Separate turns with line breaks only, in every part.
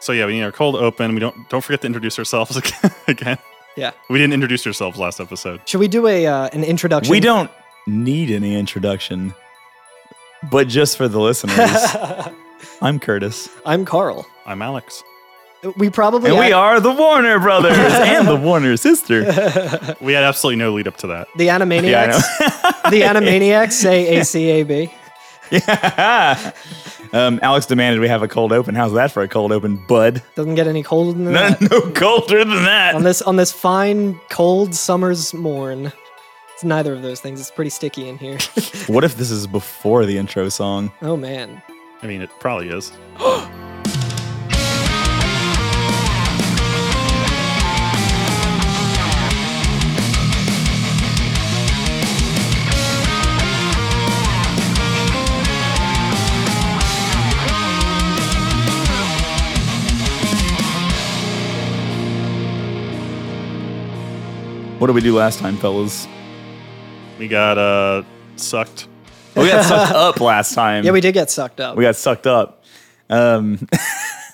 So yeah, we need our cold open. We don't don't forget to introduce ourselves again.
Yeah.
We didn't introduce ourselves last episode.
Should we do a uh, an introduction?
We don't need any introduction, but just for the listeners, I'm Curtis.
I'm Carl.
I'm Alex.
We probably
And we
ac-
are the Warner Brothers and the Warner Sister.
We had absolutely no lead up to that.
the Animaniacs. the Animaniacs say ACAB.
Yeah. um, Alex demanded we have a cold open. How's that for a cold open, bud?
Doesn't get any colder than
No,
that.
no colder than
on
that.
this on this fine cold summer's morn. It's neither of those things. It's pretty sticky in here.
What if this is before the intro song?
oh man.
I mean, it probably is.
What did we do last time, fellas?
We got uh sucked.
We got sucked up last time.
Yeah, we did get sucked up.
we got sucked up. Um,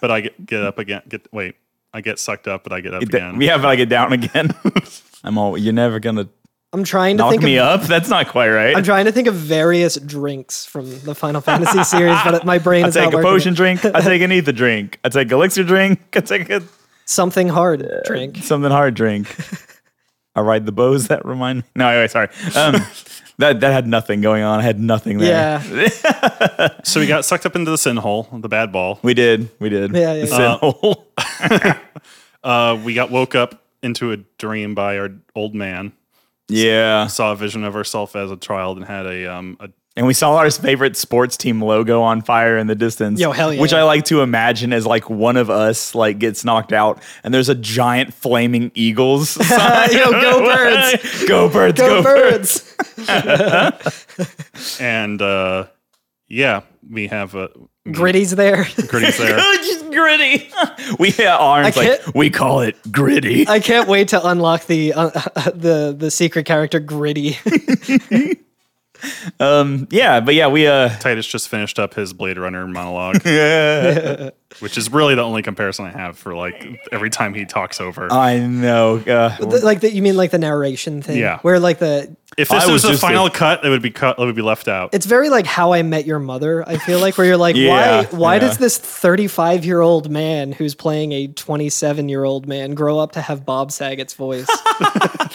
But I get, get up again. Get wait. I get sucked up, but I get up again.
yeah, but I get down again. I'm all. You're never gonna
I'm trying to
knock
think
me
of
up. That's not quite right.
I'm trying to think of various drinks from the Final Fantasy series, but my brain
I
is not
take a
working.
potion drink. I take an ether drink. I take elixir drink. I take a
Something hard drink.
something hard drink. I ride the bows that remind me. No, anyway, sorry. Um, that that had nothing going on. I had nothing there.
Yeah.
So we got sucked up into the sin hole, the bad ball.
We did. We did.
Yeah, yeah,
The
yeah.
sinhole.
Uh, we got woke up into a dream by our old man.
yeah.
Saw a vision of ourselves as a child and had a um a
And we saw our favorite sports team logo on fire in the distance.
Yo, hell yeah.
Which I like to imagine as like one of us like gets knocked out and there's a giant flaming eagles. sign.
Yo, go birds.
go birds.
Go birds.
and uh yeah, we have a
Gritty's there.
Gritty's there.
Just gritty. we hit arms
I
like
can't-
we call it gritty.
I can't wait to unlock the uh, the the secret character Gritty.
yeah, but yeah, we uh
Titus just finished up his Blade Runner monologue, which is really the only comparison I have for like every time he talks over.
I know. Uh,
The- like the, you mean like the narration thing?
Yeah.
Where like the
if this
I
was
was
the
just
final
a-
cut, it would be cut. It would be left out.
it's very like how I met your mother, I feel like, where you're like,
Yeah,
why why
yeah.
does this thirty five year old man who's playing a twenty seven year old man grow up to have Bob Saget's voice?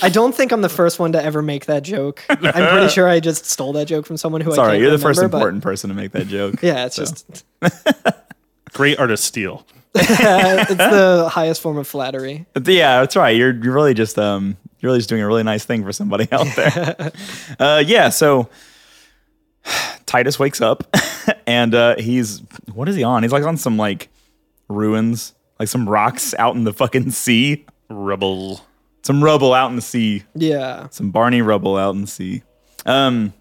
I don't think I'm the first one to ever make that joke. I'm pretty sure I just stole that joke from someone who I
sorry,
can't
you're the first
remember, but-
important person to make that joke.
Yeah, it's just
Great artist steal.
it's the highest form of flattery.
But yeah, that's right. You're you're really just um you're really just doing a really nice thing for somebody out there. uh yeah, so Titus wakes up and uh he's what is he on? He's like on some like ruins, like some rocks out in the fucking sea.
Rubble.
Some rubble out in the sea.
Yeah.
Some Barney rubble out in the sea. Um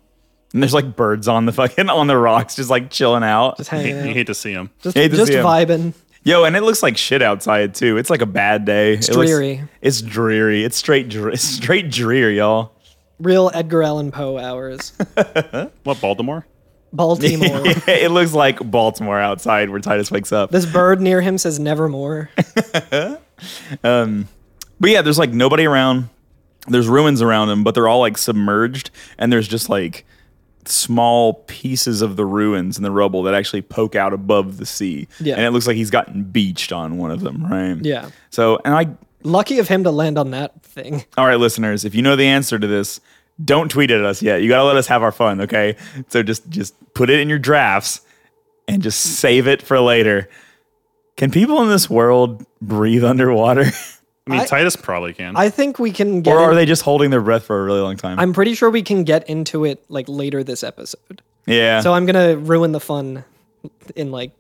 and there's like birds on the fucking on the rocks just like chilling out.
Just
You,
hanging out.
you hate to see him.
Just,
Hate to
just
see 'em.
vibing.
Yo, and it looks like shit outside too. It's like a bad day. It's
dreary.
it's dreary. It's straight, dre- it's straight dreary, y'all.
Real Edgar Allan Poe hours.
What Baltimore?
Baltimore.
it looks like Baltimore outside where Titus wakes up.
This bird near him says nevermore.
But yeah, there's like nobody around. There's ruins around him, but they're all like submerged, and there's just like small pieces of the ruins and the rubble that actually poke out above the sea.
Yeah.
And it looks like he's gotten beached on one of them, right?
Yeah.
So, and I
Lucky of him to land on that thing.
All right, listeners, if you know the answer to this, don't tweet at us yet. You gotta let us have our fun, okay? So just just put it in your drafts and just save it for later. Can people in this world breathe underwater,
I mean,
I-
Titus probably can.
I think we can get.
or are
in-
they just holding their breath for a really long time?
I'm pretty sure we can get into it like later this episode.
yeah.
So I'm gonna ruin the fun in like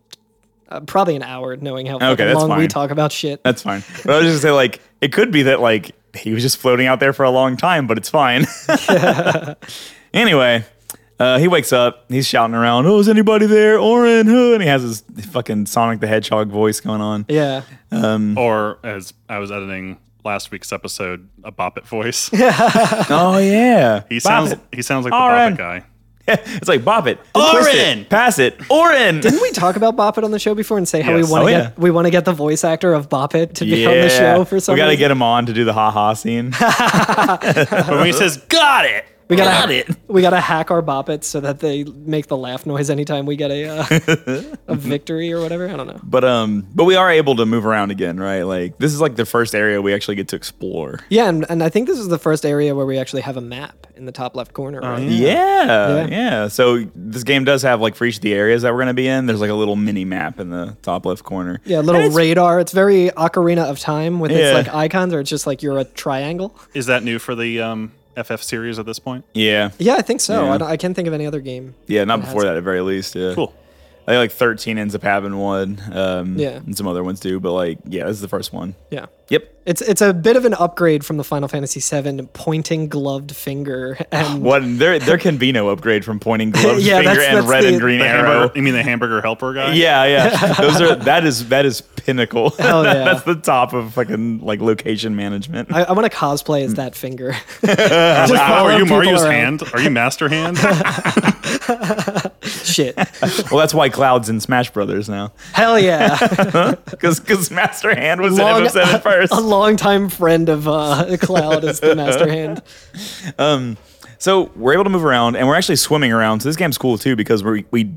uh, probably an hour, knowing how fucking
that's
long we
fine.
talk about shit.
That's fine. But I was just gonna say, like, it could be that like he was just floating out there for a long time, but it's fine. anyway, uh, he wakes up. He's shouting around, "Oh, is anybody there? Oren, huh?" And he has his fucking Sonic the Hedgehog voice going on.
yeah,
or as I was editing last week's episode, a Boppet voice.
Oh yeah,
He sounds. He sounds like the
All
Boppet
right.
guy.
it's like bop it, then twist
Oren!
it, pass it, Orin.
Didn't we talk about Bop It on the show before and say how
Yes.
we want
Oh,
to
yeah.
get we want to get the voice actor of Bop It to be on the show for some
we got to
reason?
get him on to do the ha ha scene.
But when he says "Got it,"
we gotta,
got it.
We gotta hack our Bop It so that they make the laugh noise anytime we get a uh, a victory or whatever. I don't know.
but um, but we are able to move around again, right? Like this is like the first area we actually get to explore.
Yeah, and, and I think this is the first area where we actually have a map in the top left corner. Right?
Oh,
Yeah.
Yeah, yeah. So this game does have like for each of the areas that we're gonna be in, there's like a little mini map in the top left corner.
Yeah, a
And
little
it's-
radar. It's very Ocarina of Time with
Yeah.
its like icons, or it's just like you're a triangle.
is that new for the um, FF series at this point?
Yeah,
Yeah, I think so.
Yeah.
I, don't, I can't think of any other game.
yeah. Not
has
before that, at very least. Yeah.
Cool.
I think like 13 ends up having one. Um,
Yeah.
And some other ones do, but like yeah, this is the first one.
Yeah,
Yep.
it's it's a bit of an upgrade from the Final Fantasy VII pointing gloved finger and
What there there can be no upgrade from pointing gloves
Yeah,
finger
that's-
and
that's
red
the-
and green
The
arrow.
hamburger, you mean the hamburger helper guy?
Yeah, yeah. Those are that is that is pinnacle.
Hell yeah.
That's the top of fucking like location management.
I, I want to cosplay
Hmm.
as that
I
finger.
was like, oh,
follow
are you
people
Mario's
around.
hand? Are you Master Hand?
Shit.
well, that's why Cloud's in Smash Brothers now.
Hell yeah.
Because because Master Hand was
Long- Um,
in FF7 first.
a longtime friend of uh, Cloud is the master hand.
So we're able to move around, and we're actually swimming around. So this game's cool too because we we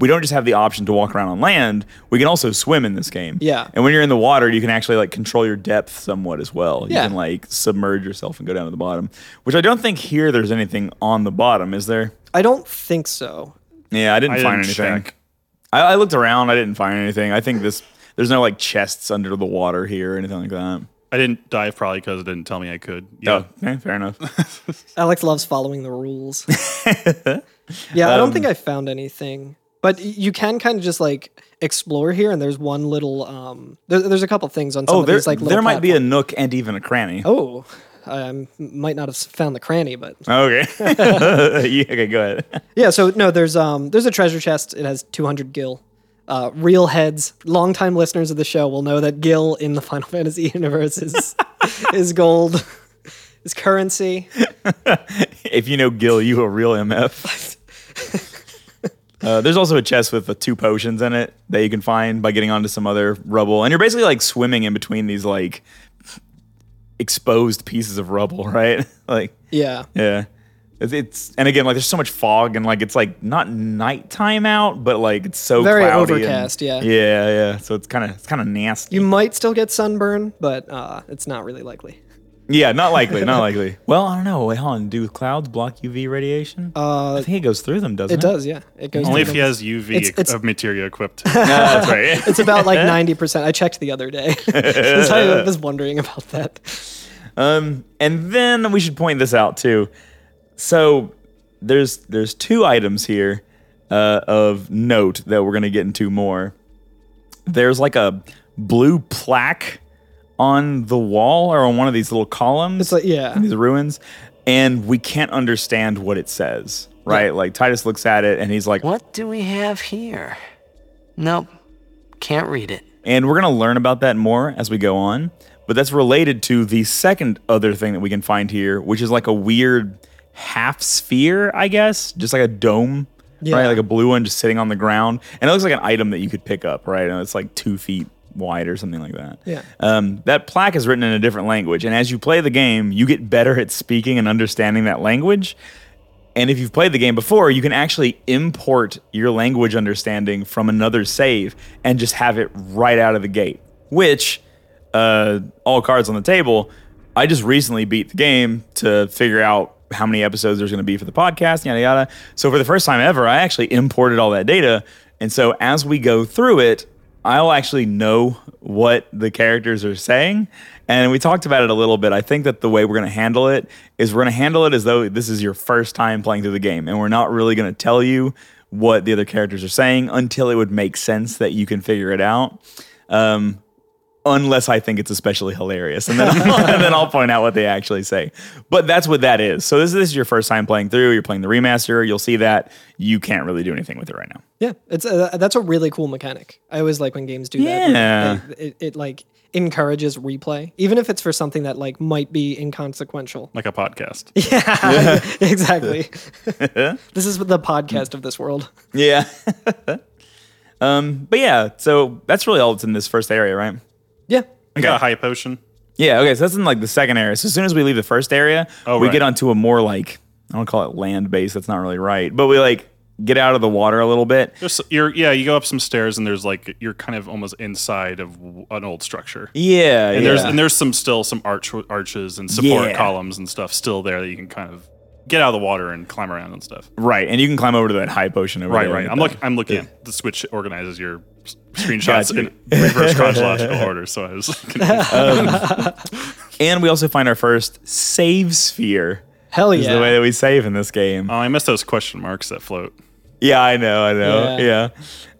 we don't just have the option to walk around on land. We can also swim in this game.
Yeah.
And when you're in the water, you can actually like control your depth somewhat as well. You
Yeah.
can like submerge yourself and go down to the bottom, which I don't think here there's anything on the bottom, is there?
I don't think so.
Yeah, I didn't
I
find
didn't
anything.
check.
I, I looked around. I didn't find anything. I think this there's no like chests under the water here or anything like that.
I didn't dive probably because it didn't tell me I could. Yeah.
Oh, yeah, fair enough.
Alex loves following the rules. yeah, I don't
Um,
think I found anything, but y- you can kind of just like explore here, and there's one little. um there, There's a couple things on some
Oh,
of
there,
these like little
there might be a nook and even a cranny.
platform- Oh, I um, might not have s- found the cranny, but
Okay. yeah, okay, go ahead.
yeah. So no, there's um there's a treasure chest. It has 200 gil. Uh, real heads, longtime listeners of the show will know that gil in the Final Fantasy universe is is gold, is currency.
If you know Gil, you a real MF. Uh, there's also a chest with uh, two potions in it that you can find by getting onto some other rubble, and you're basically like swimming in between these like exposed pieces of rubble, right? like,
Yeah.
yeah, it's, it's and again like there's so much fog and like it's like not nighttime out, but like it's so
Very
cloudy and-
overcast, yeah.
yeah, yeah. So it's kind of it's kind of nasty.
You might still get sunburn, but uh, it's not really likely.
Yeah, not likely, not likely. Well, I don't know. Wait, hold on. Do clouds block UV radiation? Uh, I think it goes through them, doesn't
It
it?
does, yeah. It goes
Only if
through
he
them.
has UV
It's- it's-
of material equipped.
Ah, that's right.
It's about like ninety percent. I checked the other day. 'Cause I was wondering about that.
um, and then we should point this out too. So there's there's two items here uh, of note that we're gonna get into more. There's like a blue plaque on the wall or on one of these little columns.
It's like yeah,
these ruins, and we can't understand what it says. Right? Like Titus looks at it and he's like,
What do we have here? Nope, can't read it.
And we're going to learn about that more as we go on. But that's related to the second other thing that we can find here, which is like a weird half sphere, I guess, just like a dome, right?
Yeah.
Like a blue one just sitting on the ground. And it looks like an item that you could pick up, right? And it's like two feet wide or something like that.
Yeah.
Um, that plaque is written in a different language. And as you play the game, you get better at speaking and understanding that language. And if you've played the game before, you can actually import your language understanding from another save and just have it right out of the gate. Which, uh, all cards on the table, I just recently beat the game to figure out how many episodes there's going to be for the podcast, yada, yada. So for the first time ever, I actually imported all that data. And so as we go through it, I'll actually know what the characters are saying. And we talked about it a little bit. I think that the way we're going to handle it is we're going to handle it as though this is your first time playing through the game. And we're not really going to tell you what the other characters are saying until it would make sense that you can figure it out. Um, unless I think it's especially hilarious. And then, I'll, and then I'll point out what they actually say. But that's what that is. So this, this is your first time playing through. You're playing the remaster. You'll see that. You can't really do anything with it right now.
yeah. It's uh, that's a really cool mechanic. I always like when games do that. where
Yeah.
they- It, it like encourages replay, even if it's for something that like might be inconsequential.
like a podcast.
Yeah, exactly. this is the podcast of this world.
Yeah. um, but yeah, so that's really all that's in this first area, right?
Yeah.
I got a high potion.
Yeah, okay, so that's in like the second area. So as soon as we leave the first area,
Oh,
we
right.
get onto a more like I don't call it land base, that's not really right. But we like get out of the water a little bit.
There's, you're, yeah, you go up some stairs and there's like you're kind of almost inside of w- an old structure.
Yeah.
And
yeah.
there's and there's some still some arch arches and support
Yeah.
columns and stuff still there that you can kind of get out of the water and climb around and stuff.
right, and you can climb over to that high potion over
Right,
there.
right. I'm
looking.
look I'm looking at the switch organizes your s- screenshots
Gotcha.
in reverse chronological order. So I was confused.
And we also find our first save sphere.
Hell
Is
yeah.
the way that we save in this game.
oh, I missed those question marks that float.
Yeah, I know, I know. Yeah.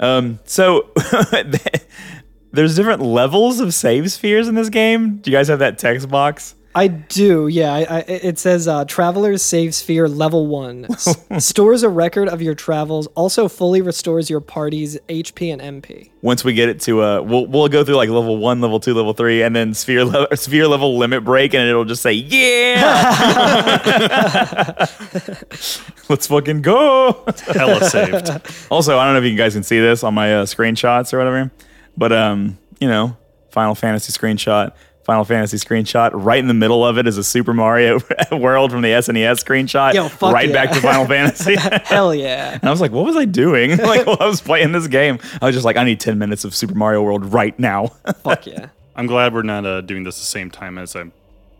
Yeah.
Um, so there's different levels of save spheres in this game. Do you guys have that text box?
I do, yeah. I, I, it says uh, Traveler's Save Sphere Level 1. S- stores a record of your travels, also fully restores your party's HP and MP.
Once we get it to uh we'll we'll go through like level one, level two, level three, and then sphere level sphere level limit break, and it'll just say, Yeah. Let's fucking go.
Hella saved.
Also, I don't know if you guys can see this on my uh, screenshots or whatever, but um, you know, Final Fantasy screenshot, Final Fantasy screenshot. Right in the middle of it is a Super Mario World from the SNES screenshot.
Yo, fuck
right
yeah.
back to Final Fantasy. And
Hell yeah.
I was like, what was I doing? Like, while I was playing this game, I was just like, I need 10 minutes of Super Mario World right now.
Fuck yeah.
I'm glad we're not uh, doing this the same time as I'm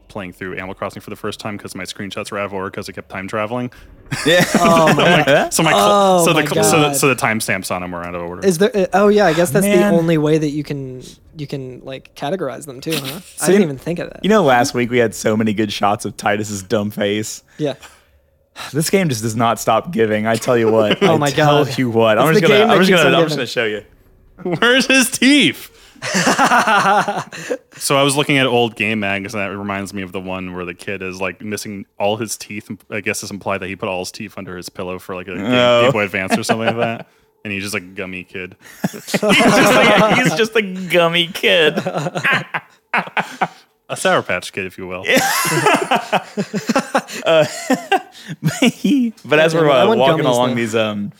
playing through Animal Crossing for the first time because my screenshots were out of order because I kept time traveling.
Oh, my.
So my cl-
Oh
so, the
my
cl- so the
God.
so the timestamps on them were out of order.
Is there? uh, Oh yeah, I guess that's
Man.
the only way that you can you can like categorize them too, huh? I didn't even think of that.
you know, last week we had so many good shots of Titus's dumb face.
yeah.
This game just does not stop giving. I tell you what.
Oh
I
my
tell
God.
you what. I'm
It's
just
the
gonna.
game that
I'm just
keeps
gonna.
on
I'm just
giving.
gonna show you.
Where's his teeth? so I was looking at old game mags, and that reminds me of the one where the kid is like missing all his teeth. I guess it's implied that he put all his teeth under his pillow for like a Game,
Oh.
Game Boy Advance or something like that. And he's just like a gummy kid.
just like- he's just a gummy kid.
A Sour Patch kid, if you will.
but as we're
I
uh,
want
walking
gummies,
along
though.
these um,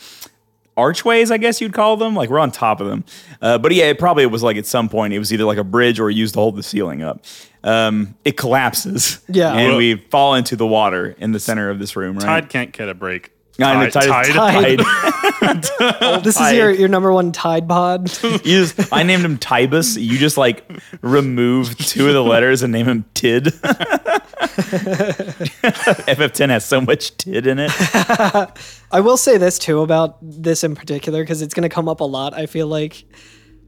archways, I guess you'd call them, like we're on top of them. Uh, but yeah, it probably was like at some point it was either like a bridge or used to hold the ceiling up. Um, it collapses.
Yeah.
and
Whoa.
we fall into the water in the center of this room. Right.
Tide can't get a break.
I know, Tide-
Tide.
Tide. Oh,
This is your, your number one Tide Pod.
You just- I named him Tybus. You just like remove two of the letters and name him Tid. FF10 has so much Tid in it.
I will say this too about this in particular because it's going to come up a lot. I feel like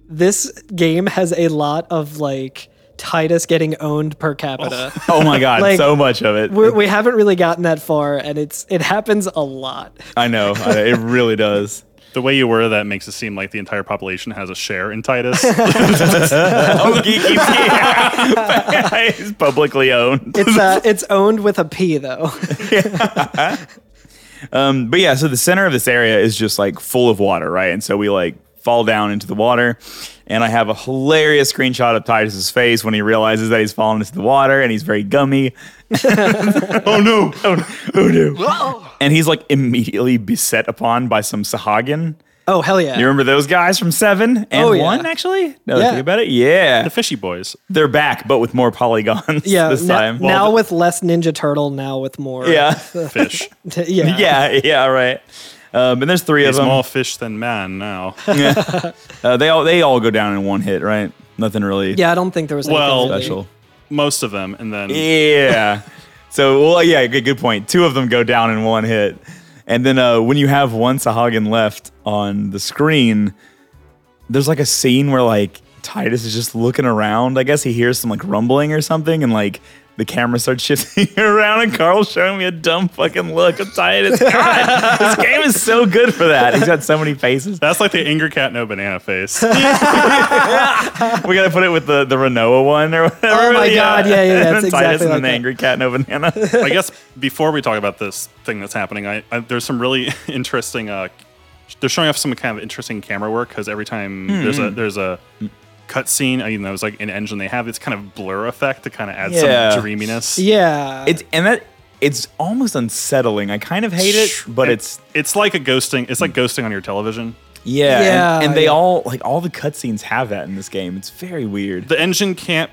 this game has a lot of like Titus getting owned per capita.
Oh my god,
Like,
so much of it.
We're- we haven't really gotten that far, and it's it happens a lot.
I know. I- it really does.
The way you were that makes it seem like the entire population has a share in Titus.
Oh, Geeky P. He's publicly owned.
It's uh, it's owned with a P though.
Um, but yeah, so the center of this area is just like full of water, right? And so we like fall down into the water. And I have a hilarious screenshot of Titus's face when he realizes that he's fallen into the water and he's very gummy.
oh no!
Oh no. And he's like immediately beset upon by some Sahagin.
Oh hell yeah!
You remember those guys from Seven and
Oh, yeah.
One, actually? No,
Yeah.
think about it. Yeah.
The fishy boys.
They're back, but with more polygons
yeah,
this
na-
time.
now with less Ninja Turtle, now with more.
yeah.
Fish.
yeah,
yeah, yeah, right. Um, and there's three
He's
of them.
more fish than man now.
Uh, they all they all go down in one hit, right? Nothing really
Yeah, I don't think there was anything
Well-
really-
special.
Most of them. And then
Yeah. so well, yeah, good, good point. Two of them go down in one hit, and then uh, when you have one Sahagin left on the screen, there's like a scene where like Titus is just looking around. I guess he hears some like rumbling or something, and like. The camera starts shifting around, and Carl's showing me a dumb fucking look of Titus. God, this game is so good for that. He's got so many faces.
that's like the angry cat, no banana face.
We gotta put it with the the Renoa one or whatever.
Oh my
the,
God, yeah, yeah, yeah, it's
Titus
exactly
and
like
an
that.
angry cat and a banana.
I guess before we talk about this thing that's happening, I, I there's some really interesting. Uh, they're showing off some kind of interesting camera work because every time there's a there's a cutscene, I mean, that was like an engine they have. It's kind of blur effect to kind of add
Yeah.
some dreaminess.
Yeah.
It's and that it's almost unsettling. I kind of hate it, but
And
it's Hmm.
it's like a ghosting. It's like ghosting on your television.
yeah. and-
Yeah,
and, they
yeah.
all like all the cutscenes have that in this game. It's very weird.
the engine can't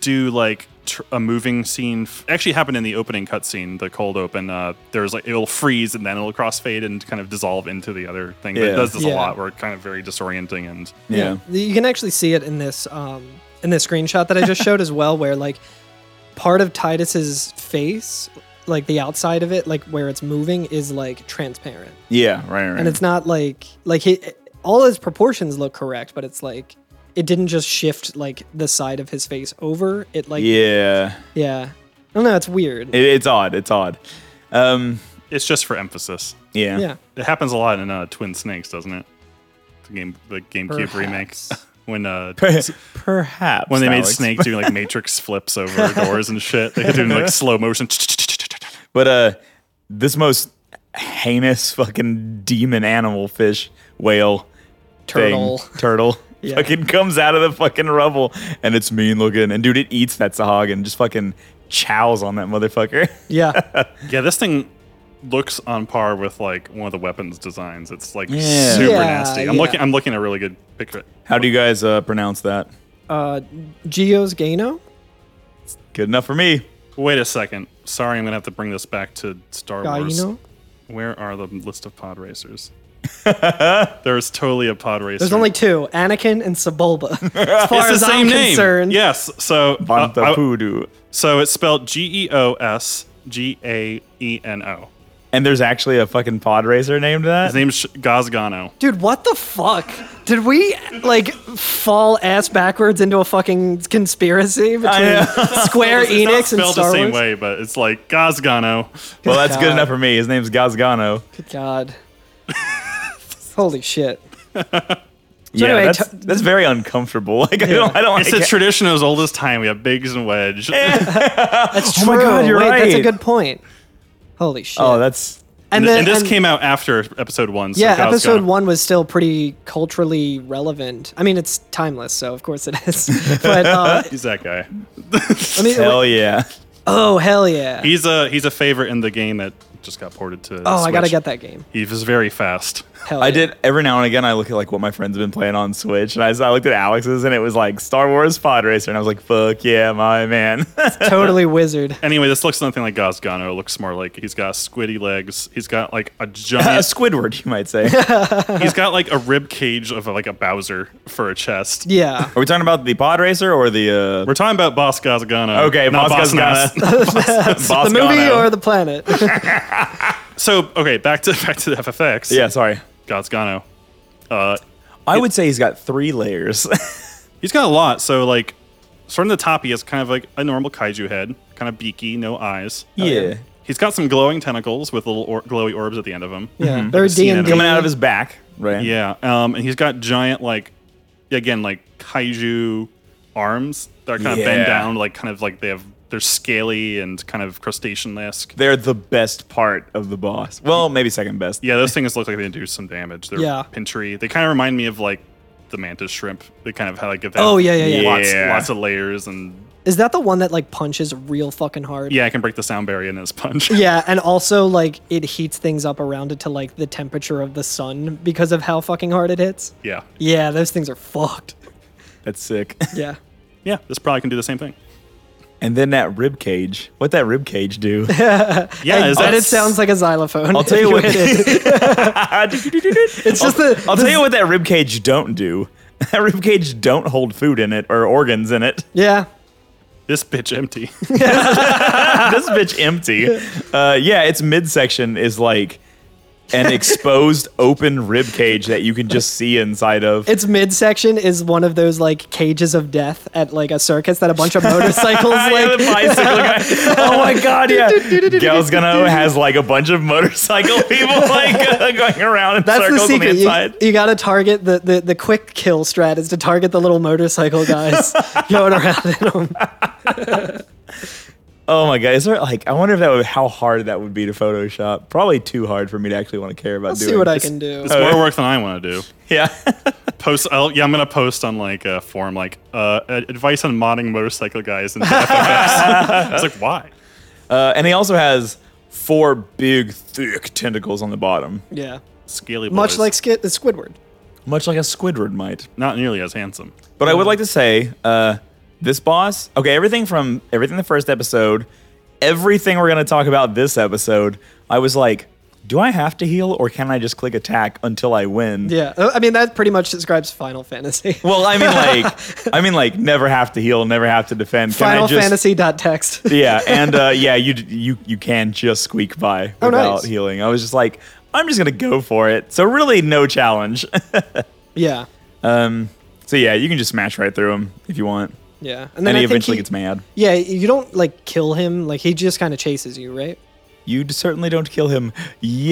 do like tr- a moving scene. F- actually, happened in the opening cutscene, the cold open. Uh, there's like it'll freeze and then it'll crossfade and kind of dissolve into the other thing. But
Yeah.
it does this
Yeah.
a lot, where it's kind of very disorienting and
yeah.
You can actually see it in this um, in this screenshot that I just showed as well, where like part of Titus's face, like the outside of it, like where it's moving, is like transparent,
Yeah, right, right.
and it's not like like he, all his proportions look correct, but it's like it didn't just shift like the side of his face over. It like yeah,
yeah.
I don't know. It's weird.
It, it's odd. It's odd. Um,
it's just for emphasis.
yeah.
yeah.
It happens a lot in uh, Twin Snakes, doesn't it? The game, the GameCube remake,
Perhaps.
when uh,
Perhaps
when they made
Alex.
Snake doing like Matrix flips over doors and shit, they were doing like slow motion.
But uh, this most heinous fucking demon animal fish whale
Turtle.
thing, turtle
Yeah.
fucking comes out of the fucking rubble and it's mean looking and dude it eats that sahog and just fucking chows on that motherfucker.
Yeah.
Yeah, this thing looks on par with like one of the weapons designs. It's like
Yeah.
super
Yeah,
nasty. I'm
yeah.
looking. I'm looking at a really good picture.
How do you guys uh, pronounce that?
Uh, Geo's Gano.
Good enough for me.
Wait a second. Sorry, I'm gonna have to bring this back to Star Wars.
Gaino.
Where are the list of pod racers? There's totally a pod racer.
There's only two, Anakin and Sebulba. As far
it's the
as
same
I'm
name.
concerned.
Yes. So uh, I-
Vantapudu.
so it's spelled G E O S G A E N O.
And there's actually a fucking pod racer named that.
His name's Sh- Gazgano.
Dude, what the fuck? Did we like fall ass backwards into a fucking conspiracy between Square
It's not
Enix and
spelled
Star
the same
Wars?
way, but it's like Gazgano.
well, that's good
God.
enough for me. His name's Gazgano.
Good God. Holy shit.
yeah,
anyway,
that's,
t-
that's very uncomfortable. Like I don't, I don't
It's
like
the
it.
tradition of as old as time. We have Biggs and Wedge.
That's
Oh my
true.
God, you're
Wait, that's a
right.
good point. Holy shit.
Oh, that's
and,
then-
this
and-
came out after episode one. So
yeah,
God's
episode
gone.
one was still pretty culturally relevant. I mean, it's timeless, so of course it is. But uh,
He's that guy.
I mean,
hell yeah.
oh hell yeah!
He's a he's a favorite in the game that just got ported to.
oh, I gotta
Switch.
get that game.
He was very fast.
Hell
I
yeah.
did every now and again. I look at like what my friends have been playing on Switch, and I, I looked at Alex's, and it was like Star Wars Pod Racer, and I was like, "Fuck yeah, my man!"
totally wizard.
Anyway, this looks nothing like Gazgano. It looks more like he's got squiddy legs. He's got like a
a
giant.
Squidward, you might say.
he's got like a rib cage of like a Bowser for a chest.
Yeah.
Are we talking about the Pod Racer or the? Uh,
We're talking about Boss Gazgano.
okay,
not
Boss
Nas.
Gazgana.
the
Boss
movie
Gano.
or the planet?
So okay, back to back to the FFX.
yeah, sorry.
Gazgano. Uh,
I would say he's got three layers.
He's got a lot. So like, starting at the top, he has kind of like a normal kaiju head, kind of beaky, no eyes.
yeah,
He's got some glowing tentacles with little or- glowy orbs at the end of them.
Yeah, they're
seen
D
it.
and
Mm-hmm. coming out of his back, right?
Yeah. Um, and he's got giant like, again like kaiju arms that are kind of
Yeah.
bent down, like kind of like they have they're scaly and kind of crustacean esque.
they're the best part of the boss. Well, maybe second best.
Yeah, those things look like they do some damage. They're
Yeah.
pinchery. They kind of remind me of like the mantis shrimp. They kind of have like that.
Oh, yeah, yeah, yeah.
Lots,
Yeah.
lots of layers and
Is that the one that like punches real fucking hard?
yeah, I can break the sound barrier in this punch.
Yeah, and also like it heats things up around it to like the temperature of the sun because of how fucking hard it hits.
yeah.
Yeah, those things are fucked.
That's sick.
Yeah.
Yeah, this probably can do the same thing.
And then that rib cage. What that rib cage do?
Yeah, is
But
that
it sounds like a xylophone.
I'll tell you what.
It is.
it's
It's just the
I'll tell you what that rib cage don't do. That rib cage don't hold food in it or organs in it.
Yeah.
this bitch empty?
this bitch empty. Uh, yeah, its midsection is like an exposed open rib cage that you can just see inside of.
Its midsection is one of those like cages of death at like a circus that a bunch of motorcycles
Yeah, the
like
bicycle guy. Oh my god, yeah. Gal's gonna has like a bunch of motorcycle people like uh, going around in
That's the
circles on the
secret. You,
inside.
you gotta target the, the the quick kill strat is to target the little motorcycle guys going around in them.
Oh my god, is there like I wonder if that would how hard that would be to Photoshop? Probably too hard for me to actually want to care about
I'll
doing.
see what I
this.
can do.
It's more work than I want to do.
Yeah.
Post. I'll, yeah, I'm gonna post on like a forum, like uh, ad- advice on modding motorcycle guys and FFX. it's like why?
Uh, and he also has four big, thick tentacles on the bottom,
Yeah.
Scaly. Boys.
Much like Skid- Squidward.
much like a Squidward might.
not nearly as handsome.
But
Mm.
I would like to say uh, this boss. Okay, everything from everything the first episode, everything we're gonna talk about this episode. I was like, do I have to heal or can I just click attack until I win?
Yeah. Uh, I mean, that pretty much describes Final Fantasy.
Well, I mean, like, I mean, like, never have to heal, never have to defend. Can
Final
I just,
Fantasy dot text.
yeah, and uh, yeah, you you you can just squeak by without
Oh, nice.
healing. I was just like, I'm just gonna go for it. So really, no challenge.
yeah.
so yeah, you can just smash right through him if you want,
Yeah.
and,
I
he
think
eventually gets mad.
Yeah, you don't like kill him. Like he just kind of chases you, right?
You d- certainly don't kill him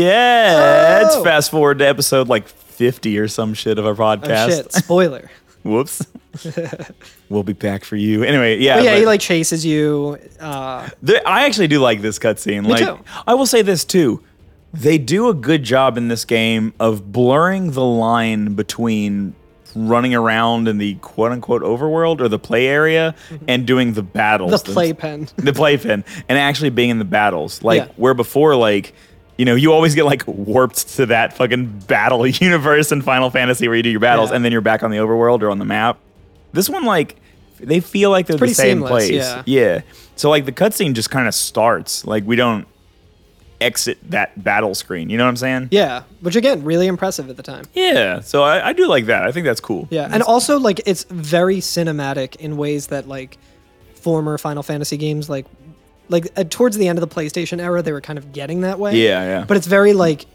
yet.
Oh.
Fast forward to episode like 50 or some shit of our
Oh
podcast.
shit! Spoiler.
Whoops. we'll be back for you. Anyway, yeah.
But yeah,
but-
he like chases you. Uh,
The- I actually do like this cutscene. Like,
too.
I will say this too. They do a good job in this game of blurring the line between running around in the quote unquote overworld or the play area and doing the battles.
Mm-hmm. the
them-
playpen.
The playpen. And actually being in the battles. Like,
Yeah.
where before, like, you know, you always get like warped to that fucking battle universe in Final Fantasy where you do your battles
Yeah.
and then you're back on the overworld or on the map. This one, like, they feel like they're
pretty
the same
seamless,
place.
yeah.
Yeah. So like the cutscene just kind of starts. Like we don't exit that battle screen. You know what I'm saying?
Yeah, which again, really impressive at the time.
Yeah. So I, I do like that. I think that's cool.
Yeah, and also like it's very cinematic in ways that like former Final Fantasy games like like uh, towards the end of the PlayStation era they were kind of getting that way.
Yeah, yeah.
But it's very like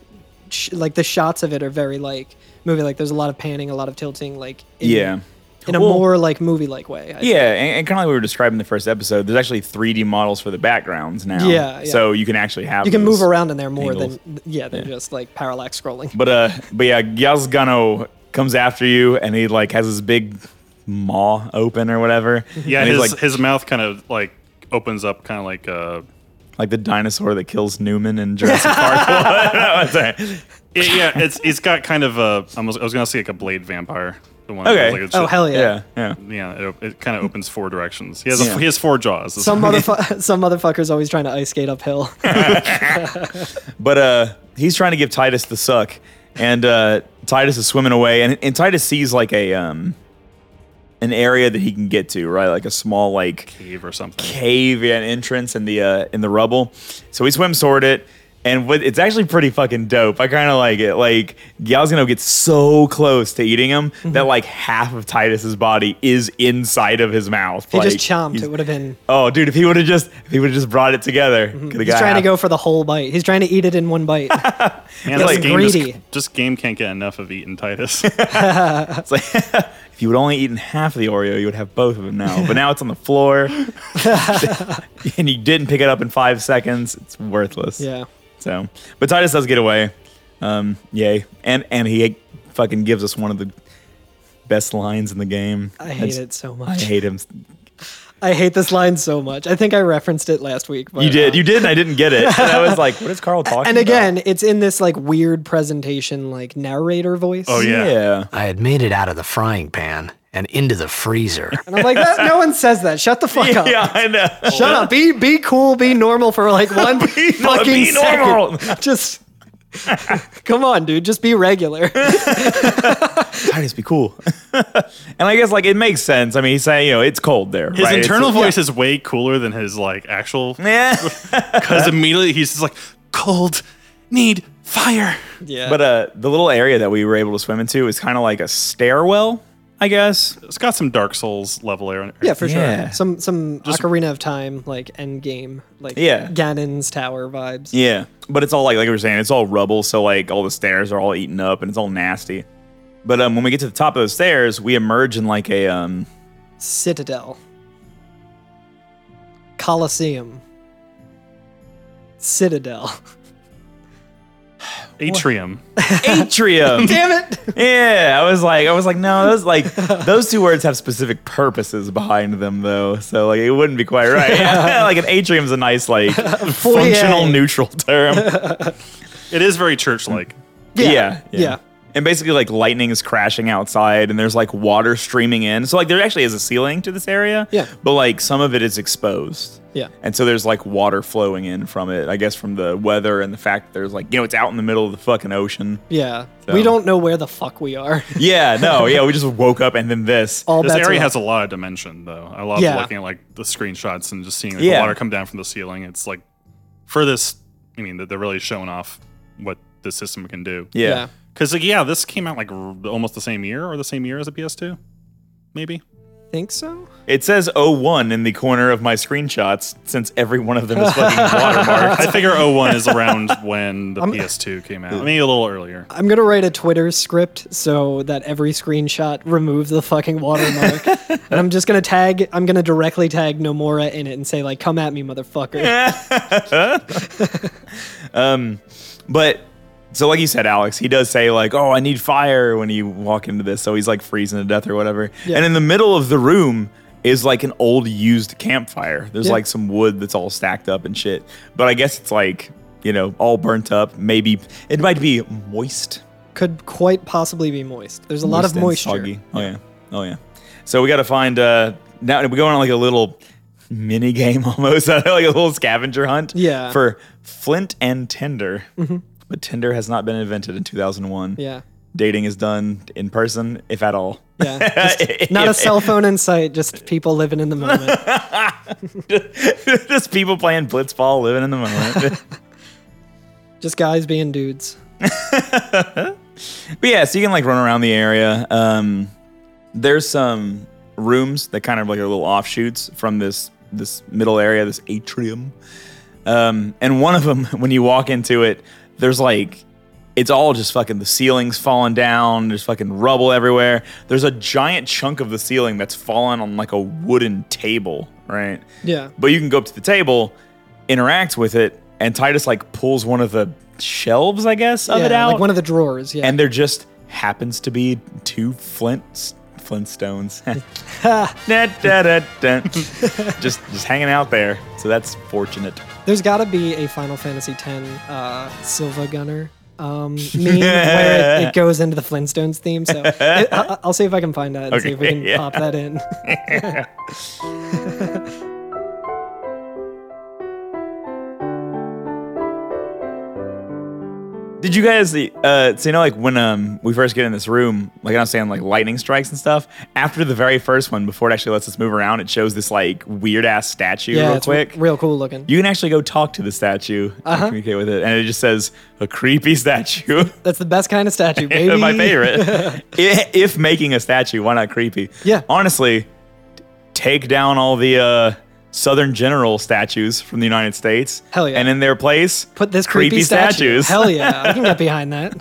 sh- like the shots of it are very like movie like there's a lot of panning, a lot of tilting like in,
Yeah.
in a
Well-
more like movie like way. I-
Yeah, and, and kind of like we were describing in the first episode, there's actually 3D models for the backgrounds now.
Yeah, yeah.
So you can actually have
You can
those.
move around in there more
angles.
than yeah than just like parallax scrolling.
But uh, but yeah, Yazgano comes after you, and he like has his big maw open or whatever.
Yeah,
and
his
he's like
his mouth kind of like opens up, kind of like uh,
like the dinosaur that kills Newman in Jurassic Park. That's right.
it, yeah, it's it's got kind of a I was, I was gonna say like a blade vampire. The one
Okay.
Like it's
Oh
just-
hell yeah.
yeah, yeah.
Yeah, it, it kind of opens four directions. He has
Yeah.
a, he has four jaws.
Some motherfu- some motherfuckers always trying to ice skate uphill.
But uh, he's trying to give Titus the suck, and uh, Titus is swimming away, and, and Titus sees like a um, an area that he can get to, right? Like a small like
cave or something.
cave and entrance in the uh, in the rubble. So he swims toward it, and what, it's actually pretty fucking dope. I kind of like it. Like Galzano gets so close to eating him that
Mm-hmm.
like half of Titus's body is inside of his mouth.
He just
Like,
chomped.
he's-
It would have been.
Oh, dude! If he would have just, if he would have just brought it together, could have
Mm-hmm. He's trying to go for the whole bite. He's trying to eat it in one bite.
And
It's
this
like
game
greedy.
Just, just game can't get enough of eating Titus.
It's like if you would only eaten half of the Oreo, you would have both of them now. But now it's on the floor, and you didn't pick it up in five seconds. It's worthless.
yeah.
So, but Titus does get away. Um, yay! And and he fucking gives us one of the best lines in the game.
I hate
just-
it so
I
much.
hate him.
I hate this line so much. I think I referenced it last week. But,
You did.
uh,
You did. And I didn't get it. And I was like, what is Carl talking?
And
about?
again, it's in this like weird presentation, like narrator voice.
Oh, yeah.
yeah.
I had made it out of the frying pan and into the freezer.
And I'm like, that, no one says that. Shut the fuck up.
Yeah, I know.
Shut up. Be be cool. Be normal for like one fucking
be
second.
normal.
Just come on, dude. Just be regular.
Titus, be cool. and I guess like it makes sense. I mean, he's saying you know it's cold there.
His
right? It's-
internal voice is way cooler than his like actual
Yeah.
because immediately he's just like cold, need fire.
Yeah.
But uh, the little area that we were able to swim into is kind of like a stairwell, I guess.
It's got some Dark Souls level air.
yeah, for
yeah.
sure. Some some Ocarina of Time like end game like
Yeah.
Ganon's tower vibes.
Yeah, but it's all like like we were saying, it's all rubble. So like all the stairs are all eaten up and it's all nasty. But um, when we get to the top of those stairs, we emerge in like a um,
Citadel. Colosseum. Citadel.
Atrium.
Atrium.
Damn it!
yeah, I was like, I was like, no, those like those two words have specific purposes behind them, though. So like, it wouldn't be quite right. like an atrium's a nice like functional
Foyer.
neutral term.
It is very church like.
Yeah,
yeah,
yeah.
And basically, like lightning is crashing outside, and there's like water streaming in. So like, there actually is a ceiling to this area.
Yeah.
But like, some of it is exposed.
Yeah.
And so there's like water flowing in from it. I guess from the weather and the fact that there's like you know it's out in the middle of the fucking ocean.
Yeah.
So-
We don't know where the fuck we are.
Yeah. No. Yeah. We just woke up and then this.
All
This
bets
area
are
has a lot of dimension, though. I love
Yeah.
looking at like the screenshots and just seeing like,
Yeah.
the water come down from the ceiling. It's like for this, I mean, they're really showing off what the system can do.
yeah.
Yeah.
Because like, yeah, this came out like r- almost the same year or the same year as a PS2, maybe.
Think so?
It says 01 in the corner of my screenshots since every one of them is fucking watermarked.
I figure 01 is around when the PS2 came out. Maybe a little earlier.
I'm gonna write a Twitter script so that every screenshot removes the fucking watermark, and I'm just gonna tag. I'm gonna directly tag Nomura in it and say like, "Come at me, motherfucker."
But so, like you said, Alex, he does say like, "Oh, I need fire" when you walk into this. So he's like freezing to death or whatever.
Yeah.
And in the middle of the room is like an old used campfire. There's
Yeah.
like some wood that's all stacked up and shit. But I guess it's like you know all burnt up. Maybe it might be moist.
Could quite possibly be moist. There's a lot of
and
moisture.
soggy. Oh yeah. Oh yeah. So we got to find. uh Now we're going on like a little mini game almost, like a little scavenger hunt.
Yeah. Mm-hmm.
For flint and tinder. But Tinder has not been invented in 2001.
Yeah,
Dating is done in person, if at all.
yeah. Just not a
If-
cell phone in sight. Just people living in the moment.
Just people playing blitzball, living in the moment.
Just guys being dudes.
But yeah, so you can like run around the area. Um, there's some rooms that kind of like are little offshoots from this this middle area, this atrium. Um, and one of them, when you walk into it, there's like it's all just fucking the ceiling's falling down. There's fucking rubble everywhere. There's a giant chunk of the ceiling that's fallen on like a wooden table, right?
Yeah.
But you can go up to the table, interact with it, and Titus like pulls one of the shelves, I guess, of
yeah,
it out
like one of the drawers. Yeah.
and there just happens to be two flints flintstones Da, da, da, da. just just hanging out there so that's fortunate
There's got to be a Final Fantasy X uh, Silva Gunner um, meme where it, it goes into the Flintstones theme. So it, I, I'll see if I can find that and see if we
Okay,
can
yeah.
pop that in.
did you guys uh so you know like when um we first get in this room like i was saying like lightning strikes and stuff after the very first one before it actually lets us move around it shows this like weird ass statue
yeah,
real
it's re- Uh-huh.
quick
real cool looking.
you can actually go talk to the statue and communicate with it and it just says a creepy statue
That's the best kind of statue,
Yeah,
baby.
my favorite. I- if making a statue, why not creepy?
Yeah.
Honestly, t- take down all the uh, Southern General statues from the United States.
Hell yeah.
And in their place,
Put this creepy, statue. Hell yeah, I can get behind that.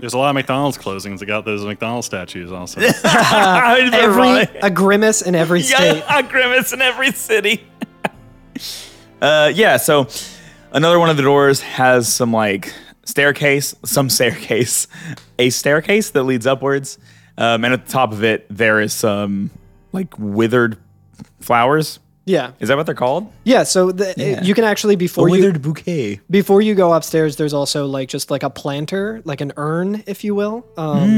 There's a lot of McDonald's closings. They got those McDonald's statues also.
Every a grimace in every state.
yeah, a grimace in every city. uh, yeah. So another one of the doors has some like staircase, some staircase, a staircase that leads upwards, um, and at the top of it there is some like withered flowers.
Yeah,
Is that what they're called?
yeah. So the, you can actually before you
bouquet.
before you go upstairs there's also like just like a planter like an urn if you will um,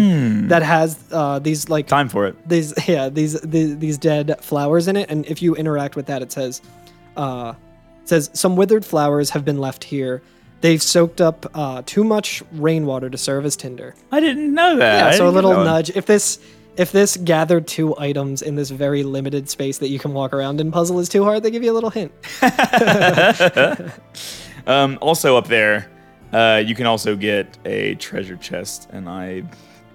Hmm.
that has uh, these like
Time for it.
these yeah these, these these dead flowers in it and if you interact with that it says uh, it says some withered flowers have been left here they've soaked up uh, too much rainwater to serve as tinder
I didn't know that. I
yeah, so a
didn't
little
know that.
nudge if this if this gathered two items in this very limited space that you can walk around and puzzle is too hard they give you a little hint
Um, also up there, uh, you can also get a treasure chest, and I,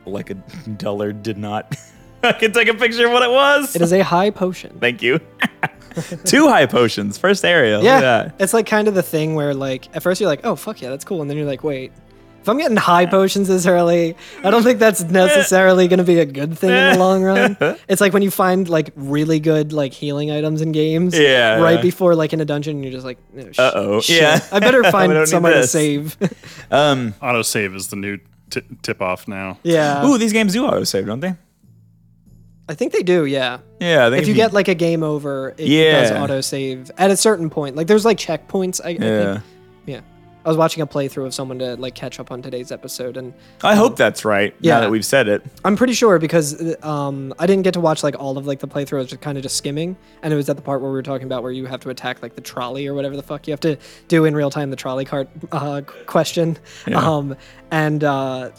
like a dullard, did not. I can take a picture of what it was.
it is a high potion
Thank you. Two high potions, first area. Look at
Yeah.
that.
It's like kind of the thing where like at first you're like, oh fuck yeah, that's cool. And then you're like, wait, If I'm getting high potions this early, I don't think that's necessarily going to be a good thing in the long run. It's like when you find like really good like healing items in games,
Yeah.
right before like in a dungeon, and you're just like, oh, sh-
Uh-oh.
shit.
Yeah.
I better
I don't
find
need
somewhere to
this."
save.
Autosave is the new t- tip off now.
yeah,
Ooh, these games do autosave, don't they?
I think they do. Yeah,
Yeah. I think
if you get like a game over, it does
Yeah.
auto save at a certain point. Like there's like checkpoints. I, I
yeah.
think. Yeah. I was watching a playthrough of someone to like catch up on today's episode, and
I hope that's right. Now
Yeah.
that we've said it.
I'm pretty sure because uh, um, I didn't get to watch like all of like the playthrough. I was just kind of just skimming, and it was at the part where we were talking about where you have to attack like the trolley or whatever the fuck you have to do in real time the trolley cart uh, qu- question. Um, and uh,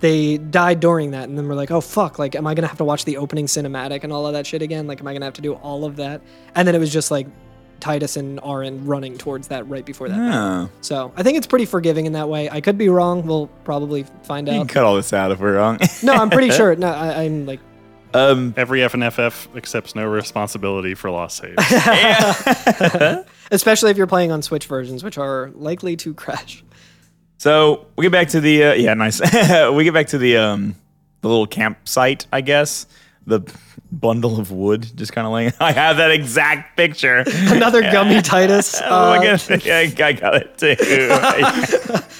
they died during that, and then we're like, oh fuck, like am I gonna have to watch the opening cinematic and all of that shit again? Like am I gonna have to do all of that? And then it was just like Titus and Aaron running towards that right before that. battle.
Oh.
So I think it's pretty forgiving in that way. I could be wrong. We'll probably find
You
out.
can cut all this out if we're wrong.
No, I'm pretty sure. No, I, I'm like,
um,
Every FNFF accepts no responsibility for lost saves.
especially if you're playing on Switch versions, which are likely to crash.
so we get back to the uh, yeah, nice. we get back to the um, the little campsite, I guess. The bundle of wood just kind of laying. I have that exact picture.
Another gummy Titus.
oh
uh,
my god, I I got it too.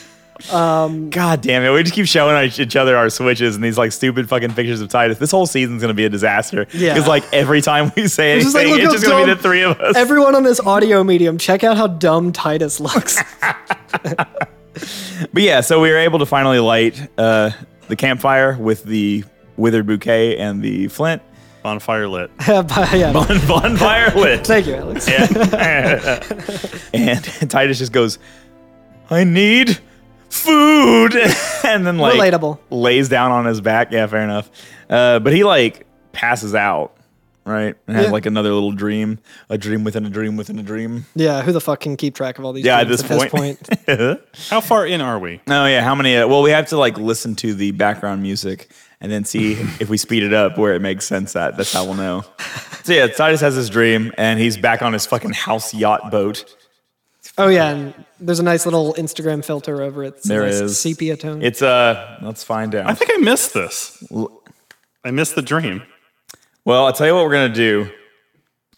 Um,
God damn it! We just keep showing each- each other our switches and these like stupid fucking pictures of Titus. This whole season's gonna be a disaster.
Yeah.
because like every time we say
It's
anything,
just
it's
like, look
just,
how
gonna be
dumb
the three of us.
Everyone on this audio medium, check out how dumb Titus looks.
But yeah, so we were able to finally light uh, the campfire with the withered bouquet and the flint
Bonfire lit.
yeah.
on bonfire lit.
Thank you, Alex.
and Titus just goes, "I need food," and then like
Relatable.
lays down on his back. Yeah, fair enough. Uh, but he like passes out, right? And has
Yeah.
like another little dream, a dream within a dream within a dream.
Yeah, who the fuck can keep track of all these?
Yeah, at
things
this point.
point?
oh
How far in are we?
yeah, how many? Uh, well, we have to like listen to the background music and then see if we speed it up where it makes sense. At that's how we'll know. So yeah, Titus has his dream and he's back on his fucking house yacht boat.
oh yeah, and there's a nice little Instagram filter over it. It's a
There
nice
is.
sepia tone.
It's uh, let's find out.
I think I missed this. I missed the dream.
Well, I'll tell you what we're gonna do.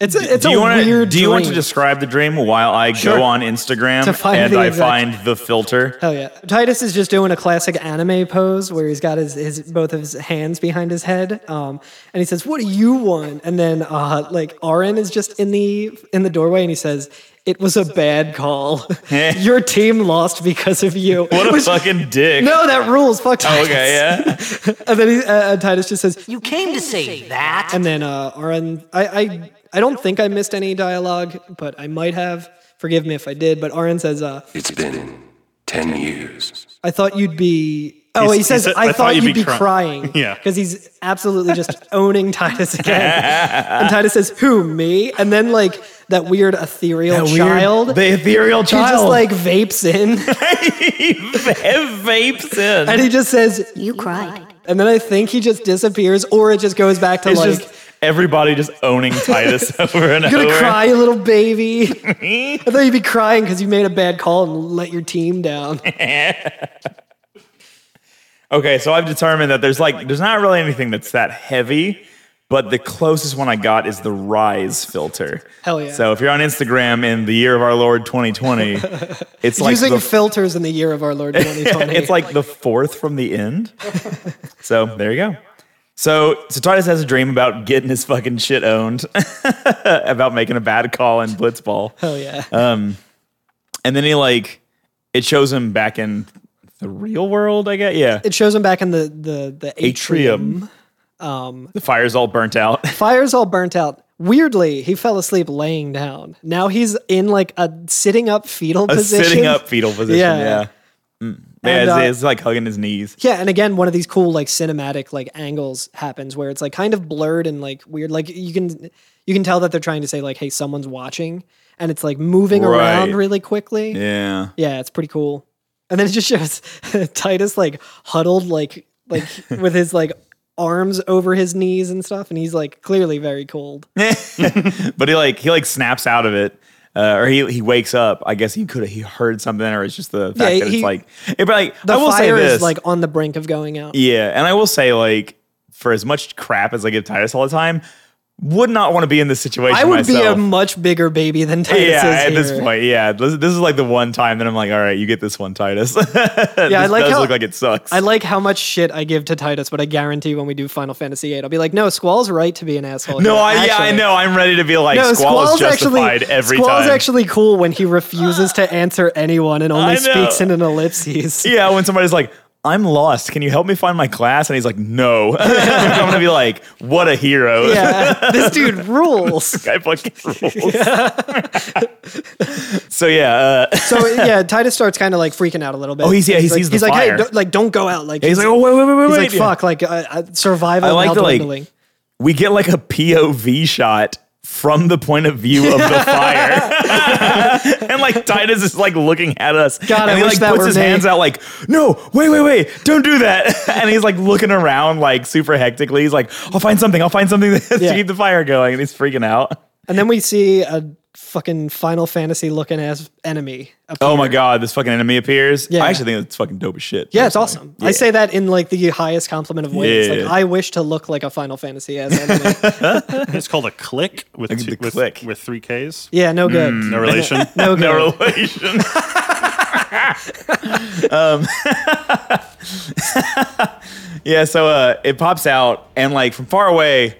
it's a, it's
do
a
you wanna,
weird.
Do you want to
dream.
describe the dream while I
Sure.
go on Instagram
To find
and
the
I
exact-
find the filter?
Hell Oh, yeah. Titus is just doing a classic anime pose where he's got his, his both of his hands behind his head. Um, and he says, What do you want? And then uh, like Arin is just in the in the doorway and he says, It was a bad call. Your team lost because of you.
What a
Which-
fucking dick.
No, that rules. Fuck Titus.
Okay, yeah.
And then he, uh, Titus just says,
You came to say that.
and then uh, Arin, I, I, I don't think I missed any dialogue, but I might have. Forgive me if I did. But Arin says, uh,
It's been 10 years.
I thought you'd be. Oh,
He's-
he says,
he said,
I, thought you'd, be,
cry-
crying.
Yeah.
Because he's absolutely just owning Titus again. and Titus says, Who, me? And then, like, that weird ethereal child.
The ethereal
he
child.
just, like, vapes in.
he vapes in.
and he just says,
You cried.
And then I think he just disappears, or it just goes back to,
it's
like,
just everybody just owning Titus over and
You're
over.
gonna cry, you little baby. I thought you'd be crying because you made a bad call and let your team down.
Okay, so I've determined that there's like there's not really anything that's that heavy, but the closest one I got is the rise filter.
Hell yeah.
So if you're on Instagram in the year of our Lord 2020, it's like
Using
the,
filters in the year of our Lord 2020.
it's like the fourth from the end. so there you go. So so Titus has a dream about getting his fucking shit owned, about making a bad call in blitzball,
Hell Oh, yeah.
and then he like it shows him back in the real world. I guess yeah.
it shows him back in the, the, the atrium. Um,
Atrium. the fire's all burnt out.
Fire's all burnt out. Weirdly, he fell asleep laying down. Now he's in like a sitting up fetal
a
position.
sitting up fetal position.
Yeah.
Yeah. Yeah,
And,
it's,
uh,
it's like hugging his knees.
Yeah, and again, one of these cool like cinematic like angles happens where it's like kind of blurred and like weird. Like you can you can tell that they're trying to say like, hey, someone's watching, and it's like moving
Right.
around really quickly.
Yeah.
Yeah, it's pretty cool. And then it just shows Titus like huddled like like with his like arms over his knees and stuff, and he's like clearly very cold.
but he like he like snaps out of it. uh, or he he wakes up. I guess he could he heard something, or it's just the fact
Yeah,
that
he-
it's like. It, but like
The
I will say
fire
this,
is like on the brink of going out.
yeah, and I will say like for as much crap as I give Titus all the time, would not want to be in this situation.
I would be a
myself.
much bigger baby than Titus
yeah,
is
at
here.
this point, yeah. This, this is like the one time that I'm like, all right, you get this one, Titus. yeah,
I like
does
how-
look like it sucks.
I like how much shit I give to Titus, but I guarantee when we do Final Fantasy VIII, I'll be like, no, Squall's right to be an asshole.
no,
here,
I, yeah, I
actually."
know. I'm ready to be like,
No,
Squall
Squall's
is justified
actually,
every
Squall's
time.
actually cool when he refuses to answer anyone and
I
only
know.
speaks in an ellipses.
yeah, when somebody's like, I'm lost. Can you help me find my class? And he's like, no. I'm going to be like, what a hero.
yeah, this dude rules.
Guy fucking rules. so yeah, uh,
So yeah, Titus starts kind of like freaking out a little bit.
Oh, he's- yeah, he
like,
sees the
he's like,
fire.
hey, don't, like don't go out. Like
he's like, oh wait, wait, wait, wait,
he's
wait.
like,
Yeah.
fuck, like uh, uh, survival
I like
now
the, like-
dwindling.
we get like a POV shot from the point of view of the fire. and like Titus is like looking at us.
God,
and
I
he
wish
like
that
puts
were
his
me.
hands out like, no, wait, wait, wait, don't do that. and he's like looking around like super hectically. He's like, I'll find something, I'll find something to
Yeah.
keep the fire going. And he's freaking out.
and then we see a fucking Final Fantasy looking ass enemy. appear.
Oh my god, this fucking enemy appears.
Yeah.
I actually think it's fucking dope as shit.
Yeah, it's
personally.
awesome. I say that in like the highest compliment of ways.
Yeah.
Like I wish to look like a Final Fantasy ass enemy.
It's called a click with
Look at
two,
the
with,
click.
with three Ks.
yeah, no good.
No relation.
No good.
Mm, No relation. um, yeah, so uh, it pops out, and like from far away,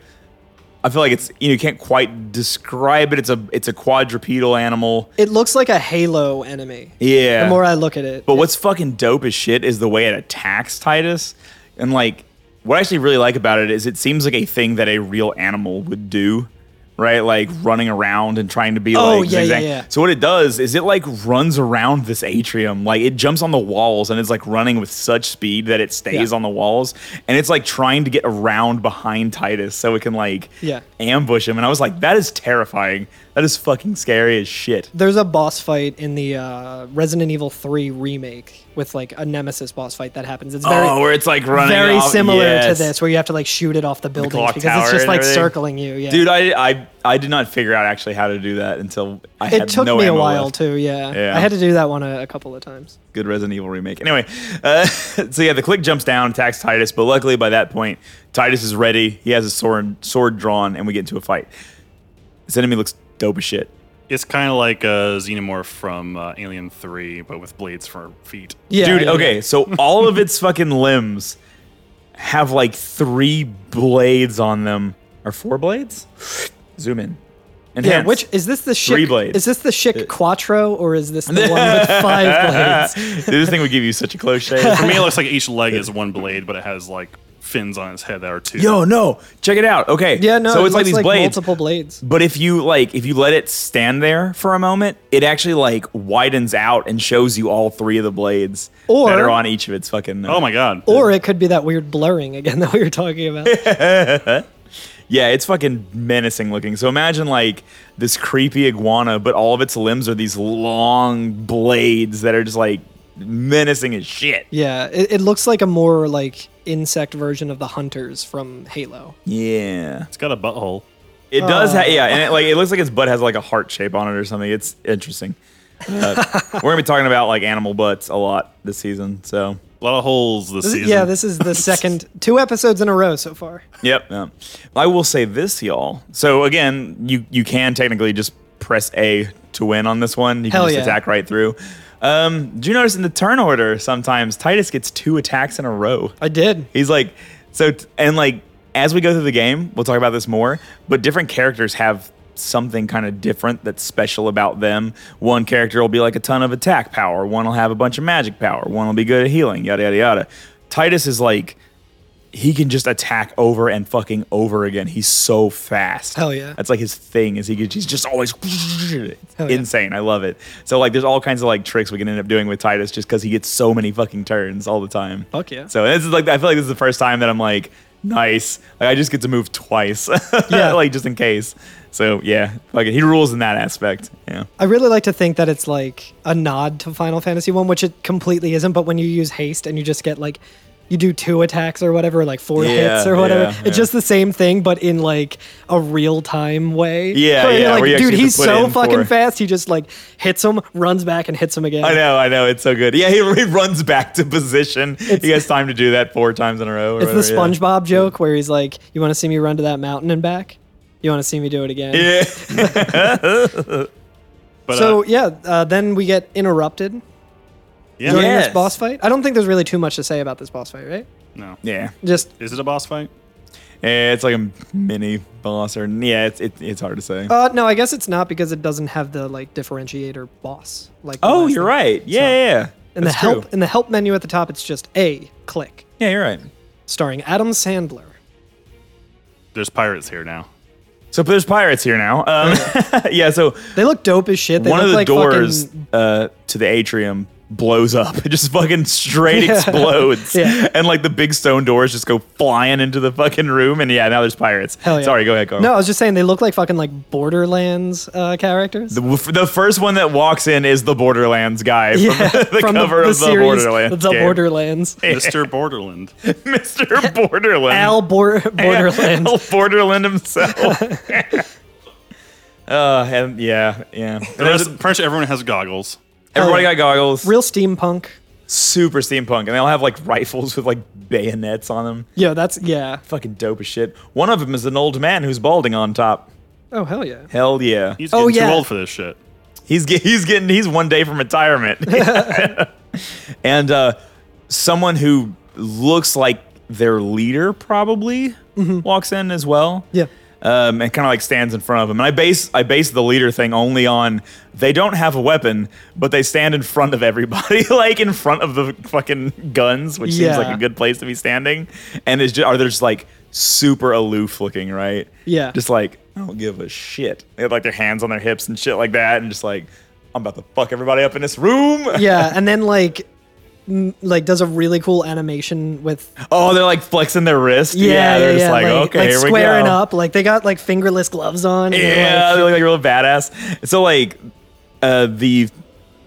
I feel like it's you know you can't quite describe it. It's a it's a quadrupedal animal.
it looks like a Halo enemy.
Yeah.
The more I look at it.
But what's fucking dope as shit is the way it attacks Titus. And like, what I actually really like about it is it seems like a thing that a real animal would do, right? Like running around and trying to be
Oh,
like
yeah, yeah,
zigzag.
yeah.
So what it does is it like runs around this atrium. Like it jumps on the walls and it's like running with such speed that it stays
Yeah.
on the walls. And it's like trying to get around behind Titus so it can like
Yeah.
ambush him. And I was like, that is terrifying. That is fucking scary as shit.
there's a boss fight in the uh, Resident Evil 3 remake with like a nemesis boss fight that happens. It's very
oh, where it's like running.
very
off-
similar
Yes.
to this where you have to like shoot it off the building
clock
because
tower
it's just
and
like
everything.
circling you. Yeah.
dude I, I i did not figure out actually how to do that until i
it
had
took
no
me a
ammo
while
left.
too. Yeah.
Yeah.
I had to do that one a, a couple of times.
good resident evil remake anyway uh, so yeah the click jumps down attacks titus but luckily by that point titus is ready he has his sword sword drawn and we get into a fight this enemy looks dope as shit
It's kind of like a xenomorph from uh, Alien Three, but with blades for feet.
Yeah.
dude
yeah,
okay so all of its fucking limbs have like three blades on them or four blades zoom in
Yeah,
Enhance.
which is this the chic?
Three blades.
Is this the chic Quattro or is this the one with five blades?
Dude, this thing would give you such a close shave
For me, it looks like each leg is one blade, but it has like fins on its head that are two.
Yo, no, check it out. Okay.
Yeah, no.
So
it
it's like
looks
these blades.
multiple blades.
But if you like, if you let it stand there for a moment, it actually like widens out and shows you all three of the blades
Or-
that are on each of its fucking.
Oh my god.
Or it could be that weird blurring again that we were talking about.
Yeah, it's fucking menacing looking. So imagine like this creepy iguana, but all of its limbs are these long blades that are just like menacing as shit.
Yeah, it, it looks like a more like insect version of the hunters from Halo.
Yeah.
It's got a butthole.
It does,
Uh.
ha- yeah, and it, like it looks like its butt has like a heart shape on it or something. It's interesting. Uh, we're gonna be talking about like animal butts a lot this season. So,
A lot of holes this,
This is-
season.
yeah, this is the second two episodes in a row so far.
yep. yeah. I will say this, y'all. So again, you you can technically just press A to win on this one. You can
Hell
just
yeah.
attack right through. Um, do you notice in the turn order sometimes Titus gets two attacks in a row?
I did.
He's like, so, t- and like, as we go through the game, we'll talk about this more, but different characters have something kind of different that's special about them. One character will be like a ton of attack power, one will have a bunch of magic power, one will be good at healing, yada, yada, yada. Titus is like, he can just attack over and fucking over again. He's so fast.
Hell yeah.
That's like his thing. Is he? could- He's just always
Hell yeah.
insane. I love it. So like, there's all kinds of like tricks we can end up doing with Titus just because he gets so many fucking turns all the time.
Fuck yeah.
So this is like I feel like this is the first time that I'm like nice. Like I just get to move twice.
Yeah.
like just in case. So yeah, like he rules in that aspect. Yeah.
I really like to think that it's like a nod to Final Fantasy One, which it completely isn't. But when you use haste and you just get like you do two attacks or whatever, like four
Yeah,
hits or whatever.
yeah, yeah.
It's just the same thing, but in like a real time way.
Yeah,
Where
yeah,
You're like,
where you
dude,
actually have to
he's
put
so
in
fucking
for-
fast. He just like hits him, runs back, and hits him again.
I know, I know. It's so good. Yeah, he, he runs back to position. he has time to do that four times in a row. Or
It's the
whatever, yeah.
SpongeBob joke where he's like, "You want to see me run to that mountain and back? You want to see me do it again?"
Yeah.
But,
so
uh,
yeah, uh, then we get interrupted
yeah.
during
Yeah.
this boss fight. I don't think there's really too much to say about this boss fight, right?
No.
yeah.
Just
Is it a boss fight?
Yeah, It's like a mini boss, or yeah, it's it, it's hard to say.
uh, no, I guess it's not because it doesn't have the like differentiator boss. Like, the
oh,
last
you're
thing.
right. Yeah, yeah.
In the
That's
help
true.
in the help menu at the top, it's just a click,
Yeah, you're right.
starring Adam Sandler.
There's pirates here now.
So there's pirates here now. Um, yeah. So
They look dope as shit. They
one
look
of the
like
doors
fucking
uh, to the atrium blows up. It just fucking straight explodes.
Yeah.
And like the big stone doors just go flying into the fucking room. And yeah, now there's pirates.
Hell yeah.
Sorry, go ahead, Carl.
No, I was just saying they look like fucking like Borderlands uh, characters.
The, w- the first one that walks in is the Borderlands guy from the, the cover of the
series,
Borderlands.
The
game.
Borderlands.
Mr. Borderland.
Mr. Borderland.
Al Bor- Borderlands.
Al Borderland himself. uh, and yeah, yeah. And
There's,
there's-
pretty much everyone has goggles.
everybody got goggles.
oh. Real steampunk.
super steampunk, and they all have like rifles with like bayonets on them.
Yo, that's yeah.
Fucking dope as shit. One of them is an old man who's balding on top.
Oh hell yeah.
Hell yeah.
He's
Oh,
getting
yeah.
too old for this shit.
He's get, he's getting he's one day from retirement. and uh, someone who looks like their leader probably walks in as well.
Yeah.
Um, and kind of like stands in front of him. And I base I base the leader thing only on they don't have a weapon, but they stand in front of everybody, like in front of the fucking guns, which seems like
Yeah.
a good place to be standing. And is just, are they just like super aloof looking, right?
Yeah.
Just like, I don't give a shit. They had like their hands on their hips and shit like that, and just like, I'm about to fuck everybody up in this room.
Yeah, and then like m- like does a really cool animation with
Oh, they're like flexing their wrist. Yeah, they're just like, okay, here we
squaring
go.
up. Like they got like fingerless gloves on. and they're
Yeah,
like-
they look like real badass. So like, uh, the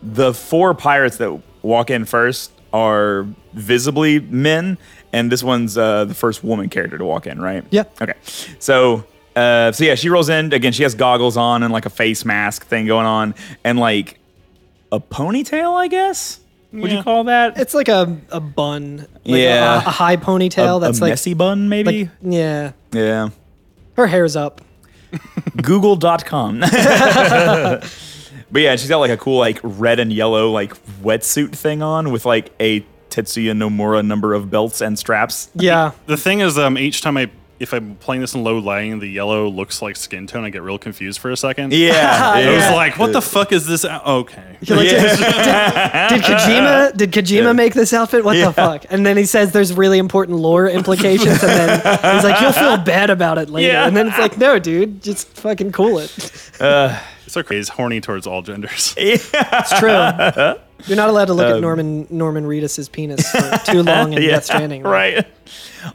the four pirates that walk in first are visibly men, and this one's uh, the first woman character to walk in, right?
Yeah.
Okay. So. Uh, so yeah, she rolls in again. She has goggles on and like a face mask thing going on, and like a ponytail, I guess. Would you call that?
it's like a a bun. Like a-
Yeah.
A, high ponytail
a,
that's
a
like,
messy bun, maybe.
like yeah.
yeah.
Her hair's up.
Google.com. but yeah, she's got like a cool like red and yellow like wetsuit thing on with like a Tetsuya Nomura number of belts and straps.
Yeah.
The thing is, um, each time I if I'm playing this in low lighting, the yellow looks like skin tone. I get real confused for a second.
Yeah,
I was
yeah.
like, what the fuck is this? o- Okay.
You're like, did, did Kojima did Kojima make this outfit? What the fuck? And then he says there's really important lore implications, and then he's like, you'll feel bad about it later.
Yeah.
And then it's like, no, dude, just fucking cool it.
It's okay. He's horny towards all genders.
It's true. You're not allowed to look
Um,
at Norman Norman Reedus's penis for too long in Death Stranding. though.
right.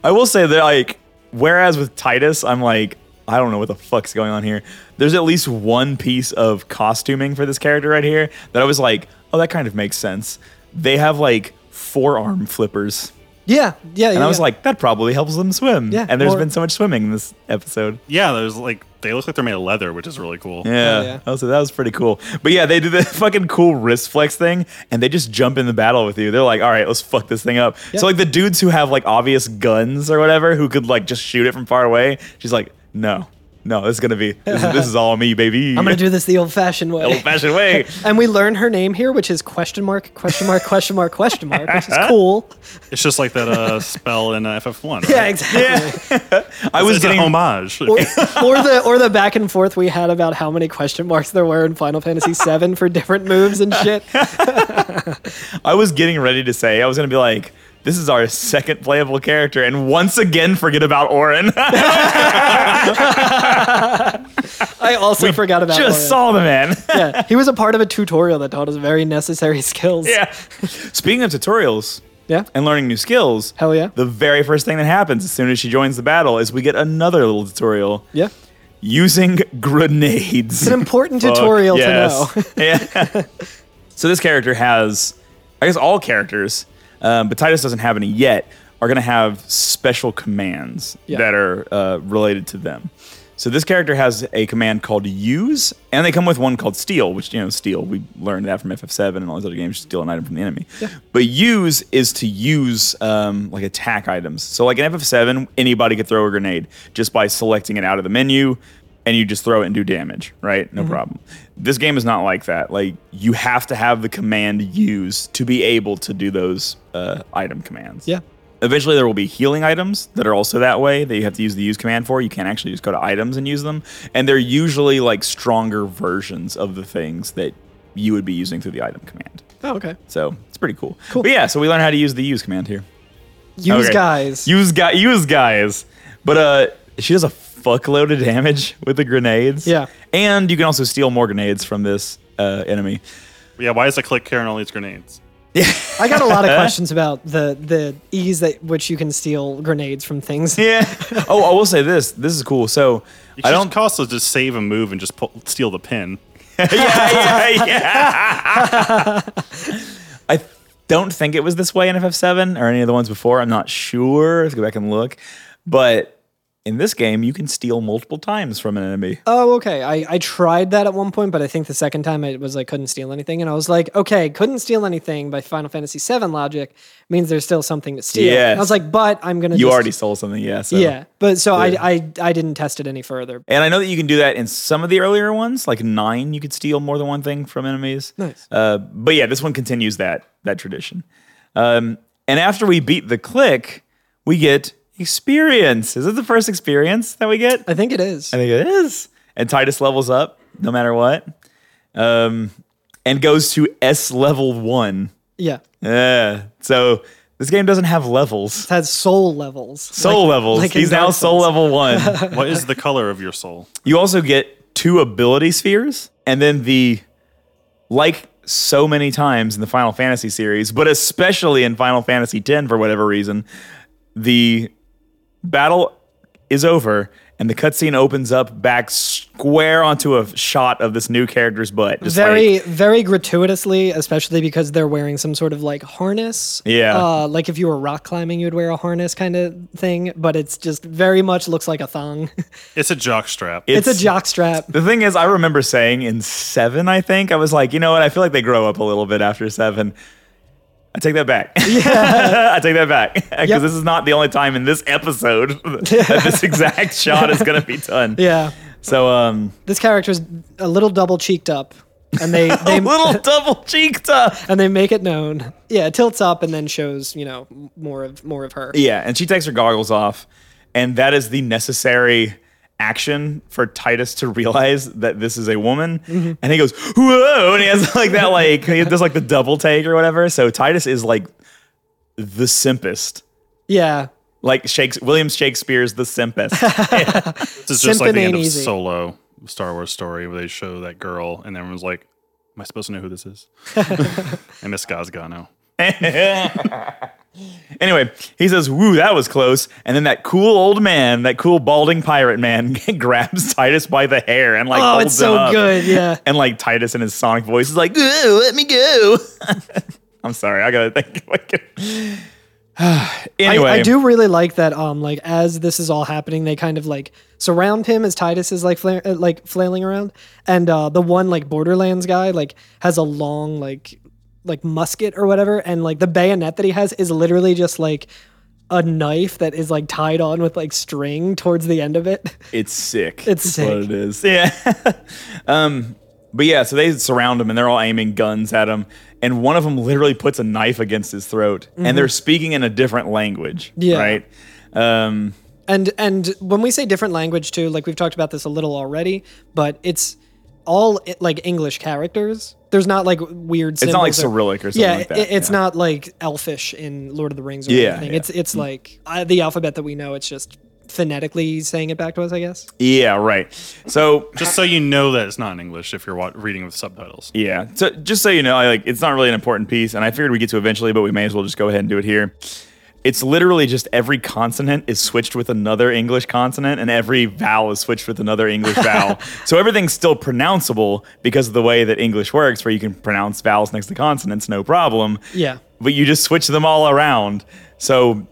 I will say that like whereas with Titus, I'm like I don't know what the fuck's going on here. There's at least one piece of costuming for this character right here that I was like, oh, that kind of makes sense. They have like forearm flippers.
Yeah, yeah.
And I was like, that probably helps them swim.
Yeah,
And there's
more-
been so much swimming in this episode.
Yeah, there's like they look like they're made of leather, which is really cool.
Yeah.
Hell yeah.
Oh, so that was pretty cool. But yeah, they do the fucking cool wrist flex thing and they just jump in the battle with you. They're like, all right, let's fuck this thing up.
Yeah.
So like the dudes who have like obvious guns or whatever who could like just shoot it from far away, she's like, no, no, this is going to be, this, is- this is all me, baby.
I'm gonna do this the old-fashioned way.
old fashioned way.
and we learn her name here, which is question mark, question mark, question mark, question mark, which is cool.
It's just like that uh, spell in uh, FF1. Right?
Yeah, exactly.
I
It's,
was
it's an
getting,
homage.
or, or the or the back and forth we had about how many question marks there were in Final Fantasy VII for different moves and shit.
I was getting ready to say, I was going to be like, this is our second playable character, and once again, forget about Orin.
I also forgot about
Just
Lauren.
saw the man.
Yeah, he was a part of a tutorial that taught us very necessary skills.
Yeah. Speaking of tutorials
yeah.
and learning new skills,
Hell yeah.
The very first thing that happens as soon as she joins the battle is we get another little tutorial
Yeah.
using grenades.
It's an important tutorial to know.
to know. yeah. so this character has, I guess, all characters, um, but Titus doesn't have any yet. are going to have special commands
Yeah.
that are uh, related to them. So this character has a command called use, and they come with one called steal, which you know steal we learned that from FF7 and all these other games. Steal an item from the enemy, but use is to use um, like attack items. So like in FF7, anybody could throw a grenade just by selecting it out of the menu, and you just throw it and do damage, right? No problem. This game is not like that. Like you have to have the command use to be able to do those uh, item commands.
Yeah.
Eventually, there will be healing items that are also that way that you have to use the use command for. You can't actually just go to items and use them, and they're usually like stronger versions of the things that you would be using through the item command.
Oh, okay.
So it's pretty cool. cool. But yeah, so we learn how to use the use command here.
Use
Okay.
guys.
Use guy use guys. But uh she does a fuckload of damage with the grenades.
Yeah.
And you can also steal more grenades from this uh enemy.
Yeah, why is a click carrying all these grenades?
I got a lot of questions about the the ease that which you can steal grenades from things.
Yeah. oh, I will say this. This is cool. So
It
I
should
don't
cost us to just save a move and just pull, steal the pin.
yeah, yeah, yeah. I don't think it was this way in FF7 or any of the ones before. I'm not sure. Let's go back and look. But in this game, you can steal multiple times from an enemy.
Oh, okay. I, I tried that at one point, but I think the second time it was I couldn't steal anything, and I was like, okay, couldn't steal anything by Final Fantasy VII logic means there's still something to steal.
Yes.
I was like, but I'm gonna.
you
just-
already stole something, yeah. So.
Yeah, but so I, I I didn't test it any further.
And I know that you can do that in some of the earlier ones, like nine, you could steal more than one thing from enemies.
Nice.
Uh, but yeah, this one continues that that tradition. Um, and after we beat the click, we get experience. Is it the first experience that we get?
I think it is.
I think it is. And Titus levels up no matter what, um, and goes to S level one.
yeah, it
Yeah. So this game doesn't have levels.
has soul levels.
Soul
Like-
levels.
like in
He's now
Dark
soul
Souls.
level one.
What is the color of your soul?
You also get two ability spheres, and then the like so many times in the Final Fantasy series, but especially in Final Fantasy X for whatever reason, the battle is over and the cutscene opens up back square onto a shot of this new character's butt. Just
very
like-
very gratuitously especially because they're wearing some sort of like harness
Yeah.
uh, like if you were rock climbing you'd wear a harness kind of thing but it's just very much looks like a thong
It's a jock strap.
it's, a jock strap
The thing is, I remember saying in seven, I think, I was like, you know what? I feel like they grow up a little bit after seven. I take that back. Yeah. I take that back. Because
Yep.
this is not the only time in this episode that this exact shot is going to be done.
yeah
So, um,
this character's a little double cheeked up and they, they
a little uh, double cheeked up.
and they make it known yeah it tilts up and then shows you know m- more of more of her
Yeah. And she takes her goggles off. And that is the necessary action for Titus to realize that this is a woman.
Mm-hmm.
And he goes, whoa. And he has like that, like, he does like the double take or whatever. So Titus is like the simpest.
yeah
like Shakespeare, William Shakespeare's The Simpest.
This is just like the end
Simping ain't
of
easy.
Solo, Star Wars story, where they show that girl, and everyone's like, "Am I supposed to know who this is?" and Miss Gazgano.
anyway, he says, "Woo, that was close." And then that cool old man, that cool balding pirate man, grabs Titus by the hair and like
oh
holds
it's
him
so
up.
good yeah
And like Titus in his sonic voice is like, "Ooh, let me go." I'm sorry, I gotta think. anyway,
I, I do really like that. Um, like as this is all happening, they kind of like surround him as Titus is like fla- uh, like flailing around, and uh, the one like Borderlands guy like has a long like like musket or whatever, and like the bayonet that he has is literally just like a knife that is like tied on with like string towards the end of it.
It's sick.
It's
That's What
sick.
it is. Yeah. um, but yeah, so they surround him and they're all aiming guns at him, and one of them literally puts a knife against his throat, and they're speaking in a different language.
Mm-hmm. Yeah.
Right. Um,
And and when we say different language too, like we've talked about this a little already, but it's all i- like English characters. There's not like weird.
it's not like
symbols or-
Cyrillic or something
yeah,
like
i-
that.
it's
yeah.
not like elfish in Lord of the Rings or
Yeah,
anything.
yeah.
It's it's like uh, the alphabet that we know. It's just phonetically saying it back to us, I guess.
Yeah. Right. So
Just so you know that it's not in English if you're wa- reading with subtitles.
Yeah. So just so you know, I like it's not really an important piece, and I figured we get to eventually, but we may as well just go ahead and do it here. It's literally just every consonant is switched with another English consonant, and every vowel is switched with another English vowel. so everything's still pronounceable because of the way that English works, where you can pronounce vowels next to consonants, no problem
Yeah.
but you just switch them all around. So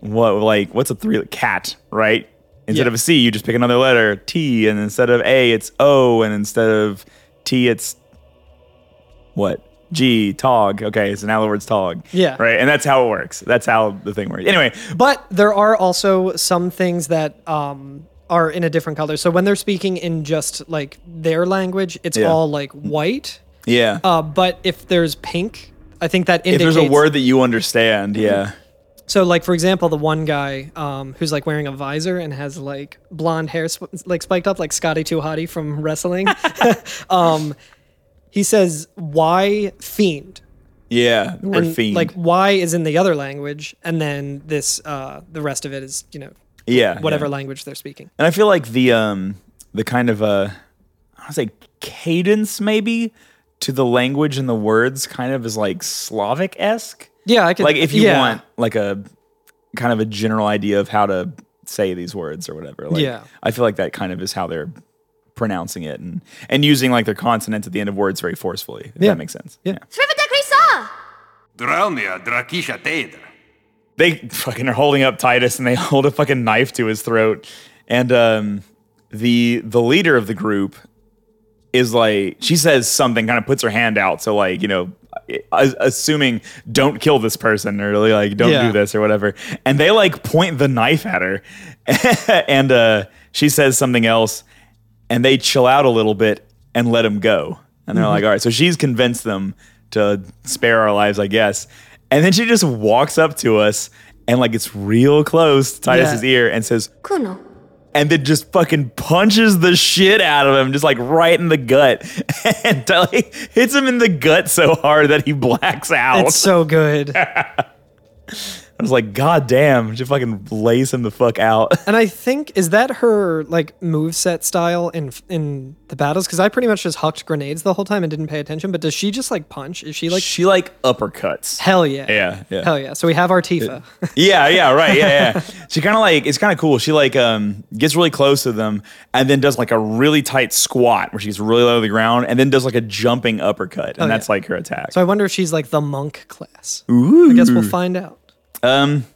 what like what's a three cat right instead
Yeah.
of a c you just pick another letter t and instead of a it's o and instead of t it's what g tog okay so now the word's tog
Yeah.
right and that's how it works that's how the thing works anyway
But there are also some things that um, are in a different color. So when they're speaking in just like their language, it's
Yeah.
all like white.
yeah
Uh, but if there's pink, I think that
if
indicates. Mm-hmm.
there's a word that you understand yeah
So, like for example, the one guy um, who's like wearing a visor and has like blonde hair sp- like spiked up, like Scotty Too Hottie from wrestling. um, he says, "Why fiend?"
yeah the word
And,
fiend
Like "why" is in the other language, and then this uh, the rest of it is you know
yeah
whatever
yeah.
language they're speaking.
And I feel like the um the kind of uh I want to say cadence maybe to the language and the words kind of is like Slavic esque.
Yeah, I could.
Like if you
yeah.
want like a kind of a general idea of how to say these words or whatever. Like
Yeah.
I feel like that kind of is how they're pronouncing it and and using like their consonants at the end of words very forcefully. If
Yeah.
that makes sense.
Yeah.
Draunia Drakisha Tedra.
they fucking are holding up Titus and they hold a fucking knife to his throat. And um, the the leader of the group is like she says something, kind of puts her hand out. So like you know, a- assuming don't kill this person or like don't
Yeah.
do this or whatever. And they like point the knife at her, and uh, she says something else, and they chill out a little bit and let him go. And they're like, all right. So she's convinced them to spare our lives, I guess. And then she just walks up to us and like it's real close to Titus's
Yeah.
ear and says,
この
and then just fucking punches the shit out of him, just like right in the gut, and like, hits him in the gut so hard that he blacks out.
It's so good.
I was like, God damn, she fucking lays him the fuck out.
And I think is that her like moveset style in in the battles because I pretty much just hucked grenades the whole time and didn't pay attention. But does she just like punch? Is she like
she like uppercuts.
hell yeah,
Yeah, yeah.
hell yeah? So we have our Tifa.
Yeah, yeah, right. Yeah, yeah. she kind of like it's kind of cool. She like um gets really close to them and then does like a really tight squat where she gets really low to the ground and then does like a jumping uppercut and that's like her attack.
Oh, so I wonder if she's like the monk class. I guess we'll find out.
um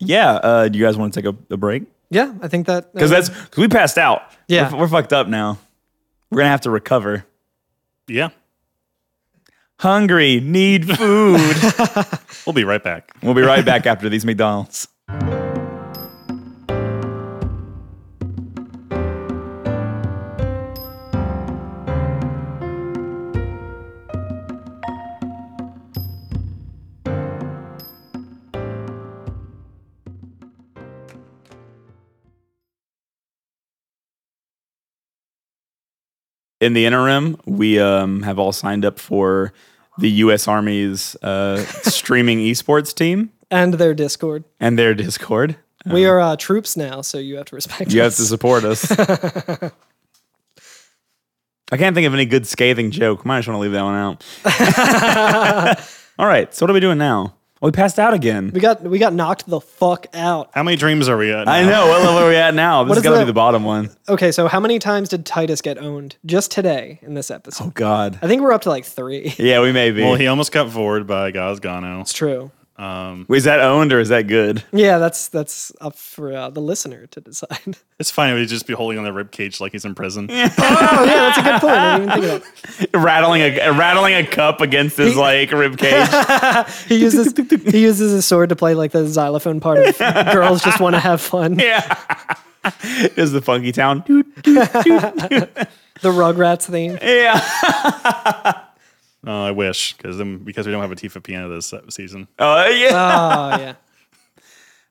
yeah, uh do you guys want to take a, a break?
Oh, Yeah, I think that
Cuz that's cause we passed out.
Yeah.
We're, we're fucked up now. We're going to have to recover.
Yeah.
Hungry, need food.
We'll be right back.
we'll be right back after these McDonald's. in the interim, we um, have all signed up for the U.S. Army's uh, streaming esports team
and their Discord.
and their Discord.
we are uh, troops now, so you have to respect.
Oh. You have
us.
to support us. I can't think of any good scathing joke. Might just want to leave that one out. all right, so what are we doing now? Oh, we passed out again.
we got we got knocked the fuck out.
How many dreams are we at?
I
now?
know. What level are we at now? This
What
is
is
got to be
the-
the bottom one.
Okay, so how many times did Titus get owned just today in this episode?
Oh God.
I think we're up to like three.
Yeah, we may be.
Well, he almost got vored by Gazgano.
It's true.
is that owned or is that good?
Yeah, that's that's up for uh, the listener to decide.
It's fine. He would just be holding on the rib cage like he's in prison.
oh yeah, that's a good point. I didn't even think of
rattling a rattling a cup against his like rib cage.
that. He uses he uses his sword to play like the xylophone part of girls just want to have fun.
is the funky town.
The Rugrats theme.
Yeah.
Oh, I wish because because we don't have a Tifa piano this se- season.
Uh, yeah.
Oh yeah.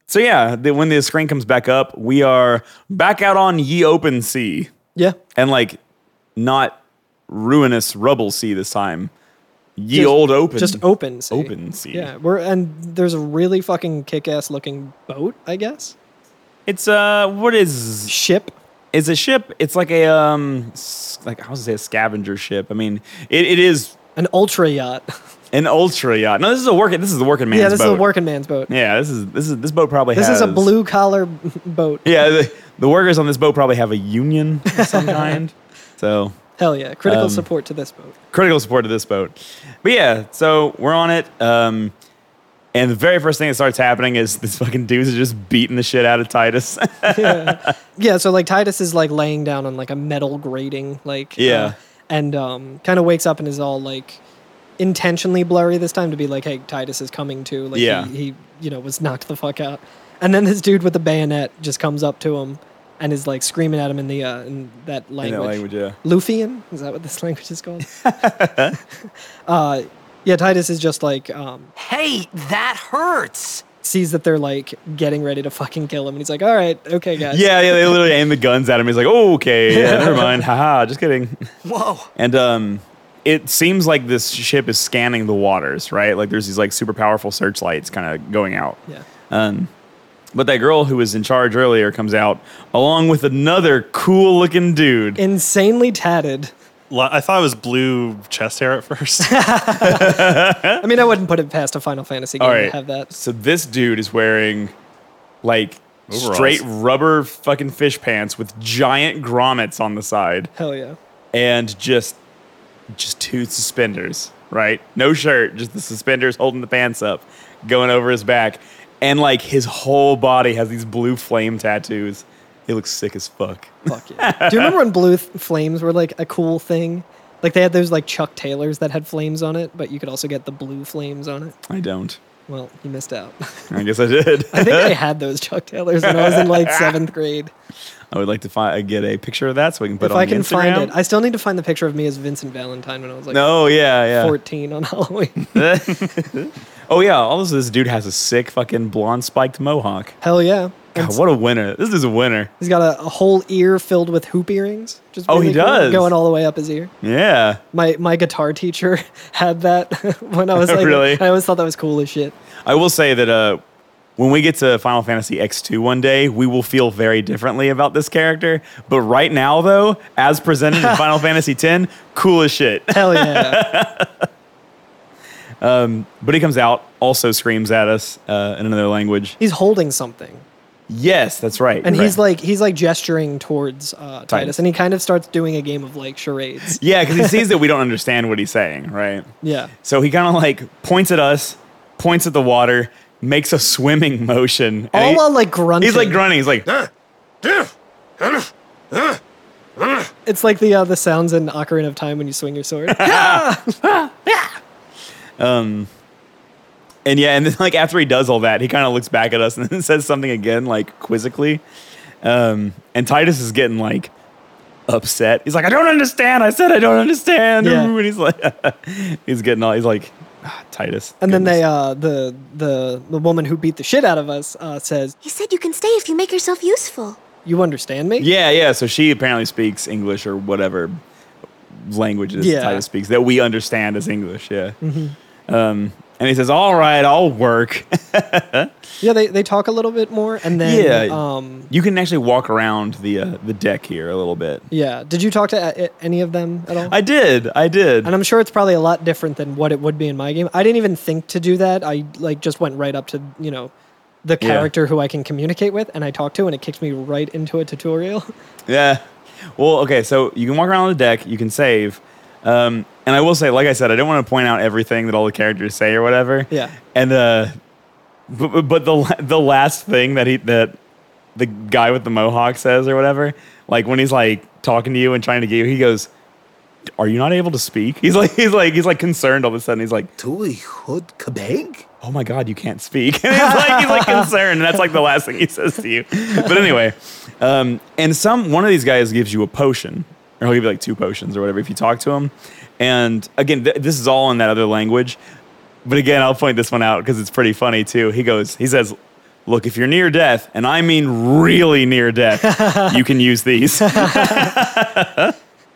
so yeah, the, when the screen comes back up, we are back out on Ye Open Sea
Yeah.
and like not ruinous rubble sea this time. Ye
Just-
old open.
Just open sea.
Open sea.
Yeah, we're and there's a really fucking kick-ass looking boat, I guess.
It's uh, what is?
Ship.
It's a ship. It's like a um, s- like I was gonna say a scavenger ship. I mean, it, it is
An ultra yacht.
an ultra yacht. No, this is a working. This is the working man's
yeah, this is a
boat.
working man's boat.
Yeah, this is this is this boat probably
This
has
is a blue collar boat.
Yeah, the, the workers on this boat probably have a union of some kind. So
Hell yeah.
Um,
Critical support to this boat.
critical support to this boat. But yeah, so we're on it. Um, And the very first thing that starts happening is this fucking dudes are just beating the shit out of Titus.
Yeah, so like Titus is like laying down on like a metal grating, like
Yeah.
uh, and um, kind of wakes up and is all like intentionally blurry this time to be like, hey, Titus is coming to, like
Yeah.
he, he you know was knocked the fuck out, and then this dude with the bayonet just comes up to him and is like screaming at him in the uh, in that language.
language, yeah.
Lufian is that what this language is called? uh, yeah, Titus is just like um,
Hey, that hurts.
sees that they're like getting ready to fucking kill him, and he's like, all right, okay, guys,
yeah, yeah, they literally aim the guns at him. He's like, oh, okay, yeah, never mind. Haha, just kidding.
Whoa.
And um, it seems like this ship is scanning the waters, right? Like there's these like super powerful searchlights kind of going out.
yeah.
But that girl who was in charge earlier comes out along with another cool looking dude.
insanely tatted.
Lo- I thought it was blue chest hair at first.
I mean, I wouldn't put it past a Final Fantasy game
All
to
right.
have that.
So this dude is wearing like
Overalls.
straight rubber fucking fish pants with giant grommets on the side
Hell yeah.
and just just two suspenders, right? No shirt, just the suspenders holding the pants up, going over his back. And like his whole body has these blue flame tattoos. He looks sick as fuck.
Fuck yeah. Do you remember when blue th- flames were like a cool thing? Like they had those like Chuck Taylors that had flames on it, but you could also get the blue flames on it.
I don't.
Well, you missed out.
I guess I did.
I think I had those Chuck Taylors when I was in like seventh grade.
I would like to find get a picture of that so we can put
if
it on
I can
Instagram.
find it, I still need to find the picture of me as Vincent Valentine when I was like
no, yeah, yeah.
14 on Halloween.
Oh yeah, also this dude has a sick fucking blonde spiked mohawk.
Hell yeah. And
God, what a winner! This is a winner.
He's got a, a whole ear filled with hoop earrings. Just
Oh, he
really cool,
does.
Going all the way up his ear.
Yeah,
My my guitar teacher had that when I was like,
Really?
I always thought that was cool as shit.
I will say that uh, when we get to Final Fantasy X2 one day, we will feel very differently about this character. But right now, though, as presented in Final Fantasy X, cool as shit.
Hell yeah!
But he comes out, also screams at us uh, in another language.
he's holding something,
Yes, that's right.
and
You're
he's
right.
like he's like gesturing towards uh, Titus,
Titus.
and he kind of starts doing a game of like charades.
yeah, because he sees that we don't understand what he's saying, right?
Yeah,
So he kind of like points at us, points at the water, makes a swimming motion. and
all
he-
while like grunting.
He's like grunting. He's like,
It's like the uh, the sounds in Ocarina of Time when you swing your sword.
and yeah, and then like after he does all that, he kind of looks back at us and then says something again, like quizzically. Um, and Titus is getting like upset. He's like, I don't understand. I said I don't understand.
Yeah.
Ooh, And he's like, he's getting all. He's like, "Ah, Titus.
and then
goodness."
they uh the the the woman who beat the shit out of us uh, says,
You said you can stay if you make yourself useful.
"You understand me?"
Yeah, yeah. So she apparently speaks English or whatever language it is
Yeah. Mm-hmm.
Titus speaks that we understand as English. Yeah. Um, and he says, "All right, I'll work."
Yeah, They they talk a little bit more, and then
Yeah.
um.
you can actually walk around the uh, the deck here a little bit.
Yeah. Did you talk to uh, any of them at all?
I did. I did.
and I'm sure it's probably a lot different than what it would be in my game. I didn't even think to do that. I like just went right up to you know the
Yeah.
character who I can communicate with and I talk to, and it kicked me right into a tutorial.
Yeah. Well, okay. So you can walk around the deck. You can save. Um, and I will say, like I said, I don't want to point out everything that all the characters say or whatever.
Yeah.
And uh, but, but the la- the last thing that he that the guy with the mohawk says or whatever, like when he's like talking to you and trying to get you, he goes, "Are you not able to speak?" He's like he's like he's like concerned all of a sudden. He's like,
Tui Hood Kabeg?
oh my god, you can't speak. And he's like, he's like concerned, and that's like the last thing he says to you. But anyway, um, and some one of these guys gives you a potion, or he'll give you like two potions or whatever if you talk to him. And again, th- this is all in that other language. But again, I'll point this one out because it's pretty funny too. He goes, he says, "Look, if you're near death, and I mean really near death, you can use these."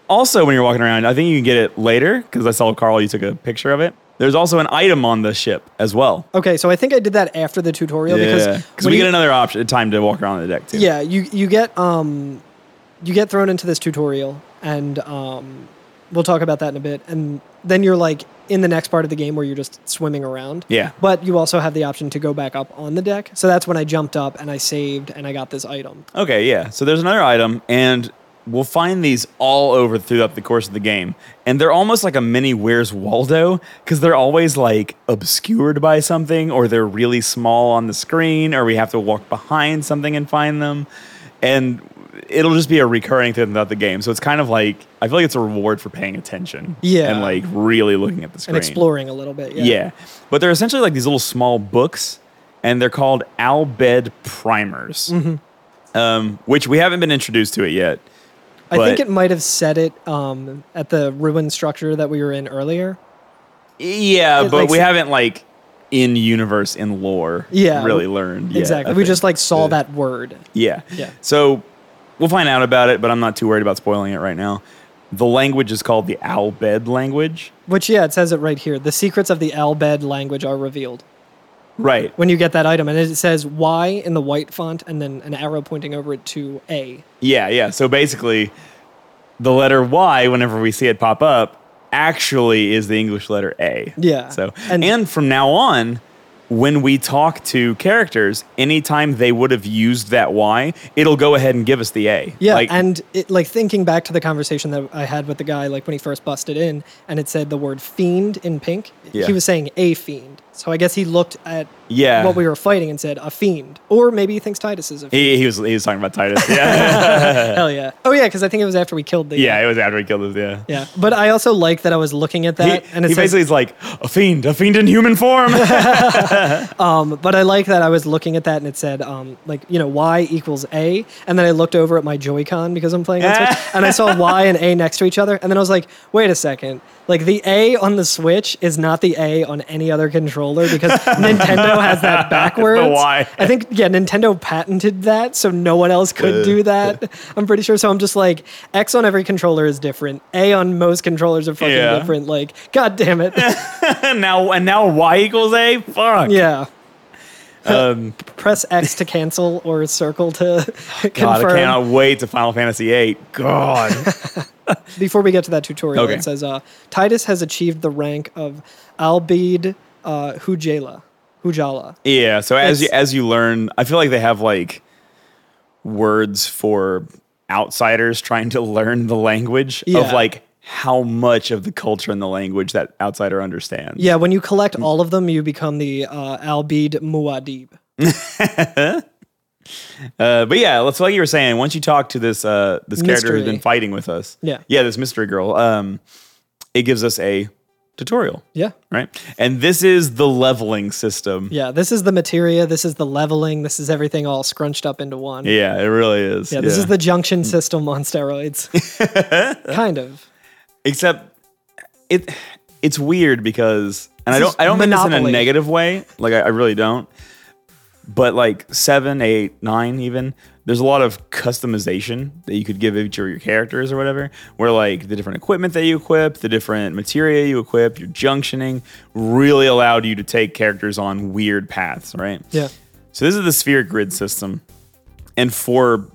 also when you're walking around i think you can get it later because i saw carl you took a picture of it there's also an item on the ship as well
okay, so I think I did that after the tutorial because
because
when
we
you-
get another option uh, time to walk around the deck too
Yeah, you you get um you get thrown into this tutorial and um we'll talk about that in a bit and then you're like in the next part of the game where you're just swimming around.
Yeah.
But you also have the option to go back up on the deck. So that's when I jumped up and I saved and I got this item.
okay yeah so there's another item and we'll find these all over throughout the course of the game, and they're almost like a mini Where's Waldo because they're always like obscured by something, or they're really small on the screen, or we have to walk behind something and find them, and it'll just be a recurring thing throughout the game. So it's kind of like I feel like it's a reward for paying attention,
Yeah.
and like really looking at the screen
and exploring a little bit. Yeah.
yeah. But they're essentially like these little small books, and they're called Albed Primers,
Mm-hmm.
um, which we haven't been introduced to it yet.
I think
but-
it might have said it um, at the ruin structure that we were in earlier.
Yeah,
It,
but
like,
we
s-
haven't like in universe in lore
Yeah.
really learned yet,
exactly.
I
We
think.
just like saw that word.
yeah
Yeah.
So we'll find out about it, but I'm not too worried about spoiling it right now. The language is called the Albed language.
Which yeah, it says it right here. The secrets of the Albed language are revealed.
Right.
When you get that item and it says Y in the white font and then an arrow pointing over it to A.
Yeah, yeah. So basically, the letter Y, whenever we see it pop up, actually is the English letter A.
Yeah.
So
And-
and, from now on, when we talk to characters, anytime they would have used that Y, it'll go ahead and give us the A.
Yeah,
Like,
and it, like thinking back to the conversation that I had with the guy, like when he first busted in, and it said the word "fiend" in pink.
Yeah.
He was saying a fiend, so I guess he looked at
Yeah.
what we were fighting and said a fiend, or maybe he thinks Titus is a fiend.
he, he was he was talking about Titus. Yeah,
Hell yeah! Oh yeah, because I think it was after we killed the
yeah. It was after he killed us. Yeah.
yeah. But I also like that I was looking at
He,
that, and it
he
says,
basically is like a fiend, a fiend in human form.
but I like that I was looking at that and it said, um, like, you know, Y equals A. And then I looked over at my Joy-Con because I'm playing on Switch and I saw Y and A next to each other. And then I was like, wait a second. Like, the A on the Switch is not the A on any other controller because Nintendo has that backwards.
Y.
I think, yeah, Nintendo patented that, so no one else could do that. I'm pretty sure. So I'm just like, X on every controller is different. A on most controllers are fucking
Yeah.
different. Like, god damn it.
and now and now Y equals A. Fuck.
Yeah. Press X to cancel or circle to
Um, God, I
confirm.
cannot wait to Final Fantasy VIII. God.
Before we get to that tutorial,
Okay.
it says uh, Titus has achieved the rank of Albed uh, Hujala. Hujala.
Yeah. So as you
It's-
as you learn, I feel like they have like words for outsiders trying to learn the language
Yeah.
of like how much of the culture and the language that outsider understands.
Yeah, when you collect
Mm.
all of them, you become the uh, Albed Muad'Dib.
Uh, but yeah, let's like you were saying, once you talk to this uh, this character who's
Mystery.
been fighting with us.
Yeah.
Yeah, this mystery girl. Um, it gives us a tutorial.
Yeah.
Right. And this is the leveling system.
Yeah, this is the materia. This is the leveling. This is everything all scrunched up into one.
Yeah, Mm. it really is.
Yeah, this is the junction system on steroids. kind of.
except it it's weird because and I
This
don't
is
I don't mean this in a
Monopoly.
negative way. Like I, I really don't. But like seven, eight, nine, even there's a lot of customization that you could give each of your characters or whatever. Where like the different equipment that you equip, the different materia you equip, your junctioning really allowed you to take characters on weird paths, right?
Yeah.
So this is the sphere grid system, and for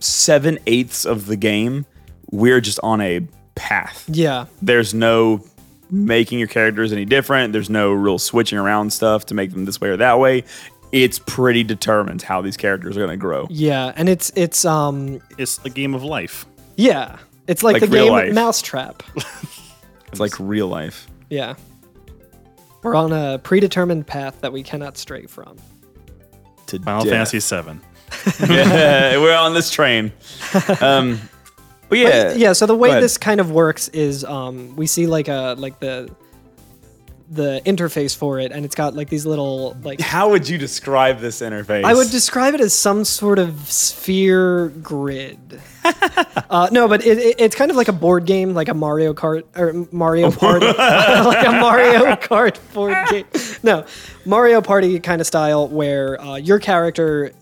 seven eighths of the game, we're just on a path.
Yeah.
There's no making your characters any different. There's no real switching around stuff to make them this way or that way. It's pretty determined how these characters are going to grow.
Yeah, and it's it's um
It's a game of life.
Yeah. It's like,
Like
the
real
game
life.
Mousetrap.
It's like real life.
yeah. We're on a predetermined path that we cannot stray from.
To
Final
death.
Fantasy VII.
Yeah, we're on this train. Um, but yeah,
Yeah, so the
Go
way
ahead.
this kind of works is um we see like a like the the interface for it and it's got like these little like
How would you describe this interface?
I would describe it as some sort of sphere grid. uh, no, but it, it, it's kind of like a board game, like a Mario Kart or Mario Party, like a Mario Kart board game. No, Mario Party kind of style where uh, your character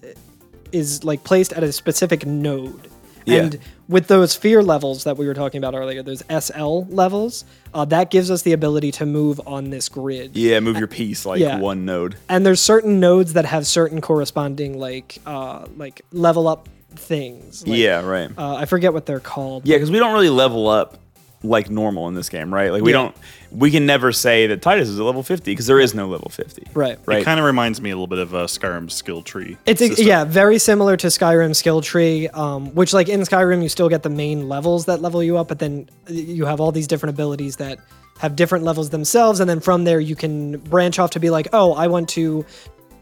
is like placed at a specific node.
Yeah.
And with those fear levels that we were talking about earlier, those SL levels, uh, that gives us the ability to move on this grid
Yeah, move your piece like
Yeah.
one node.
and there's certain nodes that have certain corresponding like uh like level up things Like,
yeah, right.
uh, i forget what they're called
Yeah, because we don't really level up like normal in this game, right? Like we
Yeah.
don't, we can never say that Titus is a level fifty because there is no level fifty,
Right.
Right.
It kind of reminds me a little bit of uh, Skyrim's skill tree.
It's ex-
system.
yeah, very similar to Skyrim skill tree, um, which like in Skyrim you still get the main levels that level you up, but then you have all these different abilities that have different levels themselves, and then from there you can branch off to be like, oh, I want to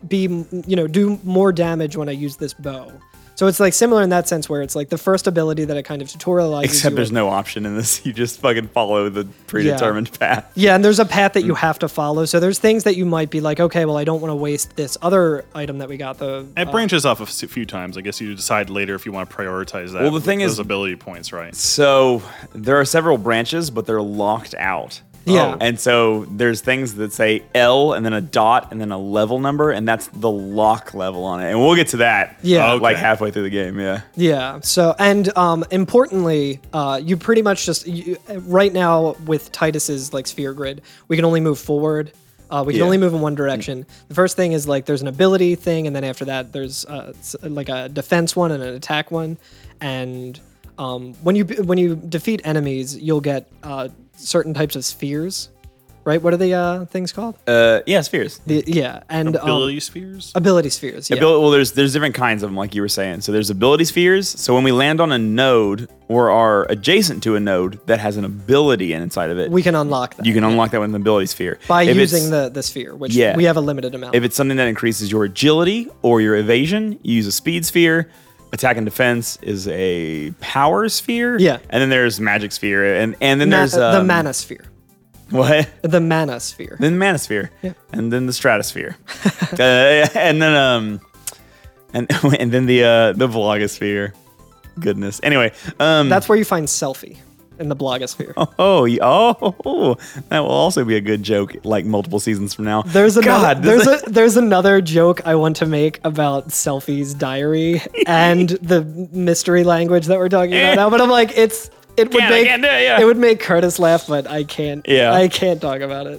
be you know do more damage when I use this bow. So it's like similar in that sense where it's like the first ability that it kind of tutorializes.
Except
you
there's
with-
no option in this. You just fucking follow the predetermined path.
Yeah, and there's a path that you have to follow. So there's things that you might be like, okay, well, I don't want to waste this other item that we got. The
It branches off a s- few times. I guess you decide later if you want to prioritize that.
Well, the
with
thing
those
is-
ability points, right?
So there are several branches, but they're locked out. Oh.
Yeah.
And so there's things that say L and then a dot and then a level number, and that's the lock level on it. And we'll get to that.
Yeah.
Like
Okay.
halfway through the game. Yeah.
Yeah. So, and um, importantly, uh, you pretty much just you, right now with Titus's like sphere grid, we can only move forward. Uh, we can
Yeah.
only move in one direction. The first thing is like there's an ability thing, and then after that there's uh, s- like a defense one and an attack one. And um, when you when you defeat enemies, you'll get uh, certain types of spheres, right? What are the uh, things called?
Uh, yeah, spheres.
The- yeah, and
Ability
um,
spheres.
ability spheres. Yeah.
Abil- well, there's there's different kinds of them, like you were saying. So there's ability spheres. So when we land on a node or are adjacent to a node that has an ability in- inside of it,
we can unlock that
you can unlock that with an ability sphere
by
If it's-
using the the sphere, which
Yeah.
we have a limited amount.
If it's something that increases your agility or your evasion, you use a speed sphere. Attack and defense is a power sphere.
Yeah.
And then there's magic sphere, and and then
Ma-
there's
uh, the
um, Hmm.
mana sphere.
What?
The mana sphere.
Then the mana sphere. And then the stratosphere. Uh, and then um, and and then the uh the vlogosphere. Goodness. Anyway, um,
That's where you find selfie in the blogosphere.
Oh, y- oh, oh, that will also be a good joke. Like multiple seasons from now.
There's another
God, this-
there's a, there's another joke I want to make about selfie's diary and the mystery language that we're talking about now. But I'm like, it's it would
Can't- I
make
can't do it, yeah.
would make Curtis laugh, but I can't.
Yeah. Uh
I can't talk about it.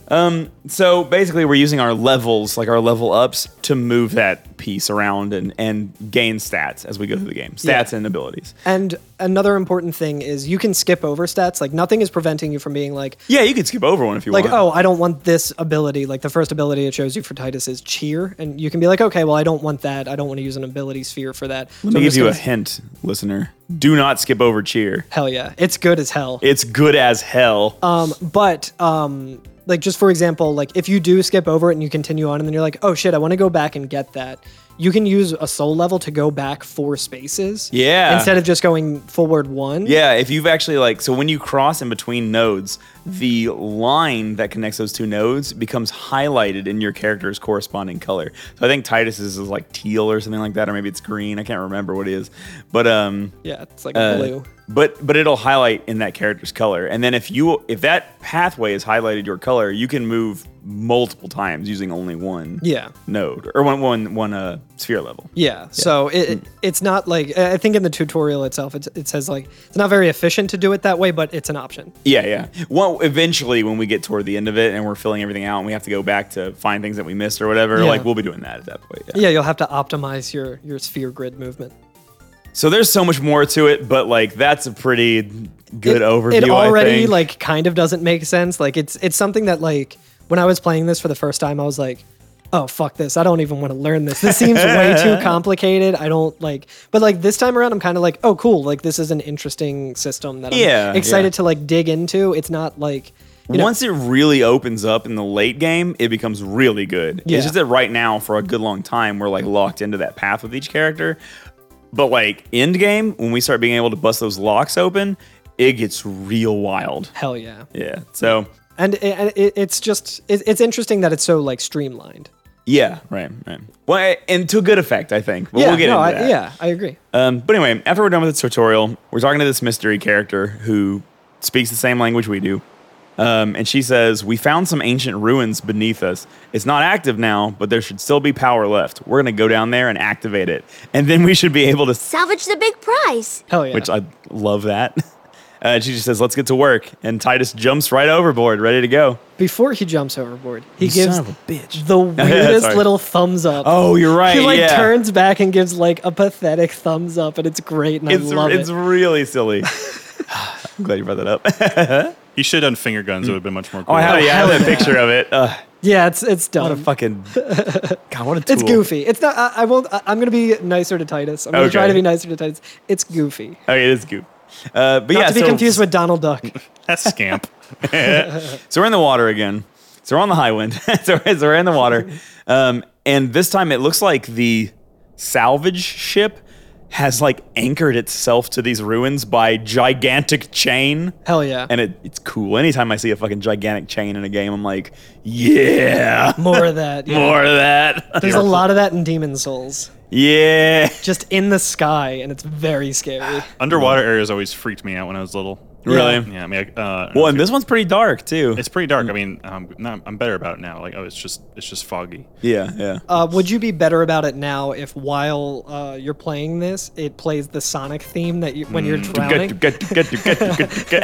So basically, we're using our levels, like our level ups, to move that piece around and, and gain stats as we go through the game. Stats and abilities.
and another important thing is you can skip over stats. Like nothing is preventing you from being like,
Yeah, you can skip over one if you
like
want.
oh i don't want this ability like the first ability it shows you for titus is cheer and you can be like okay well i don't want that i don't want to use an ability sphere for that
let me give you a hint, listener. Do not skip over cheer.
hell yeah it's good as hell
It's good as hell.
um but um like just for example like if you do skip over it and you continue on and then you're like oh shit i want to go back and get that you can use a soul level to go back four spaces
Yeah.
instead of just going forward one
yeah, if you've actually like, so when you cross in between nodes, the line that connects those two nodes becomes highlighted in your character's corresponding color. So I think Titus's is like teal or something like that, or maybe it's green. I can't remember what it is, but um,
yeah it's like
Uh,
blue
But but it'll highlight in that character's color, and then if you if that pathway is highlighted your color, you can move multiple times using only one
Yeah.
node or one one one uh sphere level.
Yeah. So it,
Mm.
it- it's not like I I think in the tutorial itself it, it says like it's not very efficient to do it that way, but it's an option.
Yeah, yeah. Well, eventually when we get toward the end of it and we're filling everything out and we have to go back to find things that we missed or whatever,
Yeah.
like we'll be doing that at that point. Yeah.
Yeah, you'll have to optimize your your sphere grid movement.
So there's so much more to it, but like that's a pretty good
it,
overview.
It already
I think.
like kind of doesn't make sense. Like it's it's something that like when I was playing this for the first time, I was like, oh fuck this, I don't even want to learn this. This seems way too complicated. I don't like. But like this time around, I'm kind of like, oh cool, like this is an interesting system that I'm
Yeah,
excited
yeah.
to like dig into. It's not like you know,
Once it really opens up in the late game, it becomes really good.
Yeah.
It's just that right now, for a good long time, we're like locked into that path with each character. But like end game, when we start being able to bust those locks open, it gets real wild.
hell yeah.
Yeah. So
and it, and it, it's just it, it's interesting that it's so like streamlined.
yeah, right, right. Well, and to good effect, I think. But we'll get
no,
into
I,
that.
yeah, I agree.
Um, but anyway, after we're done with this tutorial, we're talking to this mystery character who speaks the same language we do. Um, and she says, We found some ancient ruins beneath us. It's not active now, but there should still be power left. We're going to go down there and activate it. And then we should be able to
Salvage the big prize.
Hell yeah.
which I love that. Uh, she just says, "Let's get to work," and Titus jumps right overboard, ready to go.
Before he jumps overboard, he gives
bitch!
the weirdest
Sorry.
little thumbs up.
Oh, you're right.
He like
yeah.
turns back and gives like a pathetic thumbs up, and it's great, and
It's
I love
it's
it.
really silly. I'm glad you brought that up.
He should have done finger guns. It would have been much more cool.
oh, I have, yeah, I have a picture of it. Uh, Ugh,
Yeah, it's it's
what a
dumb.
fucking God! What a tool.
It's goofy. It's not. I, I won't. I, am gonna be nicer to Titus. I'm gonna try
Okay.
to be nicer to Titus. It's goofy.
Okay, it is goofy. Uh, but
Not
yeah,
to be
so-
confused with Donald Duck.
That's scamp.
So we're in the water again. So we're on the high wind. so, we're- so we're in the water. Um, and this time it looks like the salvage ship has like anchored itself to these ruins by gigantic chain.
Hell yeah.
And it, it's cool. Anytime I see a fucking gigantic chain in a game, I'm like, yeah,
More of that. yeah.
more of that.
There's a lot of that in Demon Souls.
yeah.
Just in the sky, and it's very scary.
Underwater areas always freaked me out when I was little.
Really?
Yeah. I mean, I- uh,
Well, and this one's pretty dark too.
it's pretty dark. I mean, I'm, not, I'm better about it now. Like, oh, it's just it's just foggy.
yeah, yeah.
Uh, would you be better about it now if, while uh, you're playing this, it plays the Sonic theme that you, when you're drowning?
Good, good, good, good, good, good.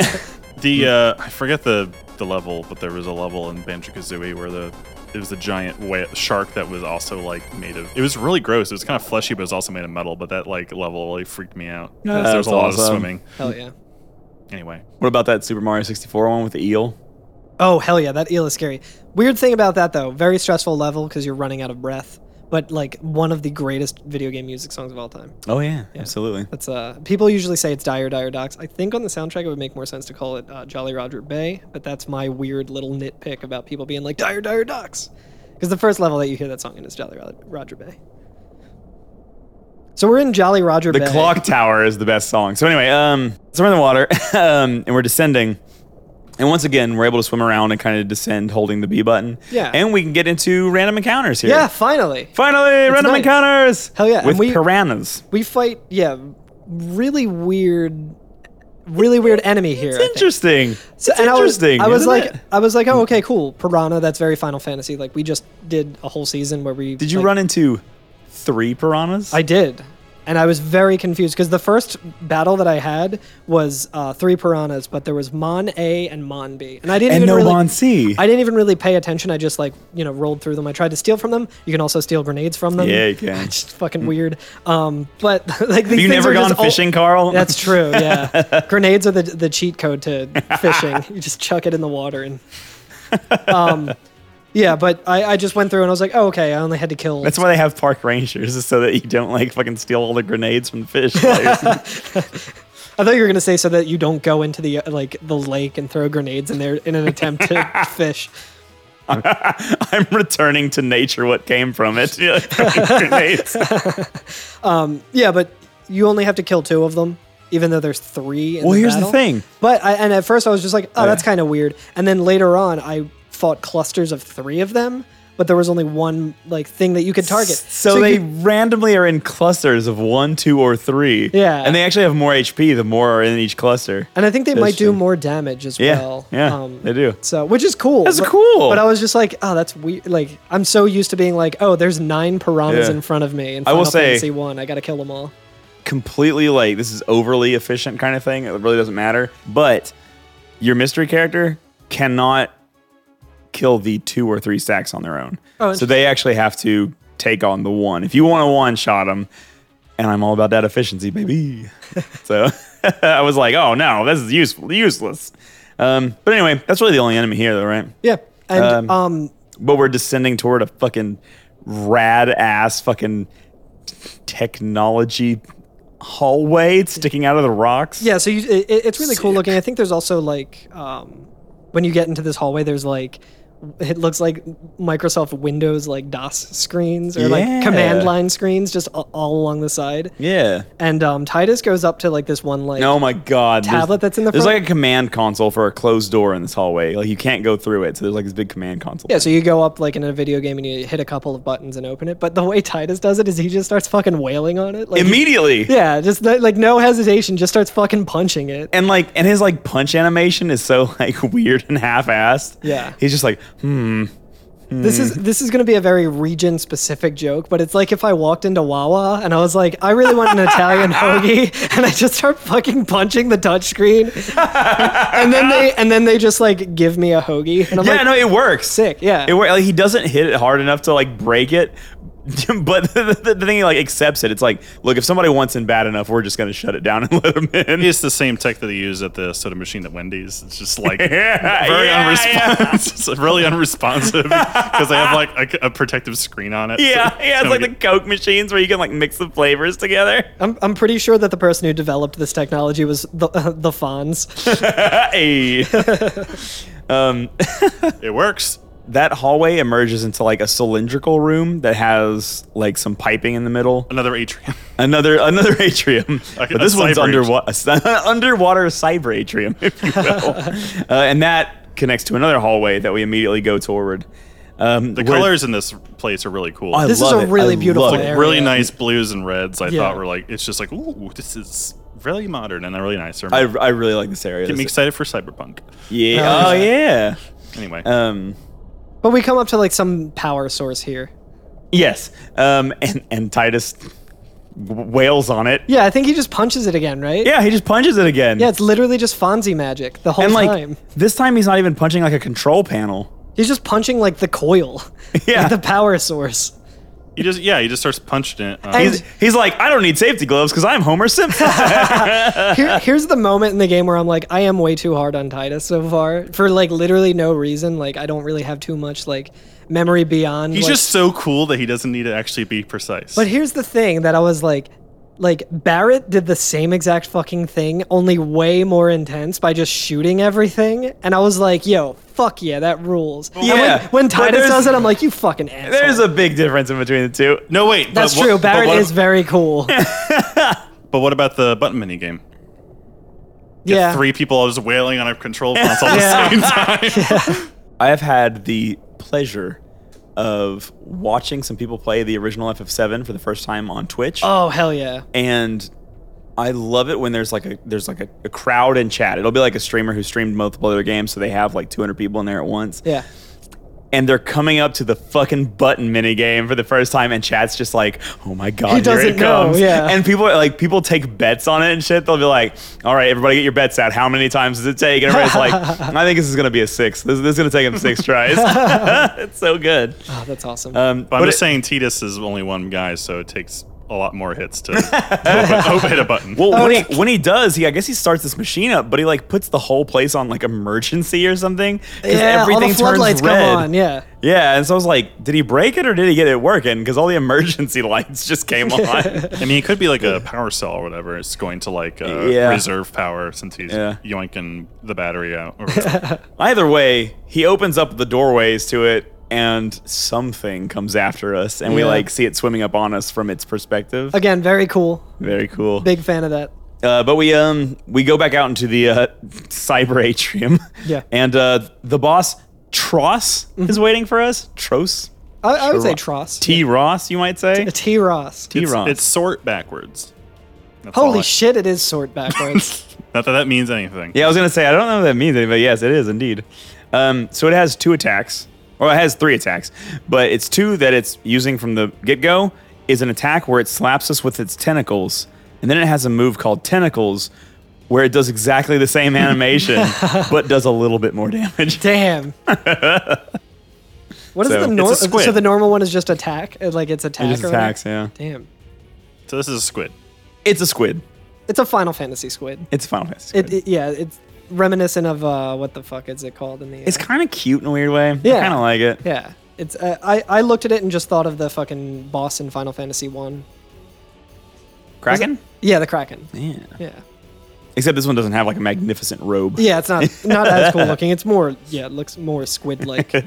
The uh, I forget the the level, but there was a level in Banjo Kazooie where the it was a giant whale, shark that was also like made of. It was really gross. It was kind of fleshy, but it was also made of metal. But that like level really freaked me out.
Yeah,
there was a
that's
lot of
awesome.
swimming.
Hell yeah.
Anyway,
What about that Super Mario 64 one with the eel?
Oh, hell yeah. That eel is scary. Weird thing about that, though, very stressful level because you're running out of breath, but like one of the greatest video game music songs of all time.
Oh yeah, absolutely.
That's uh, people usually say it's Dire Dire Docs. I think on the soundtrack it would make more sense to call it uh, Jolly Roger Bay, but that's my weird little nitpick about people being like Dire Dire Docs, because the first level that you hear that song in is Jolly Ro- Roger Bay. So we're in Jolly Roger
The
Bay.
Clock Tower is the best song. So anyway, um, so we're in the water, um, and we're descending. And once again, we're able to swim around and kind of descend holding the B button.
Yeah.
And we can get into random encounters here.
Yeah, finally
Finally, random
nice.
encounters.
Hell yeah, and
With
we-
piranhas.
we fight. Yeah, really weird, really weird enemy here. I
It's
think.
interesting.
So-
it's
and I was-
interesting.
I was,
isn't
like,
it?
I was like, oh, okay, cool. Piranha. That's very Final Fantasy. Like we just did a whole season where we.
did you
like,
run into three piranhas?
I did. And I was very confused because the first battle that I had was uh, three piranhas, but there was Mon A and Mon B, and I didn't
and
even
no
really,
on C.
I didn't even really pay attention. I just like you know rolled through them. I tried to steal from them. You can also steal grenades from them.
Yeah, you can.
It's just fucking weird. Um, but like these
Have you
things
never
are
gone
just all-
fishing, Carl?
That's true. Yeah, grenades are the the cheat code to fishing. you just chuck it in the water and. Um, yeah, but I, I just went through and I was like, oh, okay, I only had to kill.
That's why they have park rangers, is so that you don't like fucking steal all the grenades from the fish. players.
I thought you were gonna say so that you don't go into the uh, like the lake and throw grenades in there in an attempt to fish.
I'm returning to nature what came from it. Yeah, grenades.
Yeah, but you only have to kill two of them, even though there's three. In
Well,
the
here's the
battle.
thing.
But I, and at first I was just like, oh, that's
Yeah.
kind of weird. And then later on, I fought clusters of three of them, but there was only one like thing that you could target.
So,
you
they
could-
randomly are in clusters of one, two, or three.
Yeah.
And they actually have more HP the more are in each cluster.
and I think they might do
Interesting.
more damage as
Yeah,
well. um,
yeah, they do.
So, which is cool.
That's
but-
cool.
But I was just like, oh, that's weird. Like, I'm so used to being like, oh, there's nine piranhas
Yeah.
in front of me in
I
Final
will say-
Fantasy One. I gotta kill them all.
Completely like this is overly efficient kind of thing. It really doesn't matter. But your mystery character cannot kill the two or three stacks on their own.
Oh,
so they actually have to take on the one. If you want to one shot them, and I'm all about that efficiency, baby. so I was like, oh no, this is useful, useless. Um, but anyway, that's really the only enemy here, though, right?
Yeah, and
Um,
um,
but we're descending toward a fucking rad ass fucking technology hallway sticking out of the rocks.
yeah. So you, it, it's really cool looking. I think there's also like um, when you get into this hallway, there's like it looks like Microsoft Windows like DOS screens or
Yeah.
like command line screens just all, all along the side.
Yeah.
And um, Titus goes up to like this one like
Oh my god. There's-
Tablet that's in the
There's
front?
like a command console for a closed door in this hallway. Like you can't go through it. So there's like this big command console.
yeah. So you go up like in a video game and you hit a couple of buttons and open it. But the way Titus does it is he just starts fucking wailing on it like he-
Immediately.
Yeah, just like like, no hesitation, just starts fucking punching it.
And like and his like punch animation is so like weird and half assed.
Yeah.
He's just like, hmm.
This is this is going to be a very region specific joke, but it's like if I walked into Wawa and I was like, I really want an Italian hoagie, and I just start fucking punching the touchscreen, and then they and then they just like give me a hoagie, and I'm
yeah,
like,
no, it works.
sick, yeah,
It works. Like, he doesn't hit it hard enough to like break it, but the, the, the thing he like accepts it. It's like, look, if somebody wants in bad enough, we're just gonna shut it down and let them in.
It's the same tech that they use at the soda machine at Wendy's. It's just like
Yeah,
very
yeah,
unresponsive. it's really unresponsive because they have like a, a protective screen on it. so
Yeah, yeah, it's
don't
like the
get-
Coke machines where you can like mix the flavors together.
I'm, I'm pretty sure that the person who developed this technology was the the Fonz.
Hey.
it works.
that hallway emerges into like a cylindrical room that has like some piping in the middle.
Another atrium.
Another another atrium,
Like
but
a
this one's
cyber
underwater underwater cyber atrium, if you will, uh, and that connects to another hallway that we immediately go toward. Um,
The colors in this place are really cool.
I
This is
love
a
it.
really
I
beautiful
love it.
area.
really nice blues and reds. I
Yeah.
thought were like it's just like ooh, this is really modern and really nice.
I, I really like this area.
Get me
This-
excited for cyberpunk.
yeah.
Oh,
Oh yeah.
Anyway,
Um,
But we come up to like some power source here.
yes. Um, and and Titus w- wails on it.
Yeah, I think he just punches it again, right?
Yeah, he just punches it again.
Yeah, it's literally just Fonzie magic the whole
and like
time.
this time he's not even punching like a control panel.
He's just punching like the coil,
Yeah.
like the power source.
he just yeah, he just starts punching it. Um,
He's, he's like, I don't need safety gloves because I'm Homer Simpson.
Here, here's the moment in the game where I'm like, I am way too hard on Titus so far for like literally no reason. Like I don't really have too much like memory beyond.
he's
like-
just so cool that he doesn't need to actually be precise.
But here's the thing that I was like, like Barrett did the same exact fucking thing, only way more intense by just shooting everything. And I was like, yo, fuck yeah, that rules. And when-
Yeah,
when,
but
Titus
there's-
does it, I'm like, you fucking asshole.
There's a big difference in between the two.
no wait,
That's
but what-
true.
but
Barrett
what-
is very cool.
But what about the button mini game?
yeah.
Three people all just wailing on a control console
Yeah.
at the same time.
I have had the pleasure of watching some people play the original FF7 for the first time on Twitch,
Oh hell yeah.
and I love it when there's like a there's like a, a crowd in chat. It'll be like a streamer who streamed multiple other games, so they have like 200 people in there at once.
Yeah.
and they're coming up to the fucking button mini game for the first time, and chat's just like, "Oh my god,
He doesn't
here it
know,
comes!"
yeah.
And people are like, people take bets on it and shit. They'll be like, "All right, everybody, get your bets out. How many times does it take?" And everybody's like, "I think this is gonna be a six. This, this is gonna take him six tries." it's so good.
Oh, that's awesome.
Um,
But I'm just
it-
saying, Titus is only one guy, so it takes a lot more hits to open, open- hit a button.
Well, when, he, when he does, he I guess he starts this machine up, but he like puts the whole place on like emergency or something. 'cause
yeah, all the
everything turns
floodlights come
red.
on. Yeah.
Yeah, and so I was like, did he break it or did he get it working? Because all the emergency lights just came on.
I mean, it could be like a power cell or whatever. It's going to like uh,
Yeah.
reserve power since he's
Yeah.
yoinking the battery out. Or whatever.
Either way, he opens up the doorways to it, and something comes after us, and we
Yeah.
like see it swimming up on us from its perspective.
Again, very cool.
Very cool.
Big fan of that.
Uh, but we um we go back out into the uh, cyber atrium.
Yeah. Mm-hmm.
And uh, the boss Tross is waiting for us. Tros.
I, I would say
Tro-
Tross.
T Ross, you might say.
A T Ross.
T
it's,
Ross.
it's sort backwards. That's all
Holy
I-
shit, it is sort backwards.
Not that that means anything.
Yeah, I was gonna say I don't know what that means, but yes, it is indeed. Um, so it has two attacks, or it has three attacks, but it's two that it's using from the get go. Is an attack where it slaps us with its tentacles, and then it has a move called tentacles, where it does exactly the same animation, but does a little bit more damage.
Damn. What is
So,
the
it's a
normal?
squid.
So the normal one is just attack, uh, like it's attack.
It just
or whatever?
attacks, yeah.
Damn,
So this is a squid.
It's a squid.
it's a Final Fantasy squid.
It's a Final Fantasy. Squid.
It, it- yeah, it's reminiscent of uh, what the fuck is it called in the? Uh,
it's kind of cute in a weird way. I
Yeah.
kind of like it.
yeah, it's. Uh, I I looked at it and just thought of the fucking boss in Final Fantasy One. Was it-
Kraken.
Yeah, the Kraken.
Yeah.
Yeah.
Except this one doesn't have like a magnificent robe.
Yeah, it's not not as cool looking. It's more yeah, it looks more squid like.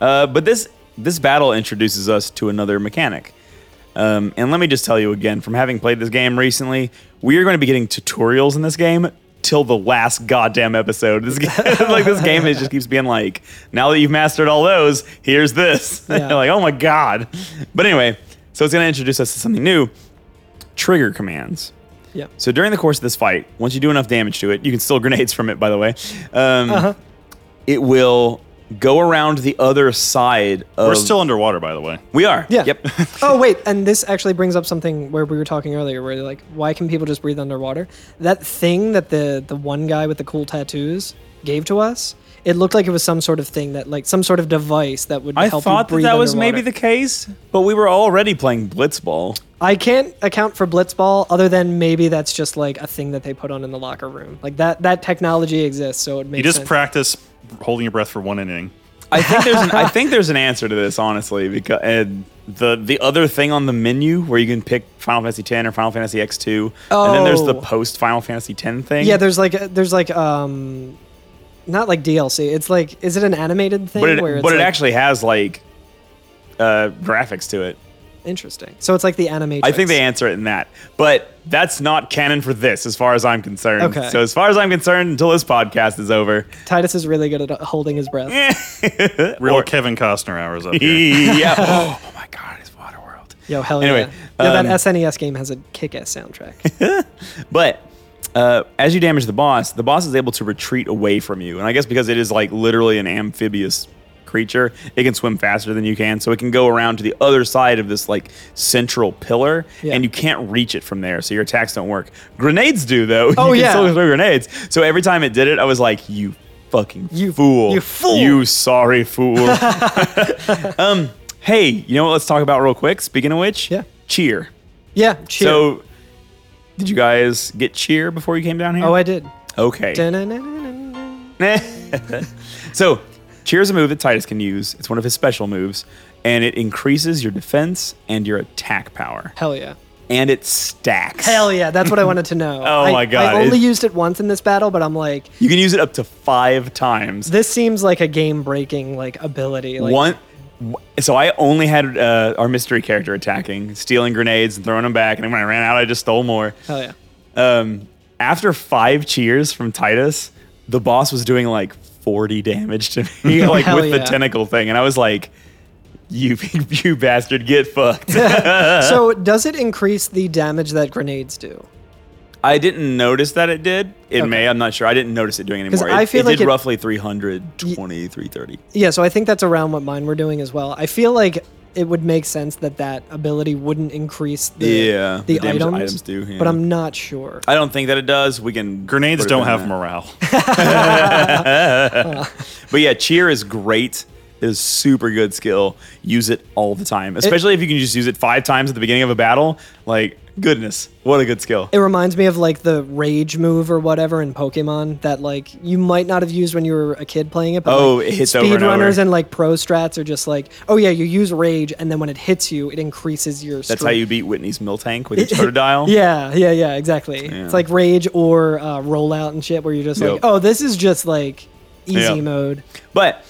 Uh, but this this battle introduces us to another mechanic. Um, and let me just tell you again, from having played this game recently, we are going to be getting tutorials in this game till the last goddamn episode. This game, like this game, it just keeps being like, now that you've mastered all those, here's this.
Yeah.
like, oh my god. But anyway, so it's going to introduce us to something new: trigger commands.
Yep.
So during the course of this fight, once you do enough damage to it, you can steal grenades from it, by the way. Um,
Uh-huh.
It will go around the other side of.
We're still underwater, by the way.
We are.
Yeah.
Yep.
oh wait, and this actually brings up something where we were talking earlier, where like, why can people just breathe underwater? That thing that the the one guy with the cool tattoos gave to us It looked like it was some sort of thing that, like, some sort of device that would
I
help
thought
you
that
breathe
that was maybe
underwater.
the case, but we were already playing blitzball.
I can't account for Blitzball other than maybe that's just like a thing that they put on in the locker room. Like that that technology exists, so it makes
You just
sense.
practice holding your breath for one inning.
I think there's an, I think there's an answer to this honestly because and the the other thing on the menu where you can pick Final Fantasy 10 or Final Fantasy X2 and then there's the
Oh.
post Final Fantasy 10 thing.
yeah, there's like there's like um not like DLC. It's like is it an animated thing
but it,
where it's
but it
like-
actually has like uh, graphics to it.
interesting. So it's like the animation.
I think they answer it in that. But that's not canon for this, as far as I'm concerned.
Okay.
So as far as I'm concerned, until this podcast is over.
Titus is really good at uh, holding his breath.
Eh.
Real Kevin Costner hours up here.
yeah. Oh, oh my god, it's Waterworld.
Yo, hell
Anyway,
yeah. Yeah,
um,
that SNES game has a kick-ass soundtrack.
But uh, as you damage the boss, the boss is able to retreat away from you. And I guess because it is like literally an amphibious creature, it can swim faster than you can. So it can go around to the other side of this like central pillar,
Yeah.
and you can't reach it from there. So your attacks don't work. Grenades do, though.
Oh,
you
yeah.
Can still throw grenades. So every time it did it, I was like, you fucking
You-
fool.
you fool."
You sorry fool. um, hey, you know what? Let's talk about real quick. Speaking of which,
Yeah.
cheer.
yeah, cheer.
So, did you guys get cheer before you came down here?
oh, I did.
okay.
Da-na-na-na-na.
so, cheer is a move that Titus can use. It's one of his special moves, and it increases your defense and your attack power,
Hell yeah.
and it stacks.
Hell yeah, that's what I wanted to know.
Oh
I-
my God,
I only
it-
used it once in this battle, but I'm like,
You can use it up to five times.
this seems like a game breaking like ability. Like,
one. w- So I only had uh, our mystery character attacking, stealing grenades and throwing them back, and when I ran out, I just stole more.
Hell yeah.
um, after five cheers from Titus, the boss was doing like 40 damage to me, like
Hell
with the
yeah.
tentacle thing. And I was like, you, you bastard, get fucked. Uh.
so does it increase the damage that grenades do?
I didn't notice that it did. It
Okay.
may, I'm not sure. I didn't notice it doing it
'Cause
anymore. It,
I feel
it
like
did
it-
roughly 320, 330.
Yeah, so I think that's around what mine were doing as well. I feel like it would make sense that that ability wouldn't increase the,
Yeah,
the,
the damage
items,
items do, yeah.
but I'm not sure.
I don't think that it does. We can.
Grenades
put it
don't
in
have
that.
morale.
But yeah, cheer is great. It is super good skill. Use it all the time, especially if you can just use it five times at the beginning of a battle. Like, goodness, what a good skill.
It reminds me of like the rage move or whatever in Pokemon that like you might not have used when you were a kid playing it. But,
Oh,
like,
it hits over and over.
speedrunners and like pro strats are just like, oh yeah, you use rage, and then when it hits you, it increases your.
That's how
strength.
you beat Whitney's mill tank with your totodile.
Yeah, yeah, yeah, exactly. It's like rage or uh, rollout and shit where you're just
Yep.
like, oh, this is just like easy
Yeah.
mode.
But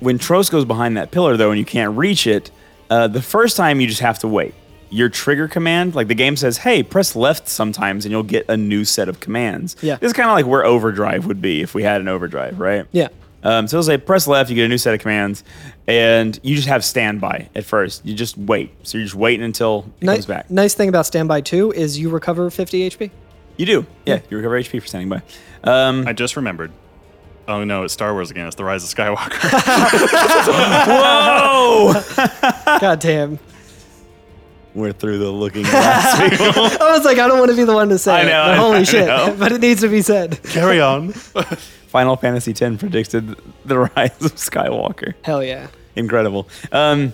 when Trost goes behind that pillar, though, and you can't reach it, uh, the first time you just have to wait. Your trigger command, like the game says, hey, press left sometimes and you'll get a new set of commands.
Yeah.
This is kind of like where overdrive would be if we had an overdrive, right?
Yeah.
Um, so it'll say press left, you get a new set of commands, and you just have standby at first. You just wait. So you're just waiting until it
Ni-
comes back.
Nice thing about standby two is you recover 50 HP.
You do. Yeah, you recover HP for standing by. Um,
I just remembered. Oh no, it's Star Wars again. It's the Rise of Skywalker.
God damn.
we're through the looking glass.
I was like, I don't want to be the one to say
I
it,
know,
but
I-
holy
I
shit.
know.
But it needs to be said.
Carry on.
Final Fantasy X predicted the rise of Skywalker.
Hell yeah.
Incredible. Um,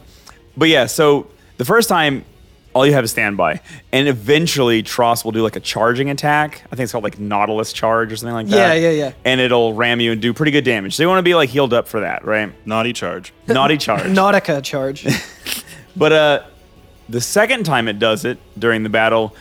but yeah, so the first time, all you have is standby, and eventually Tross will do like a charging attack. I think it's called like Nautilus Charge or something like that.
Yeah, yeah, yeah.
And it'll ram you and do pretty good damage. So you want to be like healed up for that, right?
Naughty charge.
Naughty Charge.
Nautica charge.
But uh, the second time it does it during the battle,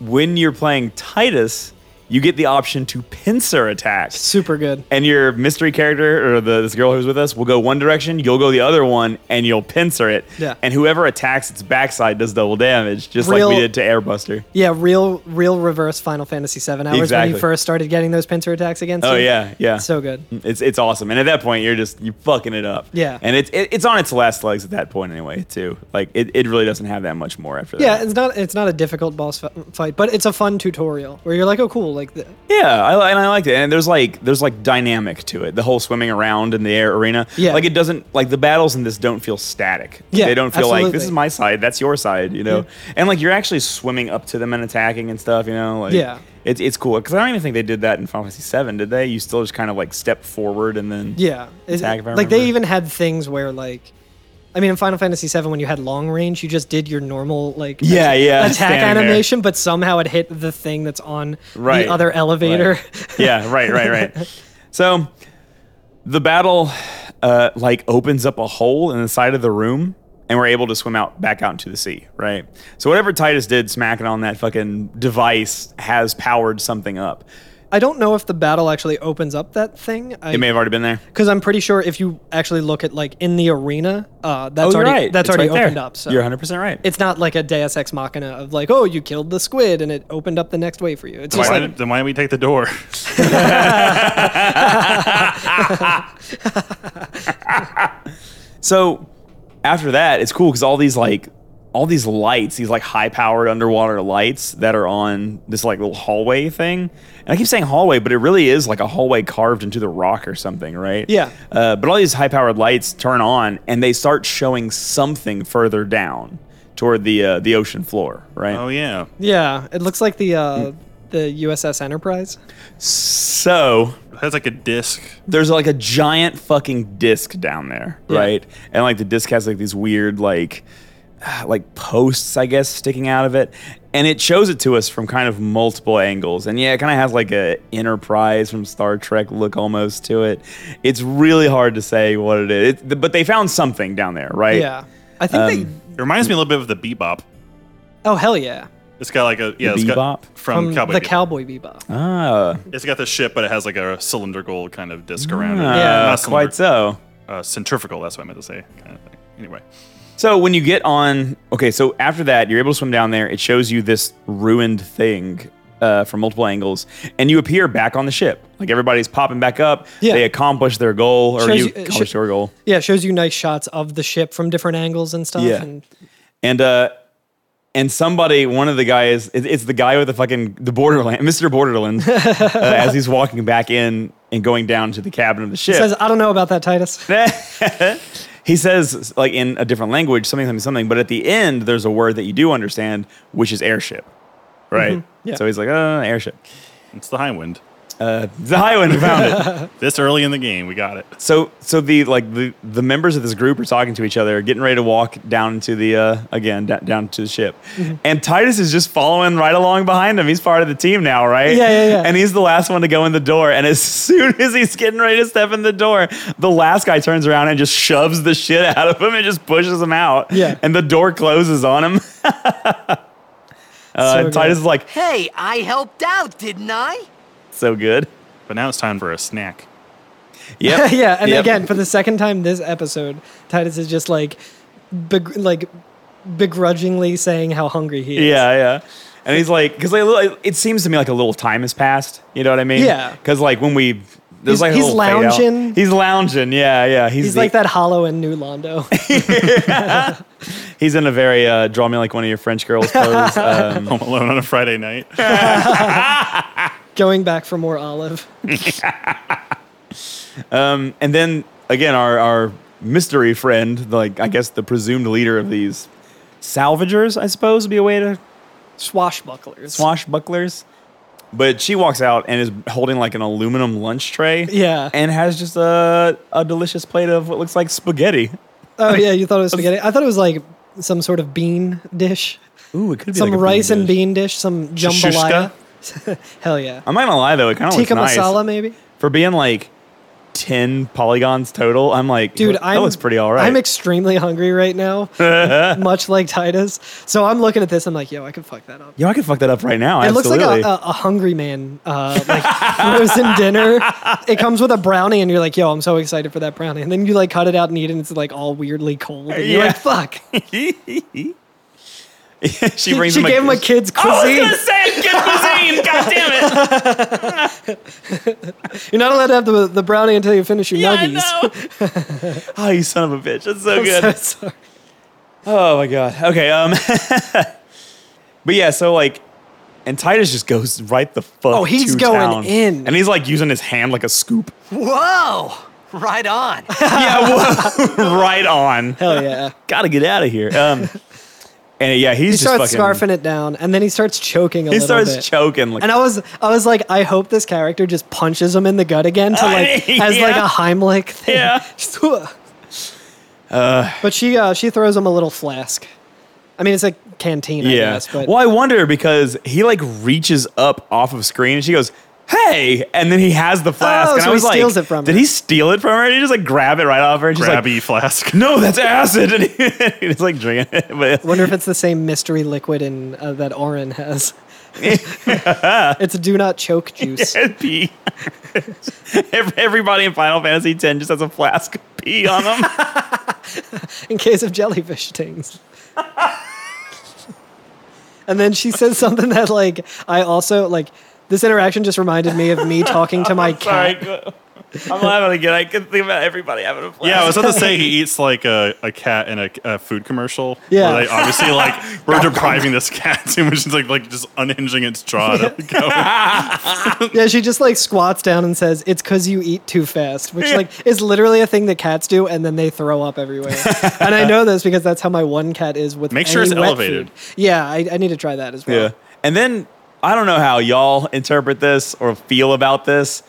when you're playing Titus, you get the option to pincer attack.
Super good.
and your mystery character or the, this girl who's with us will go one direction, you'll go the other one, and you'll pincer it.
Yeah.
And whoever attacks its backside does double damage, just
Real-
like we did to Airbuster.
Yeah, real real reverse Final Fantasy VII hours when
Exactly.
you first started getting those pincer attacks against
Oh
you.
yeah, yeah.
So good.
it's it's awesome. And at that point, you're just you fucking it up.
Yeah.
And it's it, it's on its last legs at that point anyway, too. Like it, it really doesn't have that much more after that.
Yeah, it's not it's not a difficult boss f- fight, but it's a fun tutorial where you're like, oh cool, like the
Yeah, I, li- and I liked it. And there's like there's like dynamic to it. The whole swimming around in the air arena.
Yeah.
Like it doesn't like the battles in this don't feel static.
Yeah,
They don't feel like this
absolutely.
is my side, that's your side, you know. And like you're actually swimming up to them and attacking and stuff, you know. Like
Yeah.
It's it's cool because I don't even think they did that in Final Fantasy Seven, did they? You still just kind of like step forward and then
yeah, It-
Attack, if I
like they
remember.
even had things where like. I mean, in Final Fantasy VII, when you had long range, you just did your normal like
Yeah,
atta-
yeah,
attack
standing there.
animation, but somehow it hit the thing that's on
Right,
the other elevator.
Right. Yeah, right, right, right. so the battle uh, like opens up a hole in the side of the room, and we're able to swim out back out into the sea, right? So whatever Titus did smacking on that fucking device has powered something up.
I don't know if the battle actually opens up that thing. I,
It may have already been there.
because I'm pretty sure if you actually look at like in the arena, uh, that's
oh, you're
already
right.
that's
It's
already
right there.
opened up. So
You're 100 percent right.
it's not like a Deus Ex Machina of like, oh, you killed the squid and it opened up the next way for you. It's
Why,
just like
did- then why don't we take the door?
So after that, it's cool because all these like all these lights, these like high powered underwater lights that are on this like little hallway thing. And I keep saying hallway, but it really is like a hallway carved into the rock or something, right?
Yeah.
Uh, but all these high powered lights turn on and they start showing something further down toward the uh, the ocean floor, right?
oh yeah.
yeah, it looks like the uh, the USS Enterprise.
So
It has like a disc.
there's like a giant fucking disc down there, right? And like the disc has like these weird like ah, like posts, I guess, sticking out of it. And it shows it to us from kind of multiple angles. And yeah, it kind of has like a Enterprise from Star Trek look almost to it. It's really hard to say what it is, It- but they found something down there, right?
Yeah, I think they.
Um,
It reminds me a little bit of the bebop.
Oh hell yeah!
It's got like a yeah,
The
it's got-
Bebop?
from
From
Cowboy.
the
Bebop.
Cowboy Bebop.
Ah,
it's got the ship, but it has like a cylindrical kind of disc around it.
yeah,
Not
Ah, quite
cylindrical,
so.
uh, centrifugal. That's what I meant to say. Kind of thing. Anyway,
Mm-hmm. So when you get on, okay, so after that, you're able to swim down there. It shows you this ruined thing uh, from multiple angles, and you appear back on the ship. Like everybody's popping back up.
Yeah.
They accomplish their goal, or
Shows
you
you- uh, it
accomplish
sho-
your goal.
Yeah, it shows you nice shots of the ship from different angles and stuff.
Yeah.
and
And uh, and somebody, one of the guys, it- it's the guy with the fucking the Borderland, Mr. Borderland, uh, as he's walking back in and going down to the cabin of the ship.
it says, "I don't know about that, Titus."
he says like in a different language something something something but at the end there's a word that you do understand which is airship right
yeah.
so he's like uh airship
it's the high wind.
uh the high one found it
This early in the game, we got it.
so so the like the the members of this group are talking to each other getting ready to walk down into the uh again da- down to the ship
Mm-hmm.
and titus is just following right along behind him he's part of the team now right
Yeah, yeah, yeah.
and he's the last one to go in the door and as soon as he's getting ready to step in the door the last guy turns around and just shoves the shit out of him and just pushes him out
Yeah.
and the door closes on him uh,
So good.
titus is like
Hey, I helped out, didn't I?
so good
But now it's time for a snack.
yep.
yeah, and
Yep.
again, for the second time this episode, Titus is just like, beg- like, begrudgingly saying how hungry he is.
Yeah, yeah. And he's like, because it seems to me like a little time has passed. You know what I mean?
Yeah.
Because like when we, there's
He's-
like a
he's
little fade out.
lounging.
He's lounging. Yeah, yeah. He's,
He's
the-
like that hollow in New Londo.
He's in a very uh, draw me like one of your French girls pose. um,
Home alone on a Friday night.
going back for more olive.
um, and then again, our our mystery friend, like I guess the presumed leader of these salvagers, I suppose, would be a way to
Swashbucklers.
swashbucklers. But she walks out and is holding like an aluminum lunch tray.
Yeah.
And has just a, a delicious plate of what looks like spaghetti.
oh yeah, you thought it was spaghetti. I thought it was like some sort of bean dish,
Ooh, it could be
some
like a
rice and
dish.
bean dish, some jambalaya. Hell yeah.
I'm not gonna lie though, it kind of looks
Tikka
nice
masala maybe.
for being like ten polygons total. I'm like,
Dude,
that
I'm,
looks pretty all right.
I'm extremely hungry right now, much like Titus. So I'm looking at this. I'm like, yo, I could fuck that up.
Yo, I could fuck that up right now.
It looks
absolutely.
like a, uh, a, a hungry man, uh, like frozen dinner. It comes with a brownie, and you're like, "Yo, I'm so excited for that brownie!" And then you like cut it out and eat, it, and it's like all weirdly cold. And you're
Yeah.
like, "Fuck!"
she brings
she
him
gave him a kid's
"Oh,
cuisine.
say good cuisine. God damn it!
you're not allowed to have the, the brownie until you finish your nuggies.
oh, you son of a bitch. That's so
I'm
good.
so sorry.
Oh my god. Okay. Um. but yeah. So like, And Titus just goes right the fuck.
Oh, he's
to
going
town.
in.
and he's like using his hand like a scoop.
Whoa! Oh, Right on.
yeah, whoa, right on.
Hell yeah.
Gotta get out of here. Um, and yeah, he's
He
just
starts
fucking.
scarfing it down, and then he starts choking a
He
little
starts
bit.
choking. Like,
And I was, I was like, I hope this character just punches him in the gut again to like, as like
Yeah.
a Heimlich thing.
Yeah.
Just, "Ugh." but she, uh, she throws him a little flask. I mean, it's a canteen, I
yeah.
guess. But
well, I wonder because he like reaches up off of screen and she goes, "Hey!" And then he has the flask.
Oh,
and
so
I
he
was like,
steals it from
"Did
her.
he steal it from her?" And he just like grab it right off her. And she's like,
Grabby flask.
"No, that's acid!" And he, he's like drinking it. But
wonder if it's the same mystery liquid in uh, that Oren has. it's do not choke juice.
and pee. Ev- Everybody in Final Fantasy X just has a flask of pee on them.
in case of jellyfish stings. and then she says something that like I also like this interaction just reminded me of me talking to my
Sorry,
cat.
go- I'm laughing again. I could think about everybody having a flask.
Yeah, I was about to say he eats like a, a cat in a, a food commercial.
Yeah.
Where they obviously like we're depriving this cat too much. It's like like just unhinging its jaw to go.
Yeah, she just like squats down and says, It's cause you eat too fast, which like is literally a thing that cats do and then they throw up everywhere. and I know this because that's how my one cat is with
Make sure
any
it's
wet
elevated.
food. Yeah, I, I need to try that as well.
Yeah. And then I don't know how y'all interpret this or feel about this.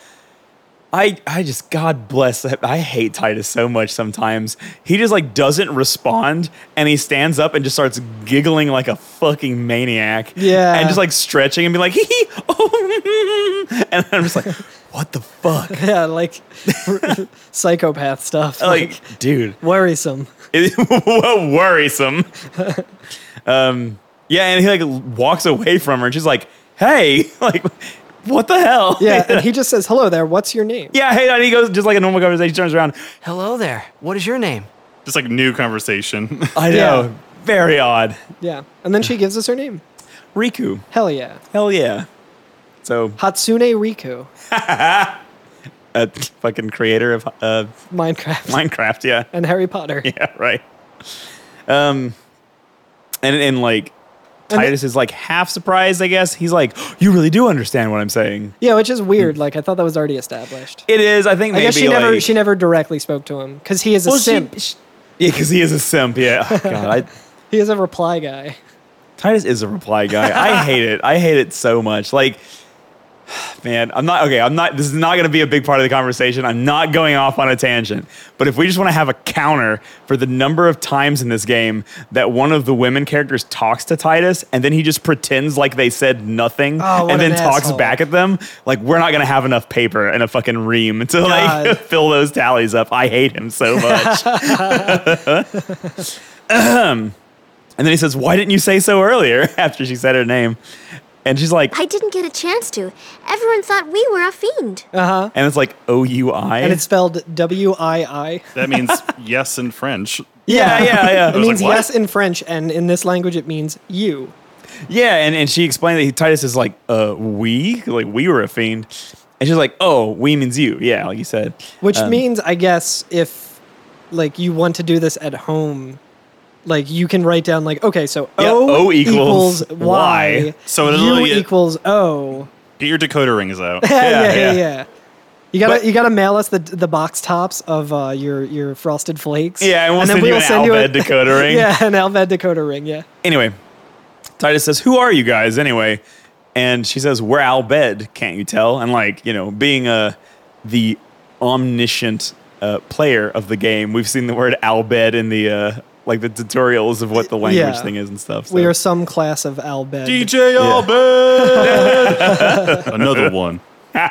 I I just God bless I hate Titus so much sometimes. He just like doesn't respond and he stands up and just starts giggling like a fucking maniac.
Yeah.
And just like stretching and be like hee hee oh mm, mm." and I'm just like what the fuck?
Yeah, like psychopath stuff. Like,
Like dude.
worrisome.
It- whoa, worrisome. um, yeah, and he like walks away from her. And she's like, "Hey, like, what the hell?"
Yeah. and he just says, Hello there, what's your name?
yeah. Hey, and he goes just like a normal conversation. Turns around.
Hello there. What is your name?
just like new conversation.
I know, very odd.
Yeah. And then she gives us her name.
Riku.
Hell yeah.
Hell yeah. So
Hatsune Riku.
a fucking creator of uh,
Minecraft.
Minecraft. Yeah.
and Harry Potter.
Yeah. Right. Um, and and like. Titus is like half surprised, I guess. He's like, "You really do understand what I'm saying."
Yeah, which is weird. Like I thought that was already established.
It is, I think.
I
Maybe
guess she never
like-
she never directly spoke to him because he is a
Well, she-
simp.
sh- yeah, because he is a simp. Yeah. Oh, God, I,
he is a reply guy.
Titus is a reply guy. I hate it. I hate it so much. Like, man, I'm not okay. I'm not. This is not going to be a big part of the conversation. I'm not going off on a tangent. But if we just want to have a counter for the number of times in this game that one of the women characters talks to Titus and then he just pretends like they said nothing
Oh, what
and then
an
talks
asshole.
back at them, like we're not going to have enough paper and a fucking ream to like
God.
fill those tallies up. I hate him so much. And then he says, Why didn't you say so earlier? after she said her name. And she's like,
I didn't get a chance to. Everyone thought we were a fiend.
and it's like O U I.
And it's spelled W I I.
that means yes in French.
yeah, yeah,
It
yeah.
was
means
like, what?
yes in French, and in this language it means you.
yeah, and, and she explained that he, Titus is like, uh, we? Like, we were a fiend. And she's like, oh, we means you. Yeah, like you said.
Which
Um,
means, I guess, if like you want to do this at home, like you can write down like, okay, so
Yeah,
O,
O equals
equals
Y.
Y.
So it
U
literally-
equals O.
Get your decoder rings out.
yeah,
Yeah,
yeah, yeah,
yeah.
yeah. You gotta
But-
you gotta mail us the the box tops of uh, your your frosted flakes.
Yeah, and we'll send you an Albed decoder ring.
yeah, an Alved decoder ring. Yeah,
Anyway, Titus says, Who are you guys anyway? And she says, We're Al Bed, can't you tell? And like, you know, being uh, the omniscient uh, player of the game, we've seen the word Al Bed in the uh, like the tutorials of what the language
Yeah.
thing is and stuff. So.
we are some class of Albed.
DJ Albert. Another one.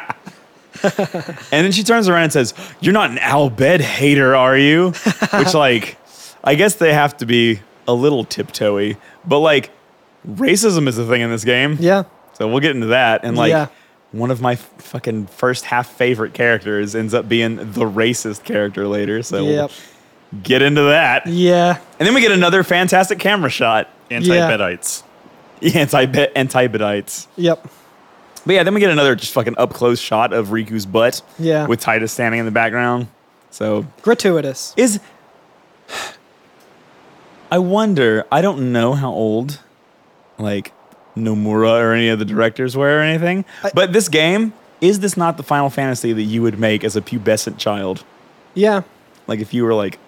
And then she turns around and says, You're not an Al Bed hater, are you? Which like I guess they have to be a little tiptoey, but like racism is a thing in this game.
yeah,
So we'll get into that. And like
Yeah.
one of my f- fucking first half favorite characters ends up being the racist character later. So
yep,
we'll get into that. And
yeah.
then we get another fantastic camera shot.
Anti-Bedites.
Anti anti Bedites.
Yep.
But yeah, then we get another just fucking up close shot of Riku's butt.
Yeah.
With Titus standing in the background. So
Gratuitous.
is I wonder, I don't know how old like Nomura or any of the directors were or anything. but this game, is this not the Final Fantasy that you would make as a pubescent child?
Yeah.
Like if you were like,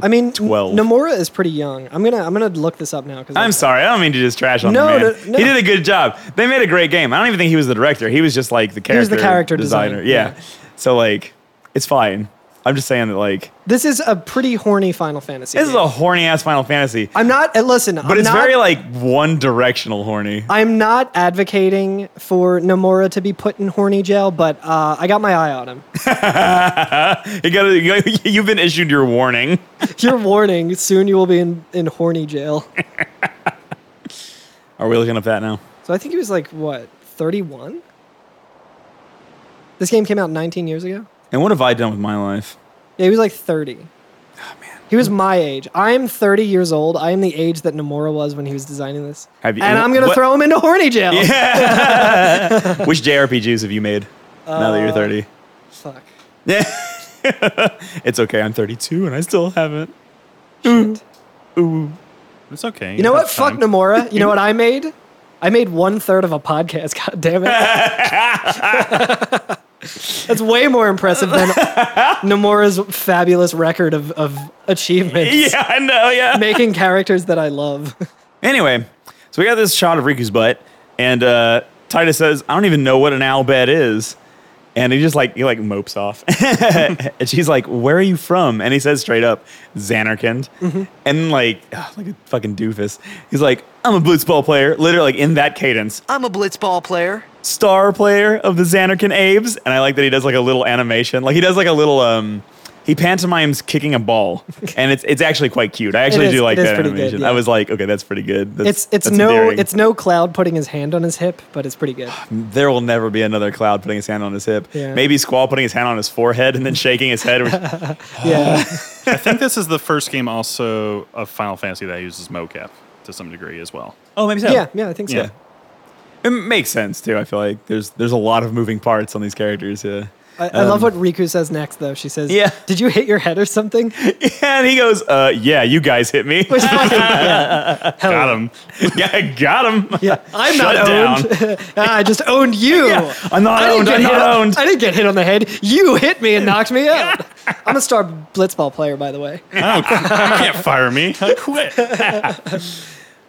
I mean,
12.
N- Nomura is pretty young. I'm gonna I'm gonna look this up now because
I'm sorry, I don't mean to just trash on
No,
the man.
no, no.
He did a good job. They made a great game. I don't even think he was the director. He was just like the character.
was the character designer,
Yeah.
yeah.
So like, it's fine. I'm just saying that like
this is a pretty horny Final Fantasy.
this is
game.
a horny ass Final Fantasy,
I'm not. and Listen,
but
I'm
it's
not,
very like one directional horny.
I'm not advocating for Nomura to be put in horny jail, but uh, I got my eye on him.
You got to you've been issued your warning.
Your warning: soon you will be in, in horny jail.
Are we looking up that now?
So I think he was like what 31. This game came out 19 years ago.
And what have I done with my life?
Yeah, he was like 30. Oh man. He was my age. I'm 30 years old. I am the age that Nomura was when he was designing this.
Have you-
and I'm gonna
what-
throw him into horny jail.
Which JRPGs have you made now
Uh,
that you're 30?
Fuck.
It's okay, I'm 32 and I still haven't.
It's okay.
You know
have
what? Fuck
time.
Nomura. You know what I made? I made one third of a podcast. God damn it. That's way more impressive than Nomura's fabulous record of, of achievements.
Yeah, I know, yeah.
Making characters that I love.
Anyway, so we got this shot of Riku's butt, and uh, Titus says, I don't even know what an owl bed is. And he just like, he like mopes off. and she's like, Where are you from? And he says straight up, Xanarkand.
Mm-hmm.
And like, ugh, like a fucking doofus. He's like, I'm a blitzball player, literally like, in that cadence.
I'm a blitzball player.
star player of the Xanarkin Abes, and I like that he does like a little animation. Like he does like a little um he pantomimes kicking a ball, and it's it's actually quite cute. I actually
It is-
do like
it is
that
pretty good,
animation.
yeah.
I was like, okay, that's pretty good. That's,
It's it's
that's
no
endearing.
it's no cloud putting his hand on his hip, but it's pretty good.
there will never be another cloud putting his hand on his hip.
Yeah.
Maybe Squall putting his hand on his forehead and then shaking his head. which-
Yeah.
I think this is the first game also of Final Fantasy that uses mocap to some degree as well.
oh, maybe so.
yeah, yeah, I think so.
Yeah.
It makes sense too. I feel like there's there's a lot of moving parts on these characters. Yeah.
I, I love what Riku says next though. She says,
Um, Yeah.
Did you hit your head or something?
And he goes, uh, yeah, you guys hit me.
Which is like, yeah. Hell yeah.
Got him.
yeah, got him.
Yeah, I'm
Shut
not
down.
owned. Ah, I just owned you.
I'm not
I didn't
owned.
get
I'm
hit
not
on-
owned.
I didn't get hit on the head. You hit me and knocked me out. I'm a star blitzball player, by the way.
You can't fire me. I quit.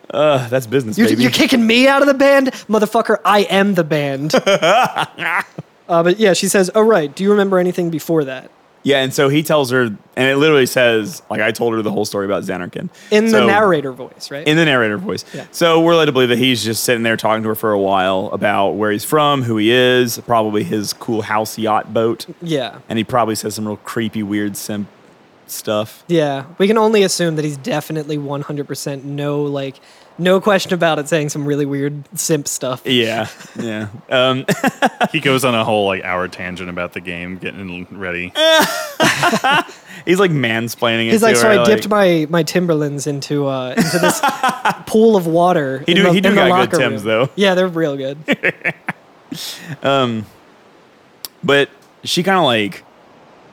Uh, that's business,
You,
baby.
you're kicking me out of the band, motherfucker. I am the band. uh, but yeah, she says, "Oh right, do you remember anything before that?"
Yeah, and so he tells her, and it literally says, like, I told her the whole story about Xanarkin.
In the
So-
narrator voice, right?
In the narrator voice.
Yeah.
So we're led to believe that he's just sitting there talking to her for a while about where he's from, who he is, probably his cool house yacht boat.
yeah,
And he probably says some real creepy, weird simp stuff.
yeah. We can only assume that he's definitely 100 percent no like. No question about it, saying some really weird simp stuff.
Yeah, yeah. Um,
He goes on a whole like hour tangent about the game, getting ready.
he's like mansplaining. it
He's like,
to
so
her,
I dipped my my Timberlands into uh into this pool of water. He
do- he do got good Timbs, though.
Yeah, they're real good.
But she kind of like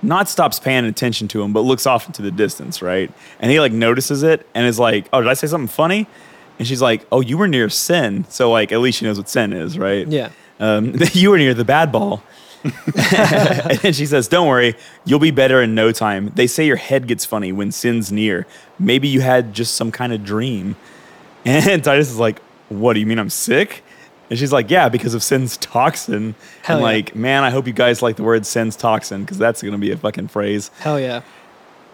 not stops paying attention to him, but looks off into the distance, right? And he like notices it and is like, "Oh, did I say something funny?" And she's like, "Oh, you were near sin, so like at least she knows what sin is, right?"
Yeah.
Um, you were near the bad ball. and then she says, "Don't worry, you'll be better in no time. They say your head gets funny when sin's near. Maybe you had just some kind of dream." And Titus is like, "What do you mean I'm sick?" And she's like, "Yeah, because of Sin's toxin."
Hell
and
yeah.
like, man, I hope you guys like the word Sin's toxin because that's gonna be a fucking phrase.
Hell yeah.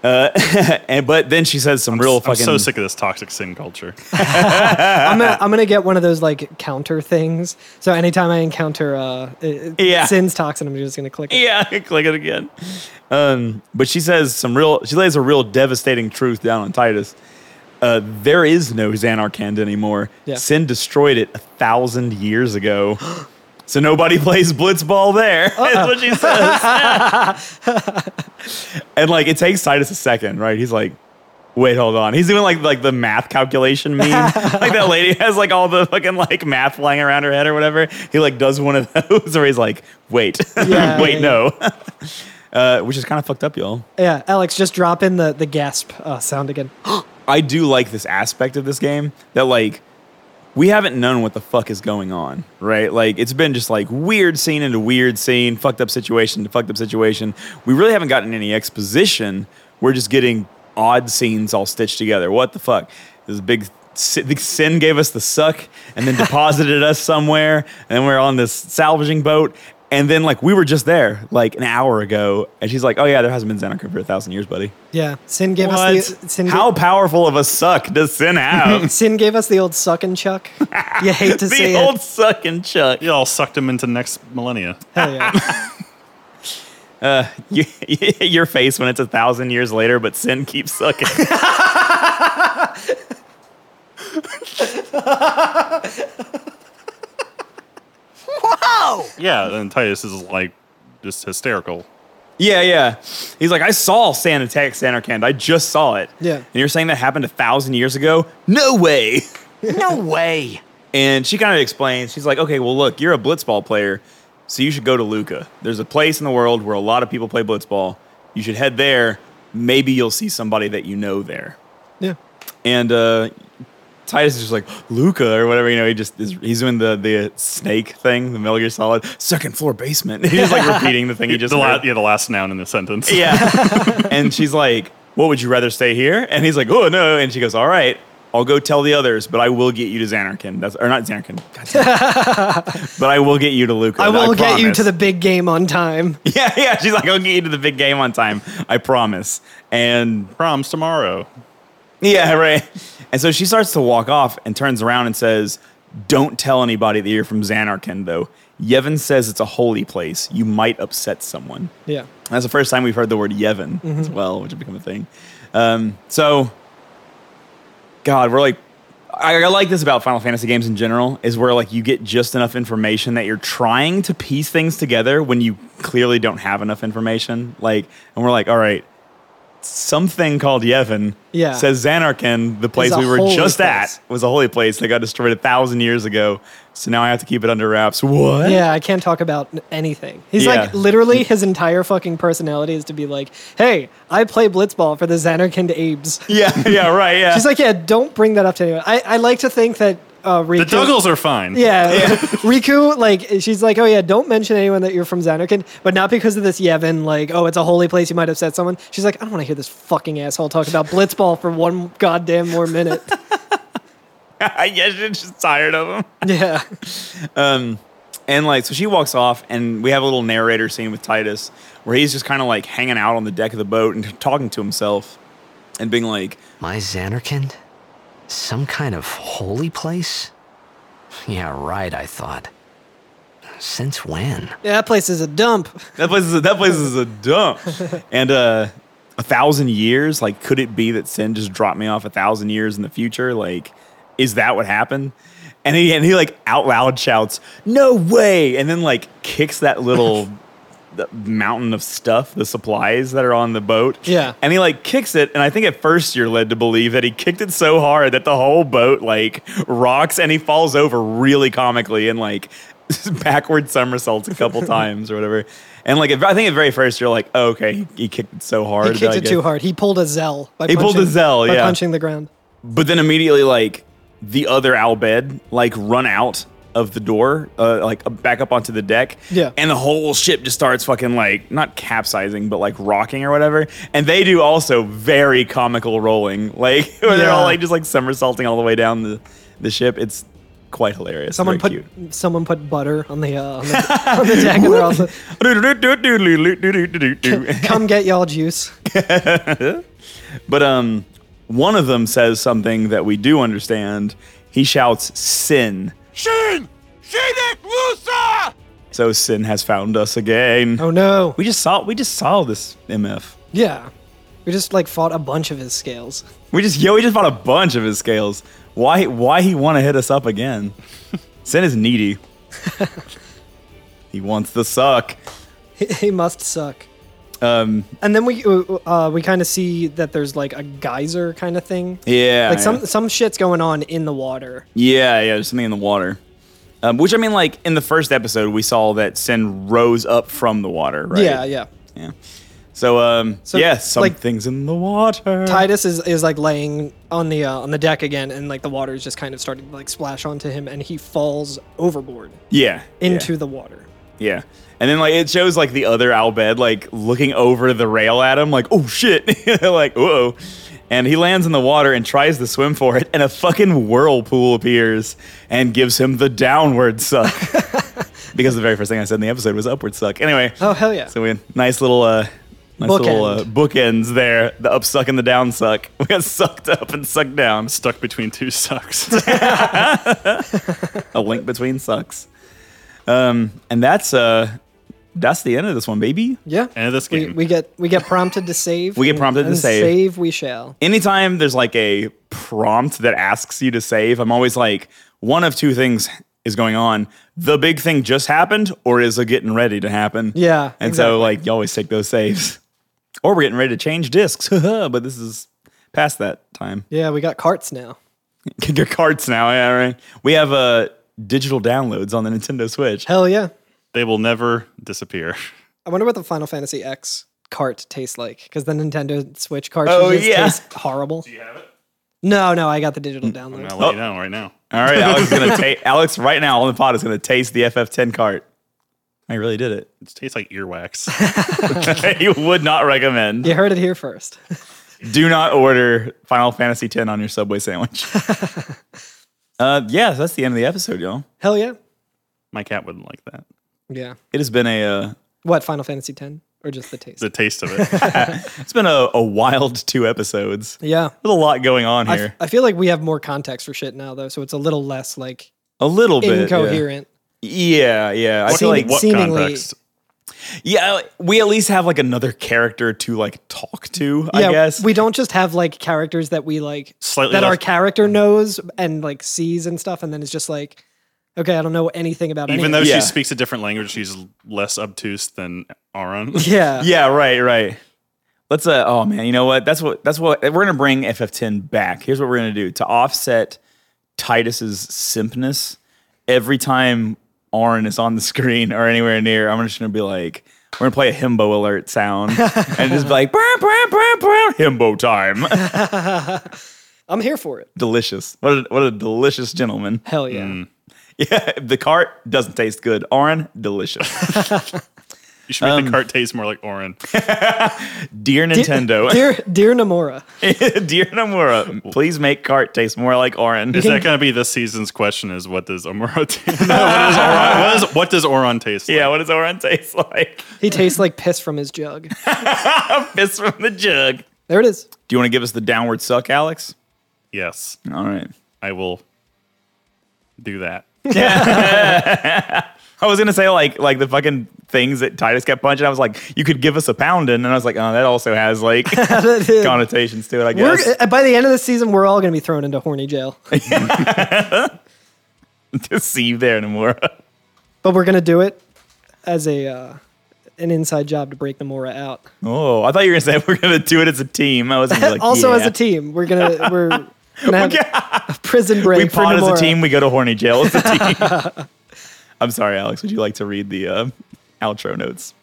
And but then she says some real
I'm
fucking.
so sick of this toxic sin culture.
I'm gonna, I'm gonna get one of those like counter things. So anytime I encounter uh it- it-
Yeah.
sins toxin, I'm just gonna click it.
Yeah, click it again. Um, but she says some real. She lays a real devastating truth down on Titus. Uh, there is no Xanarkand anymore.
Yeah.
Sin destroyed it a thousand years ago. So nobody plays blitzball there. That's what she says. and like it takes Titus a second, right? He's like, wait, hold on. He's doing like like the math calculation meme. like that lady has like all the fucking like math flying around her head or whatever. He like does one of those where he's like, wait,
Yeah,
wait,
yeah,
no. uh, which is kind of fucked up, y'all.
Yeah, Alex, just drop in the the gasp uh, sound again.
I do like this aspect of this game that like we haven't known what the fuck is going on, right? Like it's been just like weird scene into weird scene, fucked up situation to fucked up situation. We really haven't gotten any exposition. We're just getting odd scenes all stitched together. What the fuck? This big si- big sin gave us the suck and then deposited us somewhere, and then we're on this salvaging boat. And then like we were just there like an hour ago, and she's like, "Oh yeah, there hasn't been Xanarkin for a thousand years, buddy."
Yeah, Sin gave
What?
us the Sin, ga-
How powerful of a suck does sin have?
Sin gave us the old suck and chuck. You hate to see
the old
it.
suck and chuck.
Y'all sucked him into next millennia.
Hell yeah.
You- your face when it's a thousand years later, but sin keeps sucking.
Yeah, and Titus is like just hysterical.
yeah, yeah. He's like, I saw Sand attack Sanarkand. I just saw it.
Yeah.
And you're saying that happened a thousand years ago? No way.
No way.
And she kind of explains, she's like, okay, well, look, you're a blitzball player, so you should go to Luca. There's a place in the world where a lot of people play blitzball. You should head there. Maybe you'll see somebody that you know there.
Yeah.
and uh, Titus is just like Luca or whatever. You know, he just is, he's doing the the snake thing, the Metal Gear Solid second floor basement. He's like repeating the thing he just
the la-
heard.
yeah, the last noun in the sentence.
yeah. and she's like, "What would you rather stay here?" And he's like, "Oh no!" And she goes, "All right." I'll go tell the others, but I will get you to Xanarkin. That's or not Xanarkin. God damn it. but I will get you to Luca.
I will get you
promise."
to the big game on time.
yeah yeah. She's like, I'll get you to the big game on time. I promise. And
Prom's tomorrow.
Yeah, right. And so she starts to walk off and turns around and says, Don't tell anybody that you're from Xanarkin, though. Yevon says it's a holy place. You might upset someone.
Yeah.
That's the first time we've heard the word Yevon
Mm-hmm.
as well, which has become a thing. Um, so, God, we're like, I, I like this about Final Fantasy games in general is where like you get just enough information that you're trying to piece things together when you clearly don't have enough information. Like, and we're like, all right, something called Yevon
Yeah.
says Xanarkin, the place
a
we were
holy
just
place.
at, was a holy place that got destroyed a thousand years ago. So now I have to keep it under wraps. What?
Yeah, I can't talk about n- anything. He's
Yeah.
like literally his entire fucking personality is to be like, "Hey, I play blitzball for the Xanarkand Abes."
Yeah, yeah, right, yeah.
She's like, "Yeah, don't bring that up to anyone." I, I like to think that uh, Riku.
The Duggles are fine.
Yeah, Riku. Like she's like, "Oh yeah, don't mention anyone that you're from Xanarkand," but not because of this Yevon. Like, "Oh, it's a holy place. You might upset someone." She's like, "I don't want to hear this fucking asshole talk about blitzball for one goddamn more minute."
yeah, she's just tired of him.
yeah.
And like, so she walks off, and we have a little narrator scene with Titus where he's just kind of like hanging out on the deck of the boat and talking to himself and being like,
My Xanarkand? Some kind of holy place? Yeah, right, I thought. Since when?
Yeah, that place is a dump.
that place is a, that place is a dump. and uh, a thousand years, like, could it be that Sin just dropped me off a thousand years in the future? Like, is that what happened? And he and he like out loud shouts, "No way!" And then like kicks that little the mountain of stuff, the supplies that are on the boat.
Yeah.
And he like kicks it, and I think at first you're led to believe that he kicked it so hard that the whole boat like rocks and he falls over really comically and like backward somersaults a couple times or whatever. And like at- I think at very first you're like, oh, okay, he, he kicked it so hard.
He kicked
like,
it too hard. He pulled a Zell. By
He pulled a
punching-
Zell,
by
yeah.
punching the ground.
But then immediately like the other Albed like run out of the door, uh, like back up onto the deck.
Yeah.
And the whole ship just starts fucking like not capsizing, but like rocking or whatever. And they do also very comical rolling, like where they're all
Yeah.
like just like somersaulting all the way down the, the ship. It's quite hilarious.
Someone put
Very
someone put butter on the uh, on the, on the deck, and they're also
cute.
come get y'all juice.
But um, one of them says something that we do understand. He shouts, "Sin."
Shin! Shinek Lusa!
So sin has found us again.
Oh no!
We just saw we just saw this MF.
Yeah, we just like fought a bunch of his scales.
We just yo, we just bought a bunch of his scales. Why why he wanna hit us up again? sin is needy. he wants the suck.
He, he must suck.
Um
And then we uh, we kind of see that there's like a geyser kind of thing.
yeah.
Like some
yeah.
some shit's going on in the water.
Yeah, yeah, there's something in the water. Um, which I mean like in the first episode we saw that Sin rose up from the water, right?
Yeah, yeah.
Yeah. So, um,
So,
yeah, something's in the water.
Titus is, is like laying on the uh, on the deck again, and like the water is just kind of starting to like splash onto him, and he falls overboard
yeah,
into
yeah,
the water.
yeah. And then like it shows like the other Albed like looking over the rail at him, like oh shit, like whoa. And he lands in the water and tries to swim for it, and a fucking whirlpool appears and gives him the downward suck. because the very first thing I said in the episode was upward suck. Anyway,
Oh hell yeah!
So we had nice little uh nice little uh, bookends there. The up suck and the down suck. We got sucked up and sucked down.
Stuck between two sucks.
A link between sucks. Um and that's uh that's the end of this one, baby.
yeah,
End of this
we,
game.
we get we get prompted to save.
We get
and-
prompted to
and
save.
Save we shall.
Anytime there's like a prompt that asks you to save, I'm always like one of two things is going on. The big thing just happened or is a getting ready to happen.
Yeah,
And
exactly.
so like you always take those saves. Or we're getting ready to change discs. but this is past that time.
Yeah, we got carts now.
Can get carts now, yeah, right? We have uh, digital downloads on the Nintendo Switch.
Hell yeah!
they will never disappear.
I wonder what the Final Fantasy X cart tastes like because the Nintendo Switch cartridges
Oh, yeah.
taste horrible. Do you have it? No, no, I got the digital download.
I'll
Oh.
let you know right now.
All right, Alex is gonna ta- Alex right now on the pod is gonna taste the FF10 cart. I really did it.
It tastes like earwax.
you would not recommend.
You heard it here first.
Do not order Final Fantasy 10 on your Subway sandwich. uh, yeah, that's the end of the episode, y'all.
Hell yeah!
My cat wouldn't like that.
Yeah.
It has been a uh,
What Final Fantasy X or just the taste?
The taste of it.
it's been a, a wild two episodes.
yeah.
There's a lot going on
I,
here.
f- I feel like we have more context for shit now though, so it's a little less like
A little bit yeah.
incoherent.
Yeah, yeah. I feel like
Seeming-
what
seemingly-
context?
Yeah, we at least have like another character to like talk to,
Yeah,
I guess.
we don't just have like characters that we like
Slightly
that our
less-
character knows and like sees and stuff, and then it's just like, okay, I don't know anything about
Even though
anything.
Yeah.
she speaks a different language, she's less obtuse than Auron.
yeah,
yeah, right, right. Let's uh oh man, you know what? That's what that's what we're gonna bring FF10 back. Here's what we're gonna do to offset Titus's simpness. Every time Arn is on the screen or anywhere near, I'm just gonna be like, we're gonna play a himbo alert sound and just be like, "Brr, brr, brr, brr, himbo time.
I'm here for it.
delicious. What a, what a delicious gentleman.
Hell yeah,
Yeah, the cart doesn't taste good. Arn, delicious.
You should make the cart taste more like Auron.
Dear Nintendo,
dear dear Namora.
Dear Nomura, please make cart taste more like orange.
Is that going to be this season's question? Is what does Amuro taste? no, what, does Auron, what, is, what does Auron taste? Like?
Yeah, what does orange taste like?
He tastes like piss from his jug.
Fist from the jug. Do
There it is.
you want to give us the downward suck, Alex?
Yes,
All right.
I will do that.
I was gonna say like like the fucking things that Titus kept punching. I was like, you could give us a pounding, and I was like, oh, that also has like connotations to it. I
We're,
guess.
uh, by the end of the season, we're all gonna be thrown into horny jail,
to see you there, Nomura.
but we're gonna do it as a uh, an inside job to break Namora out.
Oh, I thought you were gonna say we're gonna do it as a team. I was gonna be like,
also, as
yeah.
a team, we're gonna we're gonna have a prison break.
We
for
pod as a
Nomura.
team. We go to horny jail as a team. I'm sorry, Alex. Would you like to read the uh, outro notes?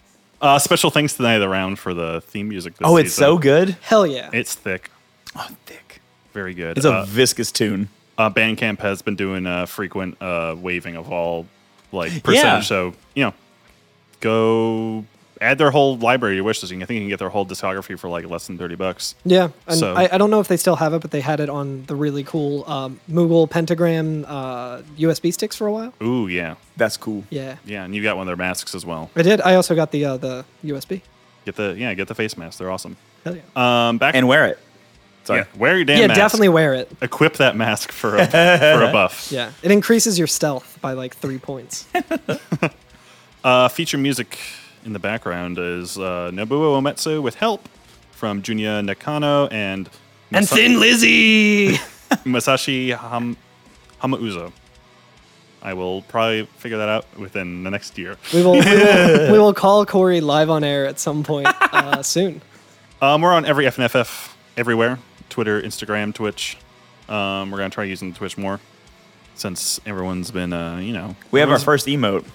Uh, special thanks to Night of the Round for the theme music. This
Oh, it's
season.
so good.
Hell yeah.
It's thick,
Oh, thick.
very good.
It's a
uh,
viscous tune.
uh, Bandcamp has been doing uh, frequent uh, waving of all like percentage. So you know, go add their whole library to your wish list. You can- I think you can get their whole discography for like less than thirty bucks.
Yeah, and
So-
I, I don't know if they still have it, but they had it on the really cool um, Moogle pentagram uh, USB sticks for a while.
Ooh, yeah,
That's cool.
Yeah,
yeah, and you got one of their masks as well.
I did. I also got the uh, the USB.
Get the yeah, get the face mask. They're awesome.
Hell yeah.
Uh,
Um, back
And wear it.
yeah, wear your damn
yeah,
mask.
definitely wear it.
equip that mask for a, for a buff.
Yeah, it increases your stealth by like three points.
Uh, feature music in the background is uh, Nobuo Ometsu with help from Junya Nakano and
and Thin Lizzy.
Masashi Ham- Hamauzo. I will probably figure that out within the next year.
we will we will, we will call Corey live on air at some point uh, soon.
Um, we're on every FNFF everywhere Twitter, Instagram, Twitch. Um, we're going to try using Twitch more since everyone's been, uh, you know.
We have our
everyone's-
first emote.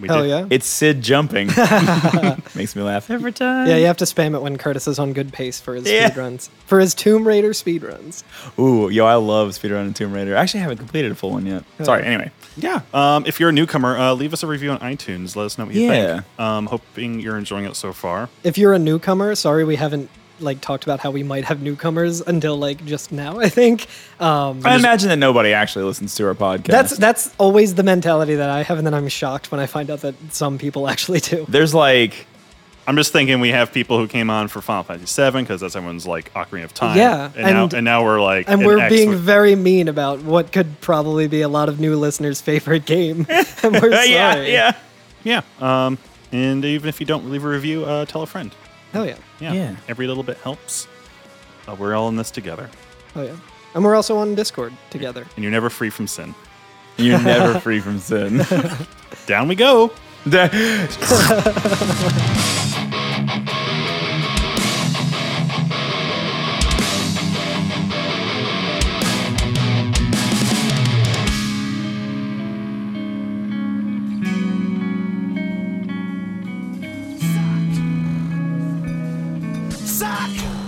We
Oh
did.
yeah.
It's Sid jumping. Makes me laugh every time.
yeah, you have to spam it when Curtis is on good pace for his
Yeah.
speed runs. For his Tomb Raider speedruns.
Ooh, yo, I love speedrun and Tomb Raider. I actually haven't completed a full one yet. Sorry. Anyway,
Yeah. Um, if you're a newcomer, uh, leave us a review on iTunes. Let us know what you
Yeah.
think. Um, hoping you're enjoying it so far.
If you're a newcomer, sorry we haven't like talked about how we might have newcomers until like just now, I think. Um
I imagine that nobody actually listens to our podcast.
that's that's always the mentality that I have, and then I'm shocked when I find out that some people actually do.
there's like
I'm just thinking we have people who came on for Final Fantasy VII because that's everyone's like Ocarina of Time.
Yeah,
And, now,
and-
and now we're like
And
an
we're
X
being
with-
very mean about what could probably be a lot of new listeners' favorite game. and we're sorry.
Uh, yeah, yeah,
yeah. Um, and even if you don't leave a review, uh, tell a friend.
Hell yeah.
Yeah.
Yeah.
Every little bit helps. Uh, we're all in this together,
Oh yeah. And we're also on Discord together.
and you're never free from sin.
You're never free from sin.
Down we go.
Suck!